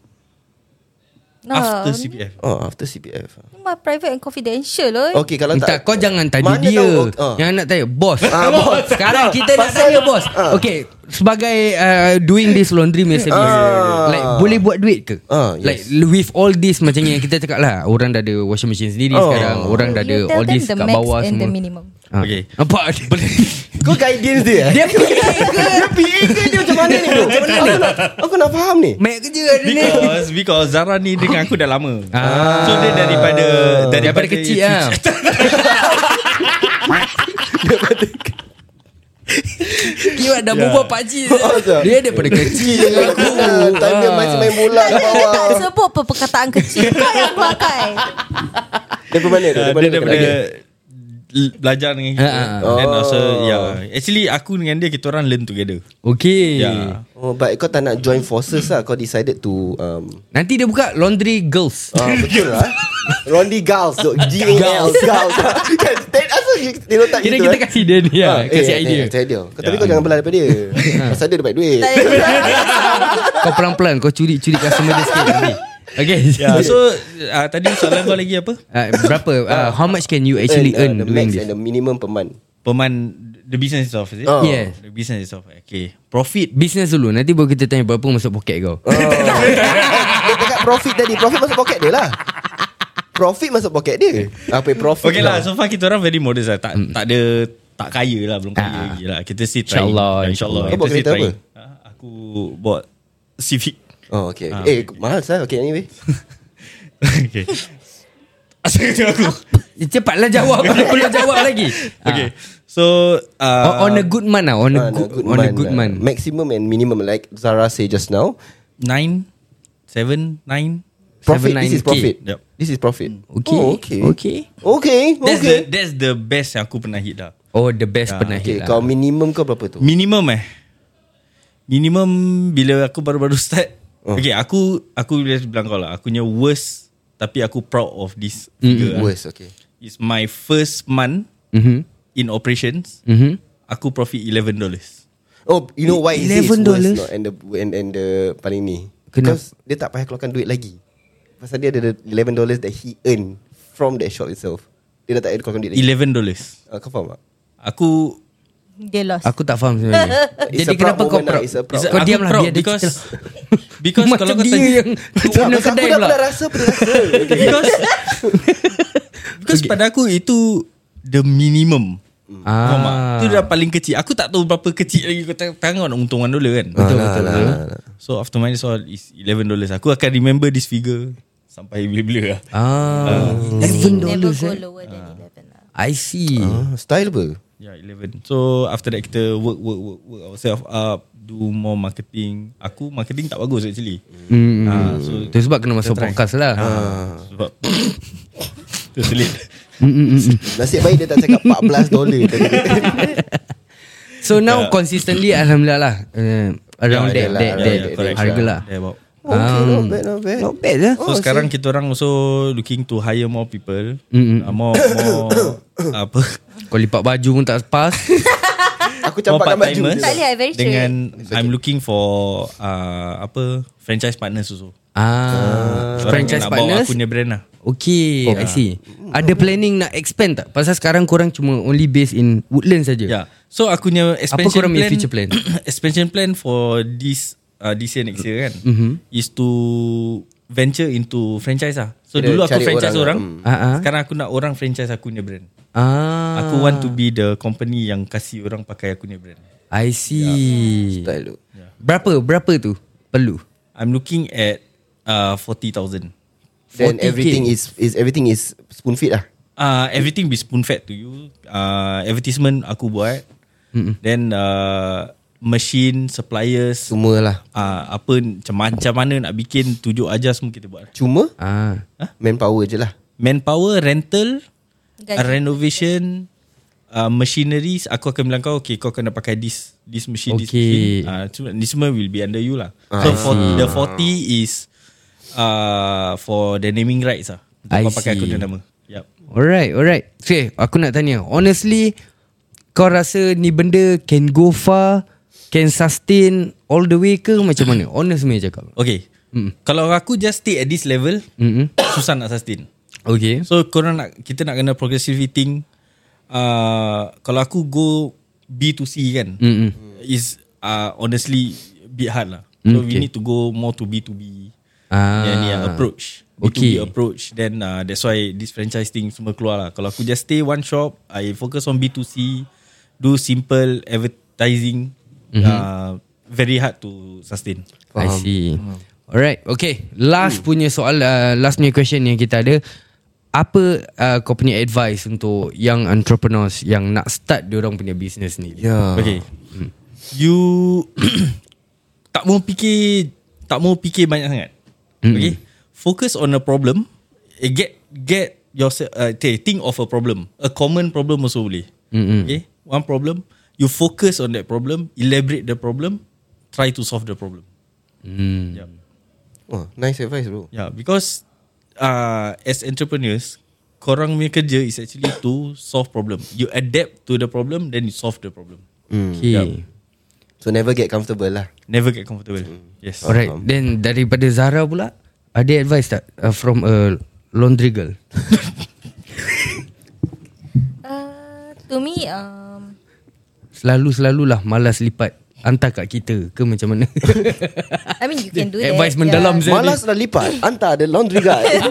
Speaker 5: no,
Speaker 6: After CPF.
Speaker 2: Oh after CPF
Speaker 5: Ni mah private and confidential loh.
Speaker 2: Okay kalau
Speaker 3: Minta
Speaker 2: tak
Speaker 3: kau jangan tanya
Speaker 2: Mana
Speaker 3: dia
Speaker 2: tahu- oh.
Speaker 3: Yang nak tanya Bos [LAUGHS]
Speaker 2: Ah, bos.
Speaker 3: Sekarang kita nak
Speaker 2: Pasal-
Speaker 3: tanya bos
Speaker 2: Ah.
Speaker 3: Okay Sebagai uh, Doing this laundry punya service
Speaker 2: Ah.
Speaker 3: Like boleh buat duit ke
Speaker 2: Ah, yes.
Speaker 3: Like with all this Macam yang kita cakap lah Orang dah ada washing machine sendiri
Speaker 2: Oh.
Speaker 3: sekarang Orang dah ada
Speaker 5: You tell
Speaker 3: All
Speaker 5: them
Speaker 3: this
Speaker 5: the
Speaker 3: kat
Speaker 5: max
Speaker 3: bawah
Speaker 5: and
Speaker 3: semua
Speaker 5: the minimum.
Speaker 3: Ah.
Speaker 6: Okay.
Speaker 3: Nampak
Speaker 2: Kau guidance dia eh?
Speaker 3: [LAUGHS] Dia PA ke
Speaker 2: Dia PA ke dia macam mana ni bro? Macam mana aku nak, aku nak faham
Speaker 3: [LAUGHS]
Speaker 2: ni
Speaker 3: Mek kerja ada ni
Speaker 2: [LAUGHS]
Speaker 6: Because Because Zara ni Dengan aku dah lama
Speaker 3: Ah.
Speaker 6: So dia daripada Ah,
Speaker 3: Daripada kecil
Speaker 2: [LAUGHS]
Speaker 3: lah
Speaker 2: Ya.
Speaker 3: Kira dah berbual
Speaker 2: [LAUGHS]
Speaker 3: pakcik
Speaker 2: Azam.
Speaker 3: Dia daripada kecil dengan aku
Speaker 2: Time dia masih main bola kat
Speaker 5: Dia
Speaker 2: bawah
Speaker 5: tak sebut pun perkataan kecil Kau yang pakai
Speaker 2: Dia mana tu?
Speaker 6: uh,
Speaker 2: Dia
Speaker 6: Dia
Speaker 2: mana
Speaker 6: daripada l- Belajar dengan kita
Speaker 3: Ah,
Speaker 2: ah.
Speaker 6: Then
Speaker 2: Oh.
Speaker 6: also yeah. Actually aku dengan dia Kita orang learn together
Speaker 3: Okay Hmm.
Speaker 6: Yeah
Speaker 2: Oh but kau tak nak join forces lah Kau decided to um,
Speaker 3: Nanti dia buka laundry girls
Speaker 2: ah, Betul
Speaker 3: eh.
Speaker 2: lah [LAUGHS] Rondi Gals dok. G-A-L Gals [LAUGHS] Kan Dia asal dia- dia letak
Speaker 3: Kira
Speaker 2: gitu
Speaker 3: kita Ya.
Speaker 2: eh?
Speaker 3: kasih dia ni
Speaker 2: Ah,
Speaker 3: lah Kasih
Speaker 2: eh,
Speaker 3: idea
Speaker 2: eh, Kasih idea Kau- Tapi kau jangan belah
Speaker 3: [LAUGHS]
Speaker 2: daripada dia Pasal dia dapat duit
Speaker 5: Tak ada
Speaker 3: Kau pelan-pelan Kau curi-curi customer dia sikit nanti Okay
Speaker 2: Ya,
Speaker 6: Yeah, Ya. so uh, tadi soalan kau lagi apa?
Speaker 3: [LAUGHS] Ah, Berapa uh, How much can you actually
Speaker 2: uh,
Speaker 3: earn
Speaker 2: the max
Speaker 3: Doing this
Speaker 2: and the minimum per month
Speaker 6: Peman the business itself is it?
Speaker 2: Oh.
Speaker 3: Yeah.
Speaker 6: The business itself. Okay. Profit.
Speaker 3: Business dulu Nanti baru kita tanya Berapa masuk poket kau
Speaker 2: Oh. [LAUGHS] Dia cakap profit tadi Profit masuk poket dia lah Profit masuk poket dia Ah, Apa profit
Speaker 6: Okay lah, so far kita orang very modest lah. Tak tak ada tak kaya lah, belum kaya
Speaker 3: Hmm. Ah.
Speaker 6: lagi lah. Kita still try.
Speaker 3: InsyaAllah,
Speaker 6: Insyaallah.
Speaker 2: Kau bawa
Speaker 6: Kita still
Speaker 2: kereta
Speaker 6: try.
Speaker 2: apa?
Speaker 6: Ha? Aku bawa Civic.
Speaker 2: Oh okay,
Speaker 6: Ah.
Speaker 2: okay. Eh mahal sah Okay anyway
Speaker 6: [LAUGHS] okay. Asal kata aku.
Speaker 3: Cepatlah
Speaker 6: [LAUGHS]
Speaker 3: jawab Belum perlu jawab lagi
Speaker 6: Okay. So uh,
Speaker 3: Uh, on a good month lah On a
Speaker 2: Ah,
Speaker 3: good, on a good
Speaker 2: lah.
Speaker 3: month
Speaker 2: Maximum and minimum Like Zara say just now
Speaker 6: nine, seven, nine.
Speaker 2: Profit This is
Speaker 3: 79K.
Speaker 2: profit
Speaker 6: Yup.
Speaker 2: This is profit
Speaker 3: Okay.
Speaker 2: oh, Okay
Speaker 3: Okay.
Speaker 2: Okay
Speaker 6: That's
Speaker 2: okay.
Speaker 6: the that's the best yang aku pernah hit lah.
Speaker 3: Oh the best pernah
Speaker 2: okay
Speaker 3: hit lah
Speaker 2: Kau minimum kau berapa tu
Speaker 6: Minimum eh Minimum Bila aku baru-baru start
Speaker 2: Oh.
Speaker 6: oh. Okay aku Aku boleh bilang kau lah Aku punya worst Tapi aku proud of this figure lah.
Speaker 2: Worst okay
Speaker 6: It's my first month
Speaker 3: mm-hmm.
Speaker 6: In operations
Speaker 3: Mm-hmm.
Speaker 6: Aku profit 11 dollars
Speaker 2: Oh you know why is it worst
Speaker 3: $11?
Speaker 2: not, and, the, and, and the Paling ni
Speaker 3: Kenapa?
Speaker 2: Because Dia tak payah keluarkan duit lagi Pasal dia ada the $11 that he earn From that shop itself Dia dah tak payah keluarkan duit lagi
Speaker 6: 11 dollars
Speaker 2: Ah, Kau faham tak?
Speaker 6: Aku
Speaker 5: Dia lost
Speaker 3: Aku tak faham sebenarnya
Speaker 2: [LAUGHS] It's a
Speaker 3: Jadi
Speaker 2: proud
Speaker 3: kenapa kau
Speaker 2: moment lah,
Speaker 3: proud?
Speaker 2: it's a proud-
Speaker 3: Kau
Speaker 6: Aku
Speaker 3: diam lah
Speaker 6: proud
Speaker 3: biar dia
Speaker 6: because-
Speaker 3: cerita lah.
Speaker 6: because
Speaker 3: Macam
Speaker 6: kalau kau
Speaker 3: dia
Speaker 6: tanya-
Speaker 2: [LAUGHS]
Speaker 3: yang Owner
Speaker 2: Pasal
Speaker 3: kedai
Speaker 2: aku dah
Speaker 3: pula
Speaker 2: pernah rasa Pernah rasa Okay.
Speaker 6: Because Because okay. pada aku itu The minimum Faham
Speaker 3: [LAUGHS]
Speaker 6: tak?
Speaker 3: Ah.
Speaker 6: Itu dah paling kecil Aku tak tahu berapa kecil lagi Kau tang- tangan nak untungan dollar kan
Speaker 2: Betul, betul, betul.
Speaker 6: So after minus all Is 11 dollars Aku akan remember this figure Sampai bila-bila lah
Speaker 3: Ah,
Speaker 5: Still never
Speaker 3: eh?
Speaker 6: eh?
Speaker 5: go lower than 11 lah
Speaker 3: I see.
Speaker 2: [LAUGHS] Ah, Style apa
Speaker 6: Yeah, 11. Ya, So after that kita work work work work ourselves up, do more marketing. Aku marketing tak bagus actually.
Speaker 3: Hmm.
Speaker 6: Ah, so
Speaker 3: Tu sebab kena masuk
Speaker 6: Try. Ah.
Speaker 3: podcast lah.
Speaker 6: sebab [LAUGHS] tu selit.
Speaker 2: Nasib baik dia tak cakap 14 [LAUGHS] dolar tadi.
Speaker 3: So now
Speaker 6: [LAUGHS]
Speaker 3: consistently alhamdulillah lah. Uh,
Speaker 6: Ya,
Speaker 3: around
Speaker 2: Yeah,
Speaker 3: that, that,
Speaker 2: yeah,
Speaker 3: that,
Speaker 2: yeah,
Speaker 6: lah. correct.
Speaker 3: harga lah. Um.
Speaker 6: Yeah, about.
Speaker 2: Okay not bad not bad Oh,
Speaker 3: Not bad lah.
Speaker 6: So sekarang kita orang also looking to hire more people.
Speaker 3: Mm-mm.
Speaker 6: Uh, more
Speaker 3: [COUGHS]
Speaker 6: more [COUGHS] apa?
Speaker 3: Kau lipat baju pun tak
Speaker 6: [LAUGHS]
Speaker 3: pas.
Speaker 2: Aku
Speaker 6: More
Speaker 2: campakkan baju
Speaker 6: part-timers
Speaker 5: Tak boleh, I very
Speaker 6: Dengan I'm looking for uh, apa franchise partners also.
Speaker 3: ah,
Speaker 6: Orang
Speaker 3: franchise
Speaker 6: nak bawa
Speaker 3: partners.
Speaker 6: aku punya brand lah.
Speaker 3: Okay, I see. Ada planning nak expand tak? Pasal sekarang korang cuma only based in Woodlands saja.
Speaker 6: Yeah. So aku punya expansion
Speaker 3: korang punya
Speaker 6: plan,
Speaker 3: future plan?
Speaker 6: [COUGHS] expansion plan for this uh, this year next year kan mm-hmm. is to venture into franchise lah. So
Speaker 2: Kira
Speaker 6: Kira dulu aku
Speaker 2: cari
Speaker 6: franchise
Speaker 2: orang
Speaker 6: orang.
Speaker 2: lah.
Speaker 6: orang.
Speaker 3: Ah, ah.
Speaker 6: Sekarang aku nak orang franchise aku punya brand.
Speaker 3: Ah,
Speaker 6: Aku want to be the company yang kasih orang pakai aku punya brand.
Speaker 3: I see.
Speaker 2: Ya. Style tu
Speaker 6: Ya.
Speaker 3: Berapa berapa tu perlu?
Speaker 6: I'm looking at uh, 40,000.
Speaker 2: Then
Speaker 3: 40K.
Speaker 2: everything is is Everything is spoon feed lah
Speaker 6: Uh, everything be spoon fed to you. Uh, advertisement aku buat. Mm-hmm. Then uh, machine, suppliers,
Speaker 2: Semua lah
Speaker 6: uh, apa macam-macam mana nak bikin tunjuk aja semua kita buat.
Speaker 2: Cuma
Speaker 3: Ah.
Speaker 2: Manpower je lah
Speaker 6: manpower rental
Speaker 5: Gaji.
Speaker 6: uh, renovation uh, machineries aku akan bilang kau okay kau kena pakai this this machine this
Speaker 3: Okay. Ah,
Speaker 6: machine uh, cuma- ni semua will be under you lah so for the 40 is uh, for the naming rights lah Untuk
Speaker 3: I
Speaker 6: kau pakai aku
Speaker 3: see.
Speaker 6: punya nama yep.
Speaker 3: Alright, alright. Okay, aku nak tanya. Honestly, kau rasa ni benda can go far, can sustain all the way ke macam mana? Honest me cakap.
Speaker 6: okay mm. kalau aku just stay at this level
Speaker 3: Mm-mm.
Speaker 6: susah nak sustain
Speaker 3: Okay.
Speaker 6: so korang nak kita nak kena progressive eating uh, kalau aku go B2C kan
Speaker 3: Mm-mm.
Speaker 6: is uh, honestly a bit hard lah.
Speaker 3: Mm,
Speaker 6: So okay. we
Speaker 3: okay.
Speaker 6: need to go more to B2B.
Speaker 3: Ah.
Speaker 6: Yang ni yang approach. B2B
Speaker 3: Okay.
Speaker 6: approach. Then uh, that's why this franchise thing semua keluar lah. Kalau aku just stay one shop, I focus on B2C, do simple advertising. Mm-hmm. Uh, very hard to sustain.
Speaker 3: I see. Alright, okay. Last punya soal, uh, last punya question yang kita ada. Apa uh, kau punya advice untuk young entrepreneurs yang nak start diorang punya business ni?
Speaker 2: Yeah
Speaker 6: Okay. You [COUGHS] tak mau fikir tak mau fikir banyak sangat.
Speaker 3: Hmm.
Speaker 6: Okay. Focus on a problem. Eh, Get get yourself uh, okay, think of a problem. A common problem also boleh.
Speaker 3: Mm-mm.
Speaker 6: Okay. One problem, you focus on that problem, elaborate the problem, try to solve the problem.
Speaker 3: Hmm.
Speaker 6: Yeah.
Speaker 2: oh, Nice advice bro
Speaker 6: Yeah, because uh, as entrepreneurs, korang punya kerja is actually to solve problem. You adapt to the problem, then you solve the problem.
Speaker 3: Okay.
Speaker 2: Ya. So never get comfortable lah
Speaker 6: Never get comfortable. Yes.
Speaker 3: Mm. Alright, then daripada Zara pula, ada advice tak uh, from a laundry girl? [LAUGHS]
Speaker 5: Uh, To me um,
Speaker 3: Selalu-selalulah malas lipat. Hantar kat kita ke macam
Speaker 2: [LAUGHS]
Speaker 3: mana?
Speaker 5: I mean you
Speaker 3: [LAUGHS]
Speaker 5: can do that
Speaker 3: Advice mendalam Jadi-
Speaker 5: yeah.
Speaker 2: Malas nak [LAUGHS] lipat Hantar ada laundry guy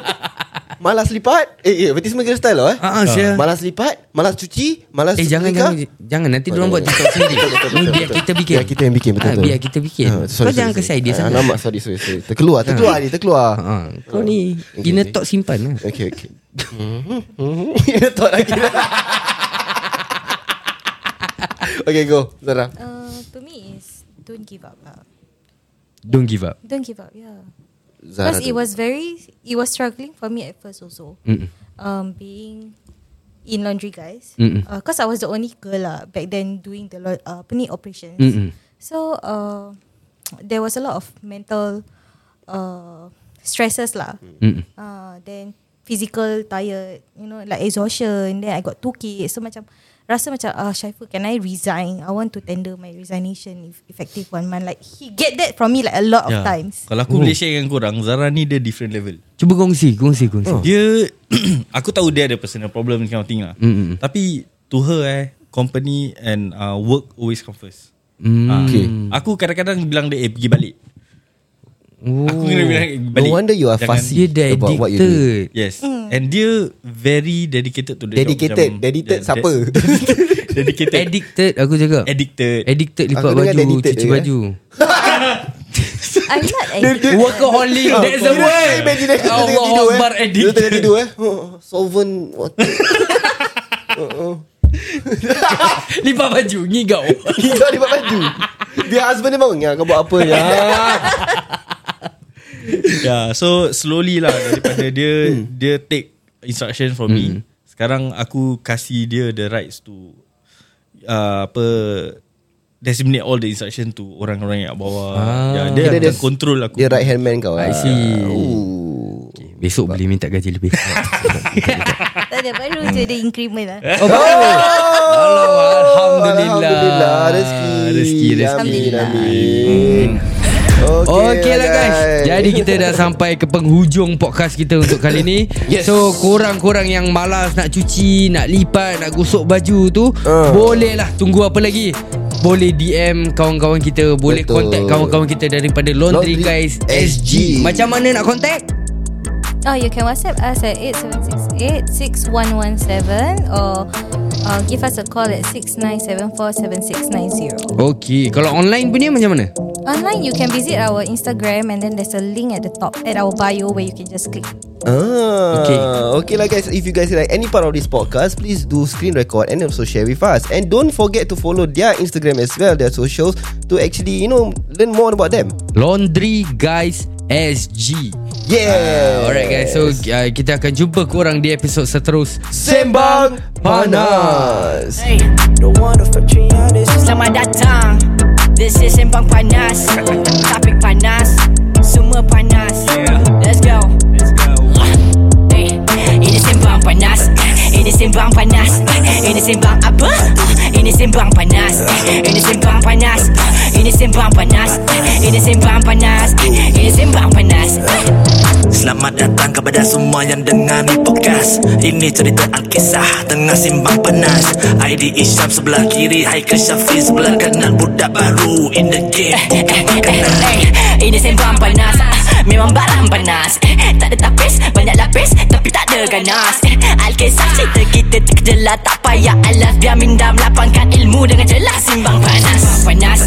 Speaker 2: Malas lipat Eh, eh advertisement kira style lah eh
Speaker 3: Ah, ah, sia.
Speaker 2: Malas lipat Malas cuci Malas
Speaker 3: eh jangan
Speaker 2: setrika.
Speaker 3: jangan jangan nanti diorang buat
Speaker 2: Betul,
Speaker 3: TikTok sendiri.
Speaker 2: betul, betul,
Speaker 3: Ni
Speaker 2: betul,
Speaker 3: biar
Speaker 2: betul.
Speaker 3: kita bikin.
Speaker 2: Biar kita yang bikin betul,
Speaker 3: Ah,
Speaker 2: betul.
Speaker 3: Biar kita bikin.
Speaker 2: Ah, sorry,
Speaker 3: Kau jangan
Speaker 2: sorry,
Speaker 3: kasi
Speaker 2: sorry.
Speaker 3: idea
Speaker 2: Ah,
Speaker 3: sangat. Ah.
Speaker 2: Alamak sorry sorry, sorry. Terkeluar terkeluar ni terkeluar
Speaker 3: Ha, kau ni inner
Speaker 2: Ah, okay.
Speaker 3: talk simpan lah.
Speaker 2: Okay [LAUGHS] okay Mhm. Tak lagi [LAUGHS] Okay go Zara
Speaker 5: uh, To me is Don't give up lah
Speaker 3: Don't give up.
Speaker 5: Don't give up yeah
Speaker 2: Zara
Speaker 5: Because it
Speaker 2: dulu.
Speaker 5: was very It was struggling for me at first also
Speaker 3: Mm-mm.
Speaker 5: um, Being In laundry guys
Speaker 3: Mm-mm.
Speaker 5: Because I was the only girl lah Back then doing the lo- uh, Apa ni operations
Speaker 3: Mm-mm.
Speaker 5: So uh, There was a lot of mental uh, Stresses lah
Speaker 3: Mm-mm.
Speaker 5: uh, Then Physical tired You know like exhaustion Then I got two kids So macam Rasa macam ah, Syaiful can I resign I want to tender my resignation if Effective one month Like he get that from me Like a lot of
Speaker 2: [LAUGHS]
Speaker 6: Ya.
Speaker 5: times
Speaker 6: Kalau
Speaker 2: Hmm.
Speaker 6: aku boleh share dengan korang Zara ni dia different level
Speaker 3: Cuba kongsi, kongsi, kongsi.
Speaker 2: Oh.
Speaker 6: Dia [CLEARS THROAT] Aku tahu dia ada personal problem Kind of thing lah
Speaker 2: Hmm,
Speaker 3: Mm-mm.
Speaker 6: Tapi To her eh Company and uh, work Always come first
Speaker 3: Hmm.
Speaker 6: Ah, Aku kadang-kadang bilang dia Eh pergi balik Aku kena bilang eh, pergi
Speaker 2: Oh. No
Speaker 6: balik
Speaker 2: wonder you are
Speaker 6: Jangan-
Speaker 2: fussy
Speaker 3: Dia dah
Speaker 2: About what you do
Speaker 3: addicted.
Speaker 6: Yes
Speaker 5: Hmm.
Speaker 6: And dia Very dedicated to the
Speaker 2: Dedicated
Speaker 6: job
Speaker 2: Dedicated
Speaker 6: Dia-
Speaker 2: siapa
Speaker 6: dia- [LAUGHS] Dedicated
Speaker 3: Addicted aku cakap.
Speaker 6: Addicted
Speaker 3: Addicted lipat
Speaker 2: Aku dengar
Speaker 3: baju,
Speaker 2: addicted
Speaker 3: cuci
Speaker 2: je, eh.
Speaker 3: baju.
Speaker 5: I'm not
Speaker 2: Dia,
Speaker 5: angry.
Speaker 2: dia,
Speaker 3: Workaholic That's the word
Speaker 2: Imagine dia tengah
Speaker 3: Allah
Speaker 2: tidur eh.
Speaker 3: Akbar addict.
Speaker 2: Dia tengah tidur eh. Oh, Solvent water.
Speaker 3: [LAUGHS] Lipat baju Ngigau
Speaker 2: Hingga [LAUGHS] dia buat baju. Dia husband dia bangun. Ya, kau buat apa ya?
Speaker 6: Yeah, Ya, so slowly lah [COUGHS] daripada dia dia take instruction from me. Sekarang aku kasih dia the rights to uh, apa disseminate all the instruction to orang-orang yang bawah. Ah. Yeah, dia
Speaker 2: Kira
Speaker 6: akan
Speaker 2: dia-
Speaker 6: control aku.
Speaker 2: Dia right hand man kau. ah. I
Speaker 6: see.
Speaker 2: Ooh.
Speaker 8: Besok boleh minta gaji
Speaker 3: [LAUGHS]
Speaker 8: lebih
Speaker 5: Tak ada baru je dia increment lah.
Speaker 2: Eh?
Speaker 3: Oh, Alhamdulillah
Speaker 2: Oh, Alhamdulillah Rezeki
Speaker 3: Rezeki Rezeki
Speaker 2: Amin Amin
Speaker 3: Okay lah guys Jadi kita dah sampai ke penghujung podcast kita untuk kali ni yes. So korang-korang yang malas nak cuci Nak lipat, nak gosok baju tu
Speaker 2: Ah.
Speaker 3: uh. Boleh lah tunggu apa lagi boleh DM kawan-kawan kita Boleh
Speaker 2: Betul.
Speaker 3: Betul. contact kawan-kawan kita Daripada Laundry,
Speaker 2: Laundry
Speaker 3: Guys
Speaker 2: SG.
Speaker 3: SG Macam mana nak contact?
Speaker 5: Oh, you can WhatsApp us at 8768-6117 or uh, give us a call at 6974-7690.
Speaker 3: Okay Kalau online punya macam mana?
Speaker 5: Online, you can visit our Instagram and then there's a link at the top at our bio where you can just click.
Speaker 2: Ah, okay.
Speaker 3: Okay.
Speaker 2: Okay lah guys If you guys like any part of this podcast Please do screen record And also share with us And don't forget to follow Their Instagram as well Their socials To actually you know Learn more about them
Speaker 3: Laundry Guys SG
Speaker 2: Yeah
Speaker 3: Alright guys So uh, kita akan jumpa korang Di episod seterus
Speaker 2: Sembang Panas
Speaker 1: Hey, Selamat datang This is Sembang Panas Topik panas Semua panas Let's go Hey, Ini Sembang Panas Ini Sembang Panas Ini Sembang apa? Ini Sembang Panas Ini Sembang Panas Ini Sembang Panas Ini Sembang Panas Ini Sembang Panas
Speaker 4: Selamat datang kepada semua yang dengar ni podcast Ini cerita Alkisah tengah simbang panas ID Isyam sebelah kiri Haikal Syafiq sebelah kanan Budak baru in the game
Speaker 1: Eh, eh, eh, eh, Ini sembang panas Ah, Memang barang panas Eh, Tak ada tapis Banyak lapis Tapi tak ada ganas Eh, Alkisah cerita kita terkejelah Tak payah alas Biar minda melapangkan ilmu Dengan jelas Simbang panas Sembang panas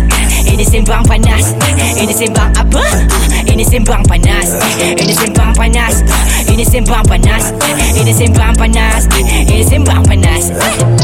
Speaker 1: Eh, Ini sembang panas Eh, Ini sembang apa? Ah, Ini sembang panas Eh, Ini sembang panas Ah, Ini sembang panas Eh, Ini sembang panas Eh, Ini sembang panas Eh,